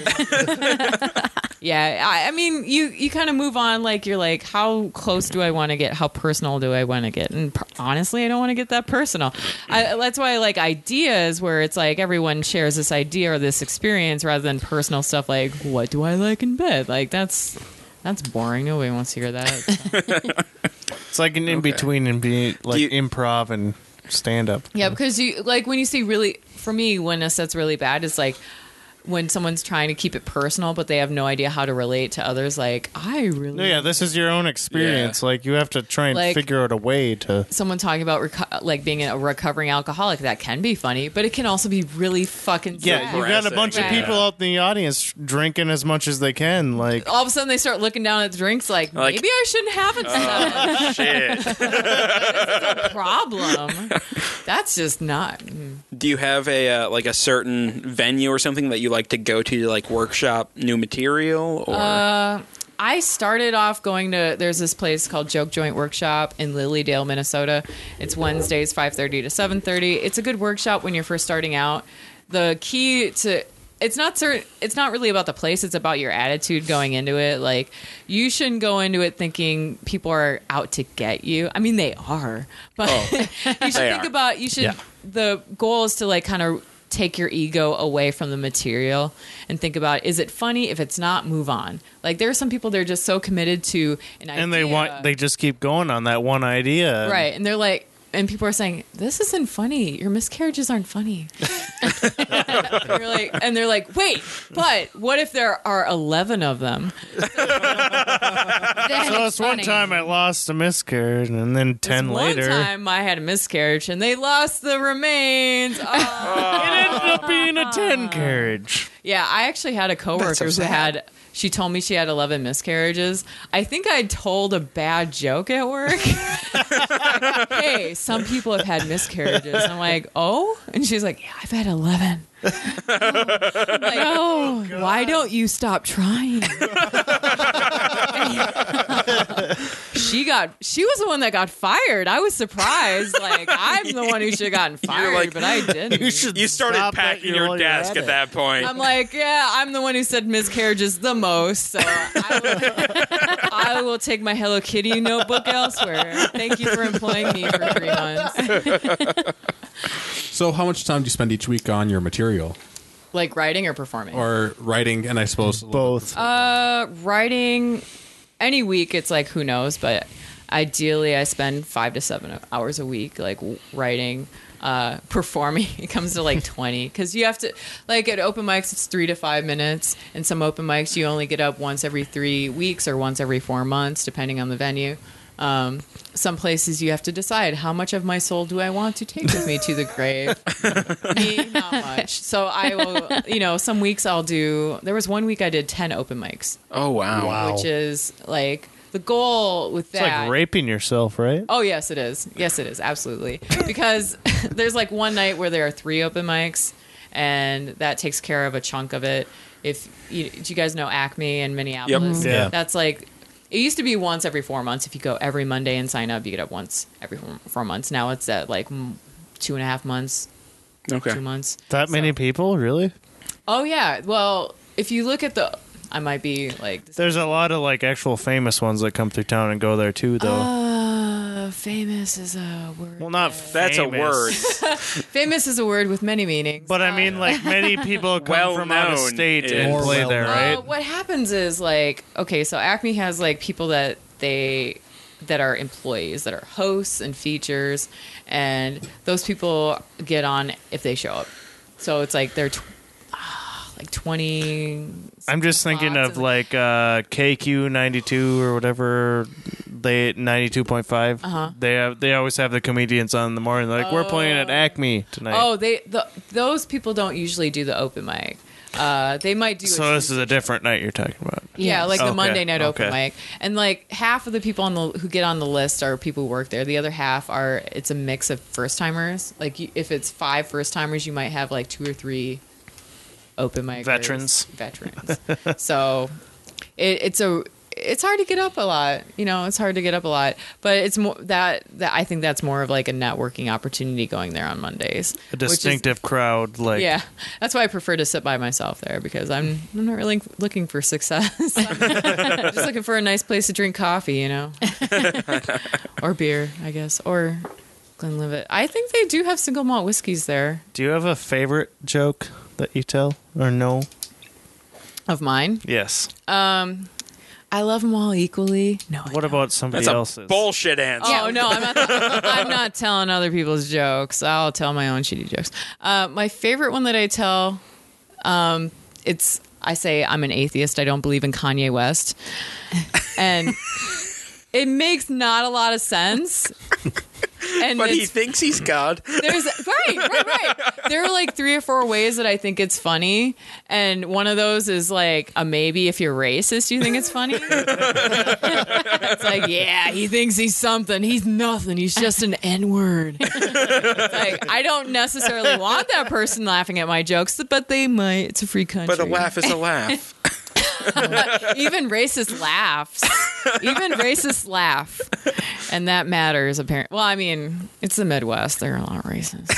Speaker 7: yeah I, I mean you you kind of move on like you're like how close do i want to get how personal do i want to get and per- honestly i don't want to get that personal I, that's why I like ideas where it's like everyone shares this idea or this experience rather than personal stuff like what do i like in bed like that's that's boring nobody wants to hear that
Speaker 6: it's like an in between and be like
Speaker 1: you-
Speaker 6: improv and stand up.
Speaker 7: Yeah, because you like when you see really for me when a set's really bad it's like when someone's trying to keep it personal but they have no idea how to relate to others. Like I really
Speaker 6: No, yeah, this is your own experience. Like you have to try and
Speaker 7: Like-
Speaker 6: figure out a way to.
Speaker 7: someone talking about reco- like being a recovering alcoholic that can be funny, but it can also be really fucking
Speaker 6: Yeah,
Speaker 7: sad.
Speaker 6: you got a bunch of
Speaker 7: Right.
Speaker 6: people out in the audience drinking as much as they can. Like
Speaker 7: All of a sudden, they start looking down at the drinks like,
Speaker 1: Like-
Speaker 7: maybe I shouldn't have it. Uh,
Speaker 1: Oh, Shit.
Speaker 7: problem. That's just not. mm.
Speaker 1: Do you have a uh, like a certain venue or something that you like to go to to like workshop new material or?
Speaker 7: I started off going to there's this place called Joke Joint Workshop in Lilydale, Minnesota. It's Wednesdays 5:30 to 7:30. It's a good workshop when you're first starting out. The key to it's not certain it's not really about the place, it's about your attitude going into it. Like you shouldn't go into it thinking people are out to get you. I mean they are, *laughs* but you should
Speaker 1: Oh. They
Speaker 7: think
Speaker 1: are.
Speaker 7: about you should
Speaker 8: Yeah.
Speaker 7: the goal is to like kind of take your ego away from the material and think about is it funny if it's not move on like there are some people they're just so committed to an idea
Speaker 6: and they want they just keep going on that one idea.
Speaker 7: right and they're like and people are saying this isn't funny your miscarriages aren't funny *laughs* and, you're like, and they're like wait but what if there are 11 of them
Speaker 3: That
Speaker 6: So
Speaker 3: is
Speaker 6: it's one
Speaker 3: funny.
Speaker 6: time I lost a miscarriage, and then
Speaker 7: This
Speaker 6: ten
Speaker 7: one
Speaker 6: later
Speaker 7: time i had a miscarriage and they lost the remains Oh.
Speaker 6: *laughs* it ended up being a
Speaker 7: *laughs*
Speaker 6: ten carriage.
Speaker 7: Yeah, I actually had a coworker who had. She told me she had eleven miscarriages. I think I told a bad joke at work. *laughs* hey, some people have had miscarriages. And I'm like, oh, and she's like, yeah, I've had eleven. I'm like, oh, why don't you stop trying? *laughs* she got. She was the one that got fired. I was surprised. Like I'm the one who should have gotten fired,
Speaker 1: like,
Speaker 7: but I didn't.
Speaker 1: you started
Speaker 6: stop it,
Speaker 1: packing
Speaker 6: you
Speaker 1: your
Speaker 6: know, you're
Speaker 1: desk
Speaker 6: at
Speaker 1: at
Speaker 6: it. Um,
Speaker 1: that point.
Speaker 7: I'm like, yeah, I'm the one who said miscarriages the most, so I will, I will take my Hello Kitty notebook elsewhere. Thank you for employing me for three months.
Speaker 2: So, how much time do you spend each week on your material
Speaker 7: Like writing or performing?
Speaker 2: or writing? And I suppose
Speaker 6: Both.
Speaker 7: uh, writing any week, it's like who knows, but ideally I spend five to seven hours a week, like w- writing. Uh, performing *laughs* it comes to like 20 because you have to like at open mics it's three to five minutes and some open mics you only get up once every three weeks or once every four months depending on the venue Um, some places you have to decide how much of my soul do I want to take with me to the grave. me, not much. So I will, you know, some weeks I'll do. There was one week I did ten open mics,
Speaker 1: Oh wow.
Speaker 7: which is like the goal with
Speaker 6: It's
Speaker 7: that.
Speaker 6: like raping yourself, right?
Speaker 7: Oh yes, it is. Yes, it
Speaker 6: *laughs*
Speaker 7: is. Absolutely. Because *laughs* there's like one night where there are three open mics, and that takes care of a chunk of it. If you, do you guys know Acme in Minneapolis?
Speaker 6: Yep. Yeah.
Speaker 7: That's like it used to be once every four months. If you go every Monday and sign up, you get up once every four, four months. Now it's at like mm, two and a half months,
Speaker 1: Okay.
Speaker 7: two months.
Speaker 6: That
Speaker 7: So-
Speaker 6: many people, really?
Speaker 7: Oh yeah. Well, if you look at the, I might be like
Speaker 6: There's a lot of like actual famous ones that come through town and go there too, though.
Speaker 7: uh, famous is a word.
Speaker 6: well, not
Speaker 1: That's a
Speaker 6: famous,
Speaker 1: *laughs* word.
Speaker 7: famous is a word with many meanings.
Speaker 6: but I mean, like many people
Speaker 1: *laughs*
Speaker 6: come
Speaker 1: Well
Speaker 6: from out of
Speaker 1: known
Speaker 6: state
Speaker 1: is-
Speaker 6: and
Speaker 1: More
Speaker 6: play
Speaker 8: well
Speaker 6: there,
Speaker 8: known.
Speaker 6: right?
Speaker 7: Uh, what happens is like okay, so Acme has like people that they that are employees that are hosts and features, and those people get on if they show up. So it's like they're tw- ah, like twenty.
Speaker 6: I'm just thinking
Speaker 7: Lots
Speaker 6: of
Speaker 7: of-
Speaker 6: like uh, KQ ninety two or whatever they ninety two point five.
Speaker 7: Uh-huh.
Speaker 6: They have they always have the comedians on in the morning. They're like we're playing at Acme tonight.
Speaker 7: Oh, they the, those people don't usually do the open mic. Uh, they might do. a
Speaker 6: so this is a different night you're talking about.
Speaker 7: Yeah,
Speaker 3: Yes.
Speaker 7: like the
Speaker 6: Okay,
Speaker 7: Monday night open
Speaker 6: okay.
Speaker 7: mic, and like half of the people on the who get on the list are people who work there. The other half are it's a mix of first timers. Like you, if it's five first timers, you might have like two or three open mic
Speaker 6: Veterans.
Speaker 7: Veterans. *laughs* so it, it's a it's hard to get up a lot. You know, it's hard to get up a lot, but it's more that that I think that's more of like a networking opportunity going there on Mondays.
Speaker 6: A
Speaker 7: which is-
Speaker 6: distinctive crowd, like
Speaker 7: yeah, that's why I prefer to sit by myself there because I'm I'm not really looking for success. *laughs* I'm just looking for a nice place to drink coffee, you
Speaker 6: *laughs*
Speaker 7: know, or beer, I guess, or Glenlivet. I think they do have single malt whiskeys there.
Speaker 6: Do you have a favorite joke that you tell or no?
Speaker 7: Of mine,
Speaker 6: Yes.
Speaker 7: I love them all equally. No, I
Speaker 6: What
Speaker 7: don't.
Speaker 6: about somebody
Speaker 1: That's a
Speaker 6: else's?
Speaker 1: bullshit answer.
Speaker 7: Oh no, I'm not. I'm
Speaker 1: *laughs*
Speaker 7: not telling other people's jokes. I'll tell my own shitty jokes. Uh, my favorite one that I tell, um, it's I say I'm an atheist. I don't believe in Kanye West,
Speaker 1: *laughs*
Speaker 7: and it makes not a lot of sense. And
Speaker 1: But he
Speaker 7: it's-
Speaker 1: thinks he's God.
Speaker 7: there's right, right, right. There are like three or four ways that I think it's funny, and one of those is like a maybe if you're racist, you think it's funny. it's like yeah, he thinks he's something. He's nothing. He's just an N word. like I don't necessarily want that person laughing at my jokes, but they might. It's a free country.
Speaker 1: But a laugh is a laugh.
Speaker 7: Even racist laughs. Even racist laugh, and that matters. Apparently, well, I mean, it's the Midwest. They're a lot racist.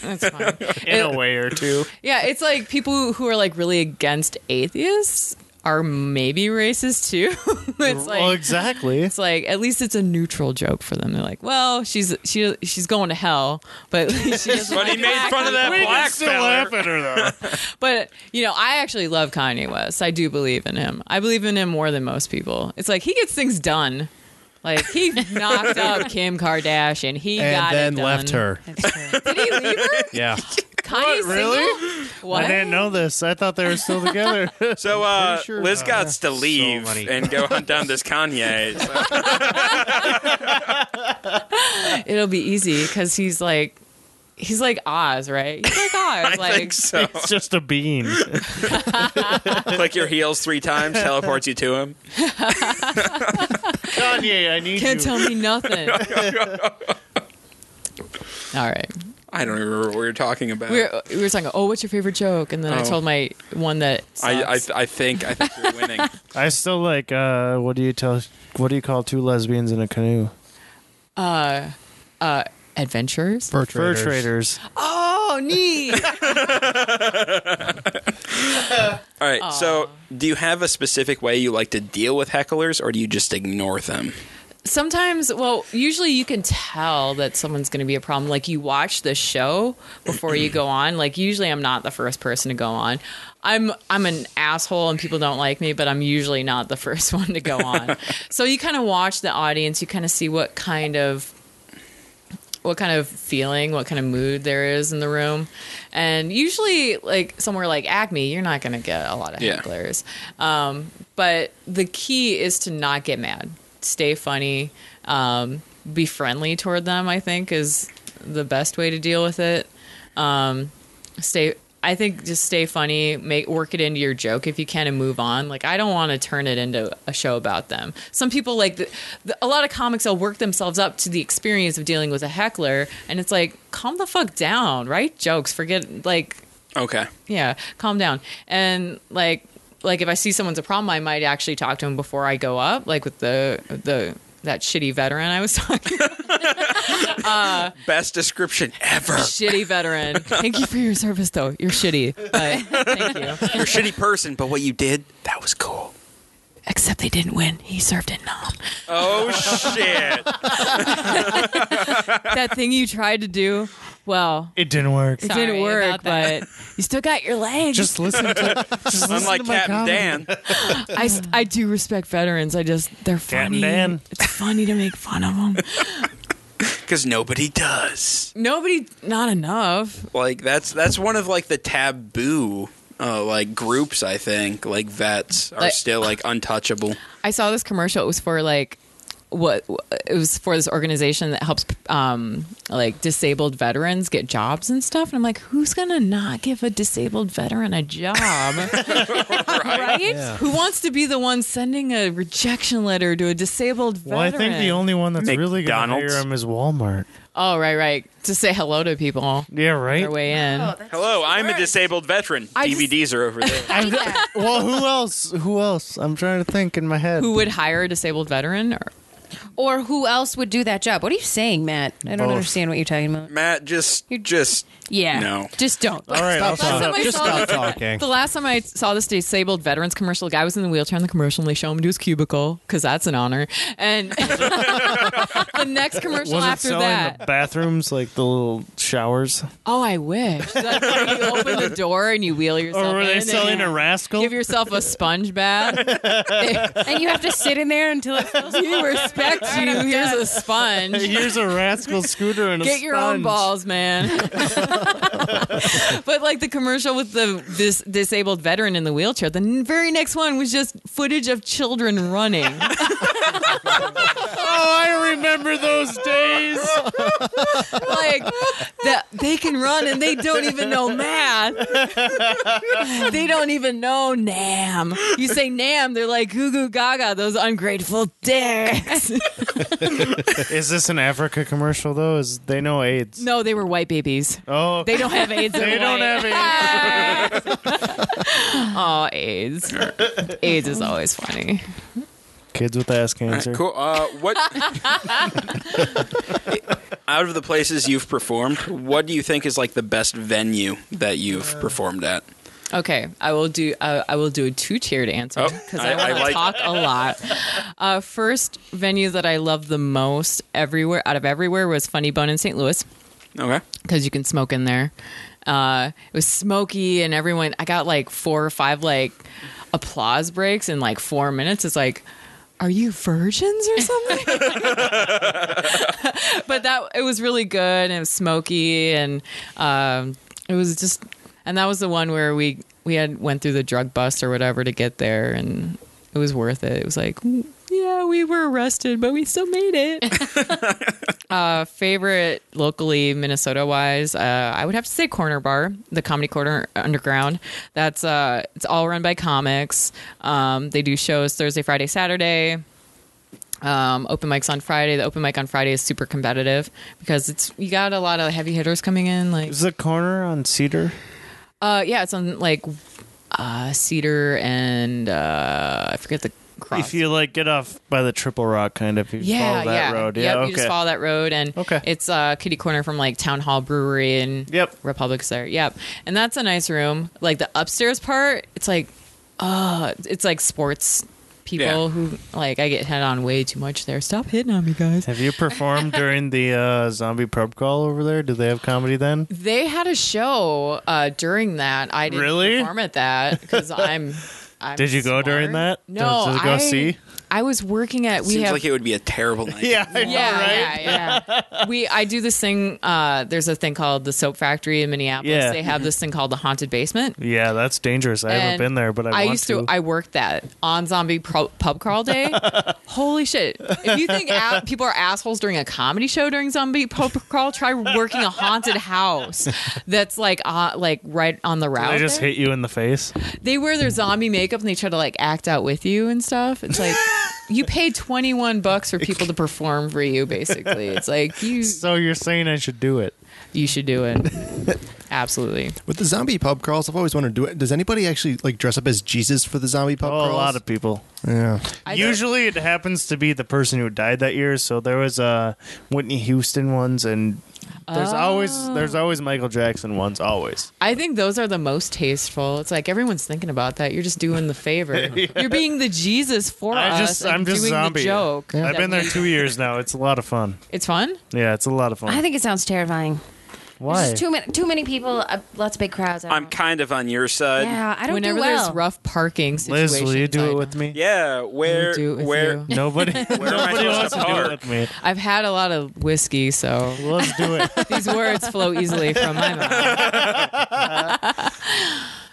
Speaker 7: That's fine.
Speaker 6: in a way or two.
Speaker 7: Yeah, it's like people who are like really against atheists are maybe racist too. *laughs* *laughs* it's
Speaker 6: well,
Speaker 7: like
Speaker 6: exactly.
Speaker 7: it's like at least it's a neutral joke for them. They're like, well, she's she she's going to hell, but *laughs* at least she
Speaker 1: *laughs*
Speaker 7: doesn't
Speaker 1: But he
Speaker 7: like
Speaker 1: made
Speaker 7: black
Speaker 1: fun of that
Speaker 7: people.
Speaker 1: black fella.
Speaker 6: at her though.
Speaker 7: But you know, I actually love Kanye West. I do believe in him. I believe in him more than most people. It's like he gets things done. Like he knocked up Kim Kardashian. He got
Speaker 8: and then
Speaker 7: it done.
Speaker 8: left her.
Speaker 7: Did he
Speaker 1: *laughs*
Speaker 7: leave her? *laughs*
Speaker 8: Yeah.
Speaker 7: Kanye's
Speaker 6: really?
Speaker 7: single? What?
Speaker 6: I didn't know this. I thought they were still *laughs* together.
Speaker 1: So uh,
Speaker 6: pretty sure-
Speaker 1: Liz got to leave
Speaker 5: many.
Speaker 1: and go hunt down this *laughs* Kanye. So-
Speaker 7: it'll be easy because he's like he's like Oz, right? He's
Speaker 1: *laughs*
Speaker 7: like Oz.
Speaker 1: I
Speaker 7: like
Speaker 1: think so.
Speaker 6: it's just a bean.
Speaker 1: *laughs* Click your heels three times, teleports you to him.
Speaker 6: *laughs* Kanye, I need
Speaker 7: can't tell
Speaker 1: *laughs*
Speaker 7: me nothing. All right.
Speaker 1: I don't remember what we were talking about.
Speaker 7: We were, we were talking, oh, what's your favorite joke? And then I
Speaker 1: Oh.
Speaker 7: told my one that
Speaker 1: I, I,
Speaker 7: sucks.
Speaker 1: I think I think you're
Speaker 4: *laughs*
Speaker 1: winning.
Speaker 6: I still like. Uh, what do you tell? What do you call two lesbians in a canoe?
Speaker 7: adventures.
Speaker 8: Fur
Speaker 6: Fur
Speaker 8: traders.
Speaker 6: traders.
Speaker 7: Oh, neat.
Speaker 1: All right. So, do you have a specific way you like to deal with hecklers, or do you just ignore them?
Speaker 7: sometimes well usually you can tell that someone's going to be a problem like you watch the show before you go on like usually i'm not the first person to go on i'm i'm an asshole and people don't like me but i'm usually not the *laughs* first one to go on so you kind of watch the audience you kind of see what kind of what kind of feeling, what kind of mood there is in the room. And usually, like somewhere like Acme, you're not going to get a lot of
Speaker 1: Yeah.
Speaker 7: hecklers. Um, but the key is to not get mad, stay funny, um, be friendly toward them. I think is the best way to deal with it. Um, stay. I think just stay funny, make work it into your joke if you can, and move on. Like I don't want to turn it into a show about them. Some people like the, the, a lot of comics. will work themselves up to the experience of dealing with a heckler, and it's like calm the fuck down, right? Jokes, forget like
Speaker 1: Okay.
Speaker 7: yeah calm down and like like if i see someone's a problem i might actually talk to him before i go up like with the the that shitty veteran i was *laughs* talking
Speaker 1: Best description
Speaker 4: *laughs*
Speaker 1: ever.
Speaker 7: shitty veteran *laughs* thank you for your service though you're shitty but *laughs* thank you
Speaker 1: You're a shitty person, but what you did, that was cool.
Speaker 7: except they didn't win he served in nom
Speaker 1: Oh shit.
Speaker 7: that thing you tried to do well
Speaker 6: It didn't work.
Speaker 7: it
Speaker 3: Sorry
Speaker 7: didn't work
Speaker 3: about
Speaker 7: but
Speaker 3: that.
Speaker 7: you still got your legs
Speaker 4: Just listen to. Just listen
Speaker 1: Unlike
Speaker 4: to my comedy.
Speaker 1: Captain Dan.
Speaker 7: I, s- I do respect veterans i just they're
Speaker 6: Captain
Speaker 7: funny
Speaker 6: Dan.
Speaker 7: it's funny to make fun of them
Speaker 1: Because nobody does.
Speaker 7: *laughs* nobody not enough
Speaker 1: Like that's that's one of like the taboo uh, like groups I think. Like vets are
Speaker 7: Like-
Speaker 1: still like untouchable.
Speaker 7: I saw this commercial. It was for like what it was for this organization that helps um like disabled veterans get jobs and stuff and i'm like who's gonna not give a disabled veteran a job right, who wants to be the one sending a rejection letter to a disabled veteran
Speaker 6: Well, I think the only one that's really going to
Speaker 1: McDonald's.
Speaker 6: hire him is Walmart.
Speaker 7: oh right right to say hello to people on
Speaker 6: Yeah,
Speaker 7: their
Speaker 6: right.
Speaker 7: way in
Speaker 1: Hello, I'm a disabled veteran.
Speaker 7: I just-
Speaker 1: DVDs are over *laughs* there.
Speaker 6: well, who else? Who else? I'm trying to think in my head.
Speaker 7: who would hire a disabled veteran or
Speaker 3: Or who else would do that job? What are you saying, Matt? I don't
Speaker 6: Both.
Speaker 3: understand what you're talking about.
Speaker 1: Matt, just
Speaker 3: You're-
Speaker 1: just
Speaker 3: Yeah.
Speaker 1: No.
Speaker 3: Just don't.
Speaker 6: All right, I'll
Speaker 8: Stop
Speaker 6: shut
Speaker 7: time
Speaker 6: up.
Speaker 7: I
Speaker 8: talking. Just
Speaker 7: saw
Speaker 8: stop
Speaker 7: it.
Speaker 8: talking.
Speaker 7: The last time I saw this disabled veterans commercial, the guy was in the wheelchair in the commercial, and they show him to his cubicle because that's an honor. And *laughs* the next commercial
Speaker 6: Was it
Speaker 7: after
Speaker 6: selling
Speaker 7: that,
Speaker 6: the bathrooms, like the little showers?
Speaker 7: oh, I wish. That's where you open the door and you wheel yourself.
Speaker 6: Or Oh, were
Speaker 7: in
Speaker 6: they
Speaker 7: and
Speaker 6: selling
Speaker 7: you
Speaker 6: a rascal?
Speaker 7: Give yourself a sponge
Speaker 6: *laughs*
Speaker 7: bath.
Speaker 3: *laughs* and you have to sit in there until it fills
Speaker 7: We respect you. Here's a sponge.
Speaker 6: *laughs* Here's a rascal scooter and a
Speaker 7: Get your own
Speaker 6: sponge. *laughs*
Speaker 7: balls, man. but like the commercial with the this disabled veteran in the wheelchair, the n- very next one was just footage of children running.
Speaker 6: Oh, I remember those days.
Speaker 7: *laughs* like that they can run and they don't even know math. *laughs* they don't even know Nam. You say Nam, they're like goo goo gaga, those ungrateful dicks. *laughs*
Speaker 6: Is this an Africa commercial though? Is they know AIDS?
Speaker 7: no, they were white babies.
Speaker 6: Oh,
Speaker 7: They don't have AIDS.
Speaker 6: They
Speaker 7: they're
Speaker 6: don't
Speaker 7: white.
Speaker 6: have
Speaker 7: *laughs*
Speaker 6: AIDS.
Speaker 7: Oh, AIDS. AIDS is always funny.
Speaker 6: Kids with ass cancer.
Speaker 1: Cool. Uh, *laughs* what out of the places you've performed, what do you think is like the best venue that you've performed at?
Speaker 7: Okay, I will do. Uh, I will do a two-tiered answer
Speaker 1: Oh,
Speaker 7: because
Speaker 1: I-
Speaker 7: I, want
Speaker 1: I
Speaker 7: to
Speaker 1: like-
Speaker 7: talk a lot. Uh, first venue that I love the most, everywhere out of everywhere, was Funny Bone in St. Louis.
Speaker 1: Okay.
Speaker 7: because you can smoke in there. Uh, it was smoky, and everyone. I got like four or five like applause breaks in like four minutes. It's like, are you virgins or something? *laughs* but that it was really good, and it was smoky, and um, it was just. And that was the one where we we had went through the drug bust or whatever to get there, and it was worth it. It was like, yeah, we were arrested, but we still made it *laughs* favorite locally Minnesota wise, uh, I would have to say Corner Bar, the Comedy Corner Underground. That's uh, it's all run by comics. Um, they do shows Thursday, Friday, Saturday. Um, open mics on Friday. The open mic on Friday is super competitive because it's you got a lot of heavy hitters coming in. Like,
Speaker 6: Is the corner on Cedar?
Speaker 7: uh, yeah, it's on like uh, Cedar and uh, I forget the cross.
Speaker 6: If you like get off by the Triple Rock, kind of. You
Speaker 7: yeah,
Speaker 6: follow that
Speaker 7: yeah,
Speaker 6: road.
Speaker 7: Yep,
Speaker 6: Yeah,
Speaker 7: you
Speaker 6: okay.
Speaker 7: just follow that road, and
Speaker 6: Okay.
Speaker 7: it's uh, kitty corner from like Town Hall Brewery and
Speaker 6: Yep.
Speaker 7: Republic's there. Yep, and that's a nice room. Like the upstairs part, it's like, uh it's like sports people
Speaker 1: Yeah.
Speaker 7: who like I get hit on way too much there. Stop hitting on me, guys.
Speaker 6: Have you
Speaker 7: *laughs*
Speaker 6: performed during the uh, zombie pub call over there? Do they have comedy *laughs* then?
Speaker 7: They had a show uh, during that. I didn't
Speaker 6: Really? *laughs*
Speaker 7: perform at that because I'm. I'm
Speaker 6: Did you go
Speaker 7: smart.
Speaker 6: during that?
Speaker 7: No,
Speaker 6: Did, did you go
Speaker 7: I-
Speaker 6: see?
Speaker 7: I was working at. we
Speaker 1: Seems
Speaker 7: have
Speaker 1: like it would be a terrible night.
Speaker 7: yeah, yeah,
Speaker 6: *laughs*
Speaker 7: yeah. we I do this thing. Uh, there's a thing called the Soap Factory in Minneapolis.
Speaker 6: Yeah. Mm-hmm.
Speaker 7: They have this thing called the Haunted Basement.
Speaker 6: Yeah, that's dangerous. I haven't
Speaker 7: And
Speaker 6: been there, but I, want
Speaker 7: used to, I worked that on Zombie pro- Pub
Speaker 6: *laughs*
Speaker 7: Crawl Day. Holy shit! If you think a- people are assholes during a comedy show during Zombie Pub Crawl, try working a haunted house that's like uh, like right on the route.
Speaker 6: They just
Speaker 7: there.
Speaker 6: hit you in the face.
Speaker 7: They wear their zombie makeup and they try to like act out with you and stuff. It's like you pay twenty one bucks for people to perform for you. Basically, it's like you
Speaker 6: So you're saying I should do it?
Speaker 7: You should do it. Absolutely.
Speaker 8: With the zombie pub crawls, I've always wanted to do it. Does anybody actually like dress up as Jesus for the zombie pub
Speaker 6: Oh, a
Speaker 8: crawls?
Speaker 6: lot of people.
Speaker 8: Yeah.
Speaker 6: Usually, it happens to be the person who died that year. So there was uh, Whitney Houston ones, and there's always there's always Michael Jackson ones. Always.
Speaker 7: I think those are the most tasteful. It's like everyone's thinking about that. You're just doing
Speaker 6: *laughs*
Speaker 7: the favor. You're being the Jesus for
Speaker 6: I
Speaker 7: us.
Speaker 6: just
Speaker 7: and
Speaker 6: I'm just
Speaker 7: doing
Speaker 6: zombie.
Speaker 7: the joke.
Speaker 6: I've
Speaker 7: that
Speaker 6: been there
Speaker 7: we-
Speaker 6: two years now. It's a lot of fun.
Speaker 7: It's fun.
Speaker 6: Yeah, it's a lot of
Speaker 3: *laughs*
Speaker 6: fun.
Speaker 3: I think it sounds terrifying. There's
Speaker 6: Why?
Speaker 3: just too many, too many people. Uh, lots of big crowds. I
Speaker 1: I'm kind of on your side.
Speaker 3: yeah, I don't
Speaker 7: Whenever
Speaker 3: do well.
Speaker 7: there's rough parking situations,
Speaker 6: Liz, will you do
Speaker 7: I-
Speaker 6: it with me?
Speaker 1: Yeah, where
Speaker 7: I'll do it with
Speaker 1: where
Speaker 7: you.
Speaker 6: *laughs* Nobody.
Speaker 1: where am I
Speaker 6: nobody
Speaker 1: supposed
Speaker 6: wants
Speaker 1: to
Speaker 6: to do it
Speaker 1: park?
Speaker 6: with me.
Speaker 7: I've had a lot of whiskey, so
Speaker 6: Let's do it.
Speaker 7: these words flow easily from my
Speaker 6: *laughs*
Speaker 7: mouth.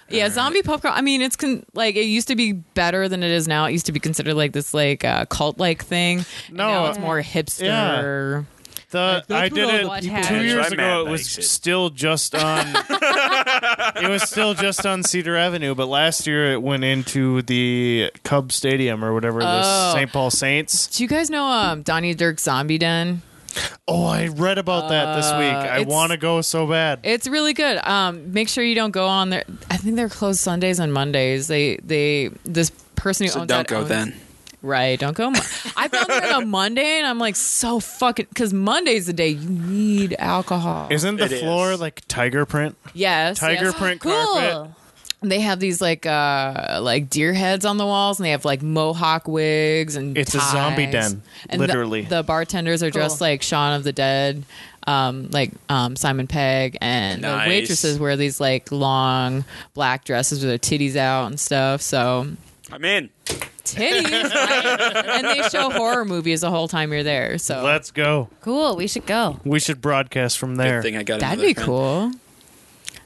Speaker 7: yeah, zombie popcorn. I mean, it's con- like it used to be better than it is now. It used to be considered like this like uh, cult like thing. and
Speaker 6: No.
Speaker 7: now it's more hipster.
Speaker 6: The
Speaker 7: Like,
Speaker 6: I
Speaker 7: that's what
Speaker 6: did
Speaker 7: all
Speaker 6: it
Speaker 7: the
Speaker 6: two
Speaker 7: people
Speaker 1: do. Try
Speaker 6: years ago.
Speaker 1: Mad
Speaker 6: It was
Speaker 1: Max it.
Speaker 6: still just on. it was still just on Cedar Avenue, but last year it went into the Cub Stadium or whatever the
Speaker 7: Oh.
Speaker 6: St. Paul Saints.
Speaker 7: Do you guys know um, Donnie Dirk Zombie Den?
Speaker 6: Oh, I read about that this week.
Speaker 3: Uh,
Speaker 6: I
Speaker 7: it's-
Speaker 6: want to go so bad.
Speaker 7: It's really good. Um, make sure you don't go on there. I think they're closed Sundays and Mondays. They they this person who
Speaker 1: So
Speaker 7: owns
Speaker 1: don't
Speaker 7: that
Speaker 1: go
Speaker 7: owns-
Speaker 1: then.
Speaker 7: Right, don't go. Mon- I found it
Speaker 1: *laughs*
Speaker 7: on a Monday, and I'm like so fucking because Monday's the day you need alcohol.
Speaker 6: Isn't the
Speaker 1: It is.
Speaker 6: floor like tiger print?
Speaker 7: yes,
Speaker 6: Tiger
Speaker 7: yes.
Speaker 6: print carpet.
Speaker 3: cool.
Speaker 7: They have these like uh like deer heads on the walls, and they have like mohawk wigs and
Speaker 6: It's a zombie
Speaker 7: ties.
Speaker 6: den,
Speaker 7: And the-
Speaker 6: literally.
Speaker 7: the, bartenders are dressed
Speaker 3: Cool.
Speaker 7: like Shaun of the Dead, um, like um, Simon Pegg, and
Speaker 1: Nice.
Speaker 7: the waitresses wear these like long black dresses with their titties out and stuff. So
Speaker 1: I'm in.
Speaker 7: titties, right? and they show horror movies the whole time you're there. So
Speaker 6: Let's go.
Speaker 3: Cool. We should go.
Speaker 6: We should broadcast from there.
Speaker 1: Good thing I got
Speaker 7: that'd
Speaker 1: another
Speaker 7: be
Speaker 1: friend.
Speaker 7: cool.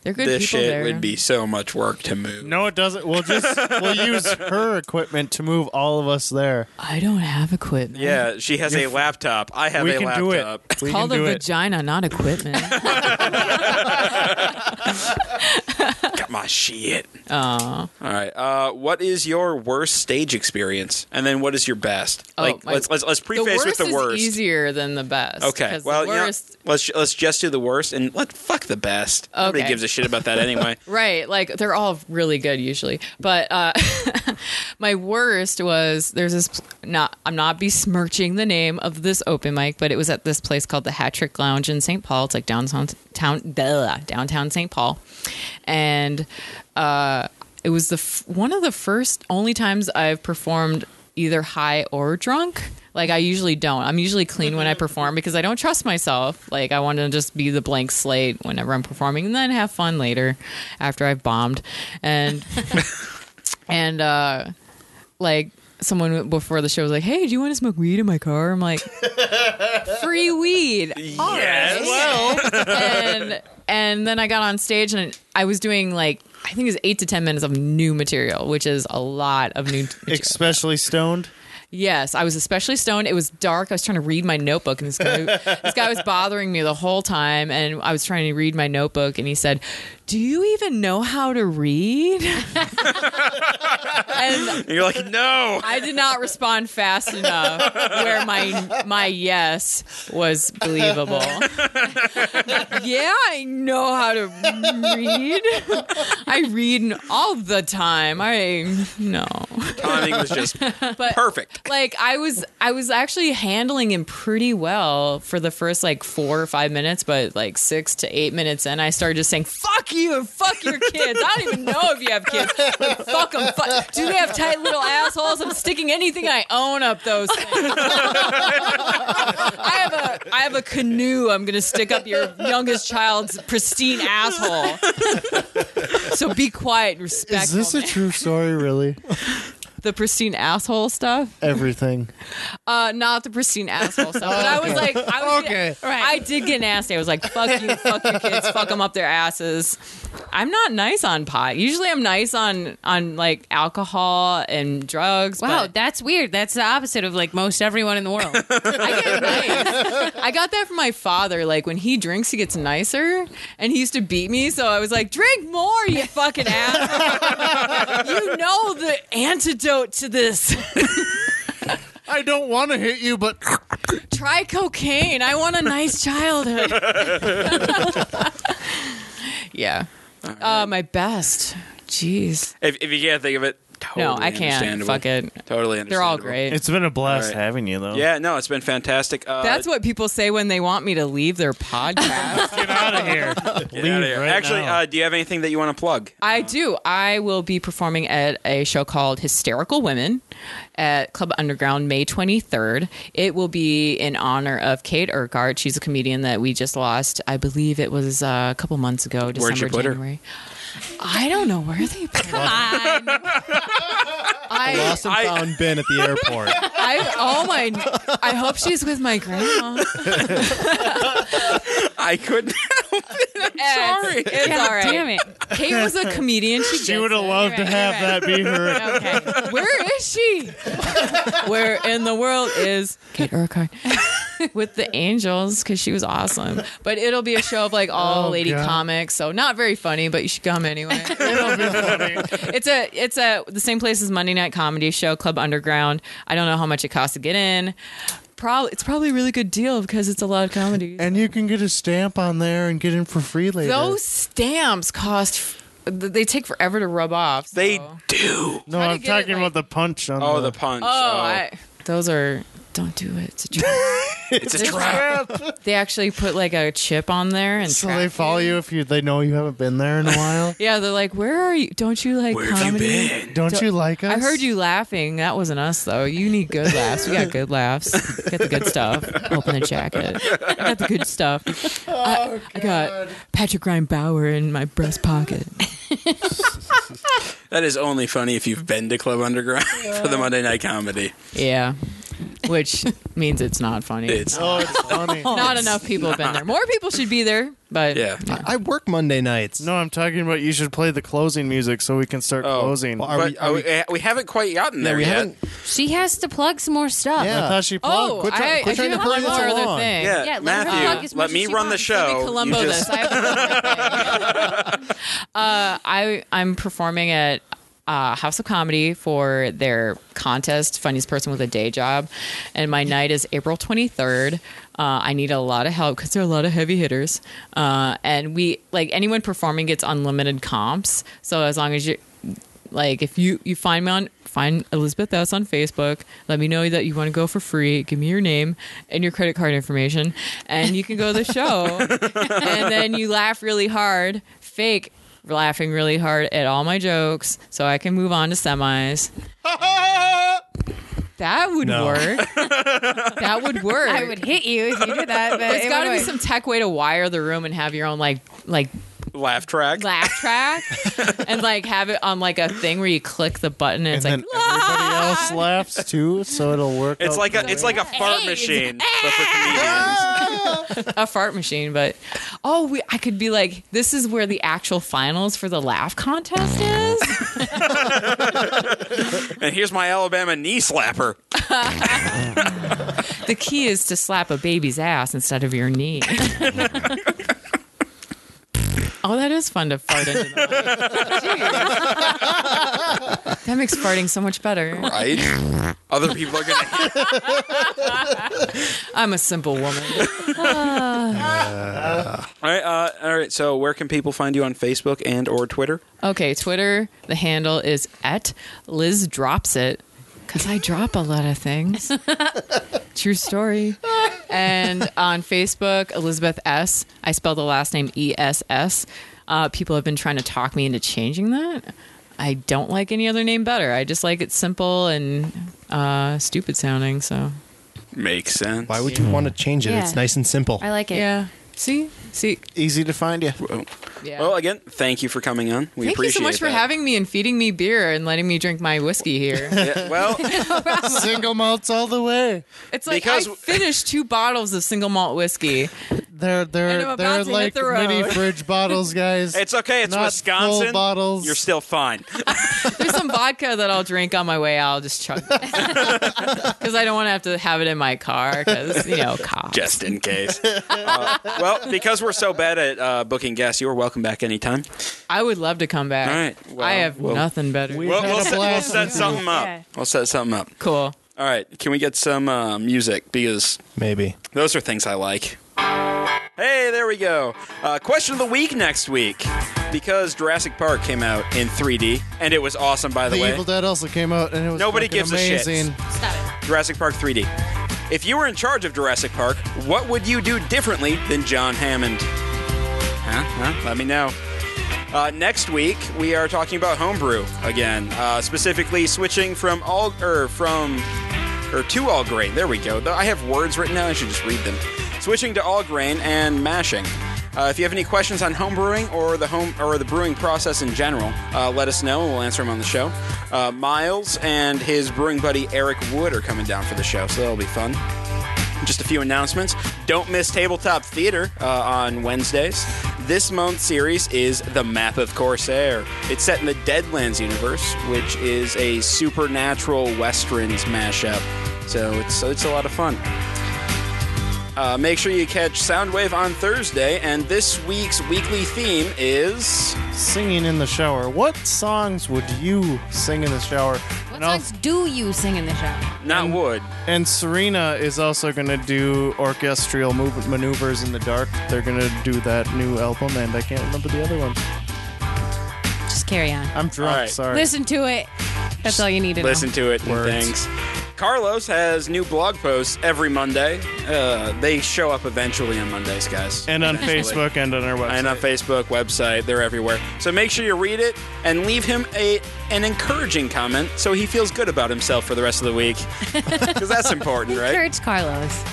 Speaker 7: They're good
Speaker 1: This
Speaker 7: people
Speaker 1: shit
Speaker 7: there.
Speaker 1: would be so much work to move.
Speaker 6: No, it doesn't. We'll just
Speaker 1: *laughs*
Speaker 6: we'll use her equipment to move all of us there.
Speaker 7: I don't have equipment.
Speaker 1: Yeah, she has a laptop. I have
Speaker 6: we
Speaker 1: a
Speaker 6: can do it.
Speaker 1: laptop. *laughs*
Speaker 6: We
Speaker 7: Called
Speaker 6: can
Speaker 7: a
Speaker 6: do it.
Speaker 7: vagina, not equipment.
Speaker 6: *laughs*
Speaker 1: got my shit.
Speaker 7: Oh.
Speaker 1: All right. Uh, what is your worst stage experience, and then what is your best?
Speaker 7: Oh,
Speaker 1: like,
Speaker 7: my-
Speaker 1: let's, let's let's
Speaker 7: the
Speaker 1: preface
Speaker 7: worst
Speaker 1: with the
Speaker 7: is
Speaker 1: worst.
Speaker 7: easier than the best.
Speaker 1: Okay.
Speaker 7: 'cause
Speaker 1: Well,
Speaker 7: the
Speaker 1: you know,
Speaker 7: worst,
Speaker 1: let's let's just do the worst and let fuck the best. Nobody
Speaker 7: Okay.
Speaker 1: gives a shit about that
Speaker 7: *laughs*
Speaker 1: anyway.
Speaker 7: right? Like they're all really good usually, but uh, my worst was there's this. pl- Not I'm not besmirching the name of this open mic, but it was at this place called the Hat Trick Lounge in St. Paul. It's like downtown town duh, downtown St. Paul, and uh, it was the f- one of the first only times I've performed either high or drunk. Like I usually don't. I'm usually clean when I perform because I don't trust myself. Like I want to just be the blank slate whenever I'm performing and then have fun later after I've bombed. And and uh like someone before the show was like, "Hey, do you want to smoke weed in my car?" I'm like, "Free weed." All right. and and then I got on stage and I was doing like I think it was 8 to 10 minutes of new material, which is a lot of new material.
Speaker 6: Especially stoned.
Speaker 7: Yes, I was especially stoned. It was dark. I was trying to read my notebook, and this guy, this guy was bothering me the whole time. And I was trying to read my notebook, and he said, "Do you even know how to read?" *laughs* and
Speaker 1: And you're like, no.
Speaker 7: *laughs* I did not respond fast enough, where my my yes was believable. *laughs* yeah, I know how to read. *laughs* I read all the time. I no
Speaker 1: Timing was just
Speaker 7: *laughs* but
Speaker 1: Perfect.
Speaker 7: Like I was, I was actually handling him pretty well for the first like four or five minutes, but like six to eight minutes in, I started just saying "fuck you" and "fuck your kids." I don't even know if you have kids. But fuck them. Fuck. Do they have tight little assholes? I'm sticking anything I own up those. Things. I have a, I have a canoe. I'm gonna stick up your youngest child's pristine asshole. so be quiet and
Speaker 3: *laughs*
Speaker 7: respectful.
Speaker 6: true story, really?
Speaker 7: the pristine asshole stuff.
Speaker 6: Everything.
Speaker 7: Uh, not the pristine asshole stuff. But I was like, I was okay, right. I did get nasty. I was like, fuck you, fuck your kids, fuck them up their asses. I'm not nice on pot. Usually, I'm nice on on like alcohol and drugs.
Speaker 3: Wow,
Speaker 7: but
Speaker 3: that's weird. That's the opposite of like most everyone in the
Speaker 6: *laughs*
Speaker 3: world.
Speaker 7: *laughs* I got that from my father. Like when he drinks, he gets nicer, and he used to beat me. So I was like, drink more, you fucking ass. *laughs* you know the antidote to this.
Speaker 6: I don't want to hit you, but
Speaker 7: Try cocaine. I want a nice
Speaker 1: *laughs*
Speaker 7: childhood. yeah. Uh, my best. Jeez.
Speaker 1: If, if you can't think of it, totally
Speaker 7: No, I can't.
Speaker 1: understandable.
Speaker 7: Fuck it.
Speaker 1: Totally understandable.
Speaker 7: They're all great.
Speaker 6: it's been a blast
Speaker 1: All right.
Speaker 6: having you, though.
Speaker 1: Yeah, no, it's been fantastic. Uh,
Speaker 7: That's what people say when they want me to
Speaker 1: *laughs*
Speaker 7: leave their podcast.
Speaker 6: Out of here.
Speaker 1: get outta here.
Speaker 6: right
Speaker 1: Actually,
Speaker 6: now.
Speaker 1: uh, do you have anything that you want to plug?
Speaker 7: I do. I will be performing at a show called Hysterical Women at Club Underground May 23rd. It will be in honor of Kate Urquhart. She's a comedian that we just lost. I believe it was uh, a couple months ago, December,
Speaker 1: Where'd you put her?
Speaker 7: January. I don't know where they put her.
Speaker 3: Come on.
Speaker 7: I,
Speaker 8: Lost and found Ben at *laughs* the airport.
Speaker 7: I, oh my, I hope she's with my grandma.
Speaker 1: I couldn't.
Speaker 7: Sorry. It's, it's all right.
Speaker 3: Damn it.
Speaker 7: Kate was a comedian. She,
Speaker 6: She would have loved to
Speaker 3: You're right,
Speaker 6: have
Speaker 3: you're
Speaker 6: that be her.
Speaker 7: Okay. *laughs* Where is she? *laughs* Where in the world is Kate Urquhart *laughs* with the angels? Because she was awesome. But it'll be a show of like all
Speaker 6: Oh,
Speaker 7: lady
Speaker 6: God.
Speaker 7: comics, so not very funny, but you should
Speaker 6: *laughs*
Speaker 7: come anyway. it's a it's a the same place as Monday Night Comedy Show Club Underground. I don't know how much it costs to get in. Probably it's probably a really good deal because it's a lot of comedy.
Speaker 6: And you can get a stamp on there and get in for free later.
Speaker 7: Those stamps cost. They take forever to rub off. so- *laughs*
Speaker 1: They do.
Speaker 6: no,
Speaker 7: How do
Speaker 6: I'm
Speaker 7: you get it,
Speaker 6: talking
Speaker 7: like-
Speaker 6: about the punch on
Speaker 1: Oh,
Speaker 6: the,
Speaker 1: the punch.
Speaker 7: Oh, I, those are. Don't do it. It's a trap.
Speaker 1: it's a trap.
Speaker 8: *laughs*
Speaker 7: They actually put like a chip on there and
Speaker 6: So
Speaker 7: track
Speaker 6: they
Speaker 7: you.
Speaker 6: follow you if you they know you haven't been there in a
Speaker 7: *laughs*
Speaker 6: while.
Speaker 7: Yeah, they're like, "Where are you? Don't you like
Speaker 1: Where
Speaker 7: comedy?"
Speaker 1: have you been?
Speaker 6: Don't
Speaker 7: Don't-
Speaker 6: you like us?
Speaker 7: I heard you laughing. That wasn't us though. You need good laughs. We got good laughs. Get the good stuff. Open the jacket. I got the good stuff. I,
Speaker 8: Oh,
Speaker 7: I got Patrick Ryan Bauer in my breast pocket.
Speaker 1: That is only funny if you've been to Club Underground *laughs* for the Monday Night Comedy.
Speaker 7: Yeah, which means it's not funny.
Speaker 1: It's
Speaker 6: Oh,
Speaker 7: *laughs*
Speaker 6: it's funny.
Speaker 7: not enough people have been there. More people should be there, but
Speaker 1: yeah.
Speaker 8: I work Monday nights.
Speaker 6: No, I'm talking about you should play the closing music so we can start
Speaker 1: Oh.
Speaker 6: closing.
Speaker 8: Well,
Speaker 1: But
Speaker 8: are we- are
Speaker 1: uh,
Speaker 8: we-
Speaker 1: we, we haven't quite gotten there
Speaker 8: we
Speaker 1: yet.
Speaker 8: haven't.
Speaker 3: She has to plug some more stuff.
Speaker 6: I
Speaker 8: Yeah.
Speaker 6: thought she
Speaker 7: Oh,
Speaker 6: plugged.
Speaker 8: Quit try-
Speaker 7: I,
Speaker 8: quit
Speaker 7: I
Speaker 8: trying
Speaker 7: do
Speaker 8: to
Speaker 7: have
Speaker 8: hurry
Speaker 7: one
Speaker 8: this
Speaker 7: more other
Speaker 8: along.
Speaker 7: thing.
Speaker 1: Yeah,
Speaker 3: Yeah, let her plug
Speaker 1: Matthew,
Speaker 3: as much
Speaker 1: let
Speaker 3: as
Speaker 1: me
Speaker 3: she
Speaker 1: run the
Speaker 3: wants. Let me
Speaker 1: show. You
Speaker 7: Columbo
Speaker 1: just-
Speaker 7: this. I have
Speaker 1: *laughs*
Speaker 7: uh, I I'm performing at uh, House of Comedy for their contest, funniest person with a day job, and my night is April 23rd. Uh, I need a lot of help because there are a lot of heavy hitters, uh, and we like anyone performing gets unlimited comps. So as long as you like if you you find me on find elizabeth s on facebook let me know that you want to go for free give me your name and your credit card information and you can go to the show and then you laugh really hard fake laughing really hard at all my jokes so i can move on to semis that would
Speaker 8: No.
Speaker 7: work that would work
Speaker 3: I would hit you if you did that, but
Speaker 7: there's
Speaker 3: it
Speaker 7: got to be
Speaker 3: would-
Speaker 7: some tech way to wire the room and have your own like like
Speaker 1: Laugh track.
Speaker 7: laugh track and like have it on like a thing where you click the button
Speaker 6: And
Speaker 7: and, it's
Speaker 6: then
Speaker 7: like "Ah!"
Speaker 6: everybody else laughs too, so it'll work.
Speaker 1: It's
Speaker 6: out
Speaker 1: like a it's like a fart machine, but for comedians.
Speaker 7: a fart machine, but oh, we, I could be like, this is where the actual finals for the laugh contest is.
Speaker 1: and here's my Alabama knee slapper.
Speaker 7: the key is to slap a baby's ass instead of your knee.
Speaker 6: *laughs*
Speaker 7: oh, that is fun to fart
Speaker 6: *laughs*
Speaker 7: into. The mic. Jeez. that makes farting so much better.
Speaker 1: Right? Other people are gonna.
Speaker 7: I'm a simple woman.
Speaker 1: All right. Uh, all right. So where can people find you on Facebook and or Twitter?
Speaker 7: Okay, Twitter. The handle is at Liz drops it because I drop a lot of things. True story. And on Facebook, Elizabeth S. I spell the last name E S S. Uh, people have been trying to talk me into changing that. I don't like any other name better. I just like it simple and uh, stupid sounding. So
Speaker 1: Makes sense.
Speaker 8: Why would you want to change it?
Speaker 3: Yeah.
Speaker 8: It's nice and simple.
Speaker 3: I like it.
Speaker 7: yeah, See, see.
Speaker 6: Easy to
Speaker 1: *laughs*
Speaker 6: find you.
Speaker 7: Yeah.
Speaker 1: Well, again, thank you for coming on. We
Speaker 7: Thank you
Speaker 1: appreciate
Speaker 7: so much for
Speaker 1: that.
Speaker 7: having me and feeding me beer and letting me drink my whiskey here.
Speaker 1: Yeah, well,
Speaker 6: single malts all the way.
Speaker 7: It's like
Speaker 1: Because- *laughs*
Speaker 7: I finished two bottles of single malt whiskey.
Speaker 6: They're
Speaker 7: And I'm
Speaker 6: they're
Speaker 7: about
Speaker 6: they're
Speaker 7: to hit
Speaker 6: like
Speaker 7: the road.
Speaker 6: mini fridge bottles,
Speaker 1: *laughs*
Speaker 6: guys.
Speaker 1: It's okay. It's
Speaker 6: Not
Speaker 1: Wisconsin.
Speaker 6: full bottles.
Speaker 1: You're still fine. *laughs*
Speaker 7: There's some vodka that I'll drink on my way out. I'll just chug *laughs* because I don't want to have to have it in my car because you know cops.
Speaker 1: just in case.
Speaker 6: *laughs*
Speaker 1: Uh, well, because we're so bad at uh, booking guests, you are welcome back anytime.
Speaker 7: I would love to come back.
Speaker 1: All right, well,
Speaker 7: I have
Speaker 1: well-
Speaker 7: nothing better.
Speaker 6: We-
Speaker 1: We'll,
Speaker 6: had
Speaker 1: we'll
Speaker 6: a
Speaker 1: set, we'll
Speaker 6: blast
Speaker 1: set
Speaker 6: with
Speaker 1: something up.
Speaker 3: Yeah.
Speaker 1: We'll set something up.
Speaker 7: cool.
Speaker 1: All right, can we get some uh, music? Because
Speaker 8: Maybe.
Speaker 1: those are things I like. Hey, there we go. Uh, question of the week next week. Because Jurassic Park came out in 3D, and it was awesome, by the,
Speaker 6: the
Speaker 1: way.
Speaker 6: Evil Dead also came out, and it was
Speaker 1: Nobody
Speaker 6: fucking
Speaker 1: gives a shit.
Speaker 6: amazing.
Speaker 3: Stop
Speaker 1: Jurassic Park 3D. If you were in charge of Jurassic Park, what would you do differently than John Hammond? Huh? huh? Let me know. Uh, next week we are talking about homebrew again, uh, specifically switching from all or from or to all grain. There we go. Though I have words written down. I should just read them. Switching to all grain and mashing. Uh, if you have any questions on homebrewing or the home or the brewing process in general, uh, let us know and we'll answer them on the show. Uh, Miles and his brewing buddy Eric Wood are coming down for the show, so that'll be fun. Just a few announcements. Don't miss Tabletop Theater uh, on Wednesdays. This month's series is The Map of Corsair. It's set in the Deadlands universe, which is a supernatural westerns mashup. So it's it's a lot of fun. Uh, make sure you catch Soundwave on Thursday, and this week's weekly theme is
Speaker 6: Singing in the shower. What songs would you sing in the shower?
Speaker 3: What
Speaker 6: and, I'll-
Speaker 3: songs do you sing in the shower?
Speaker 1: not wood.
Speaker 6: and Serena is also gonna do orchestral move- maneuvers in the dark. They're gonna do that new album, and I can't remember the other one.
Speaker 3: Just carry on.
Speaker 6: I'm drunk.
Speaker 1: All right.
Speaker 6: Sorry.
Speaker 3: Listen to it. That's all you need to
Speaker 1: Listen
Speaker 3: know.
Speaker 1: to it. and
Speaker 6: Words.
Speaker 1: Thanks. Carlos has new blog posts every Monday. Uh, they show up eventually on Mondays, guys.
Speaker 6: and on
Speaker 1: Eventually.
Speaker 6: Facebook and on our website.
Speaker 1: and on Facebook, website, they're everywhere. So make sure you read it and leave him a an encouraging comment so he feels good about himself for the rest of the week. *laughs* Because that's important, right?
Speaker 3: Encourage Carlos.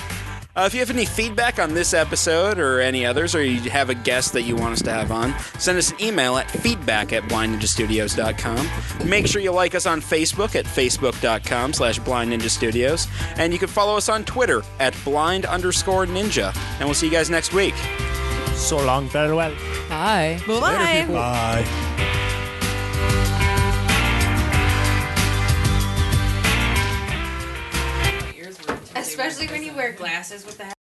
Speaker 1: Uh, if you have any feedback on this episode or any others, or you have a guest that you want us to have on, send us an email at feedback at blindninjastudios.com. Make sure you like us on Facebook at facebook.com slash blind ninja studios. And you can follow us on Twitter at blind underscore ninja. And we'll see you guys next week.
Speaker 6: so long, farewell.
Speaker 7: Hi.
Speaker 3: Bye.
Speaker 8: Bye.
Speaker 3: Especially when you wear glasses with the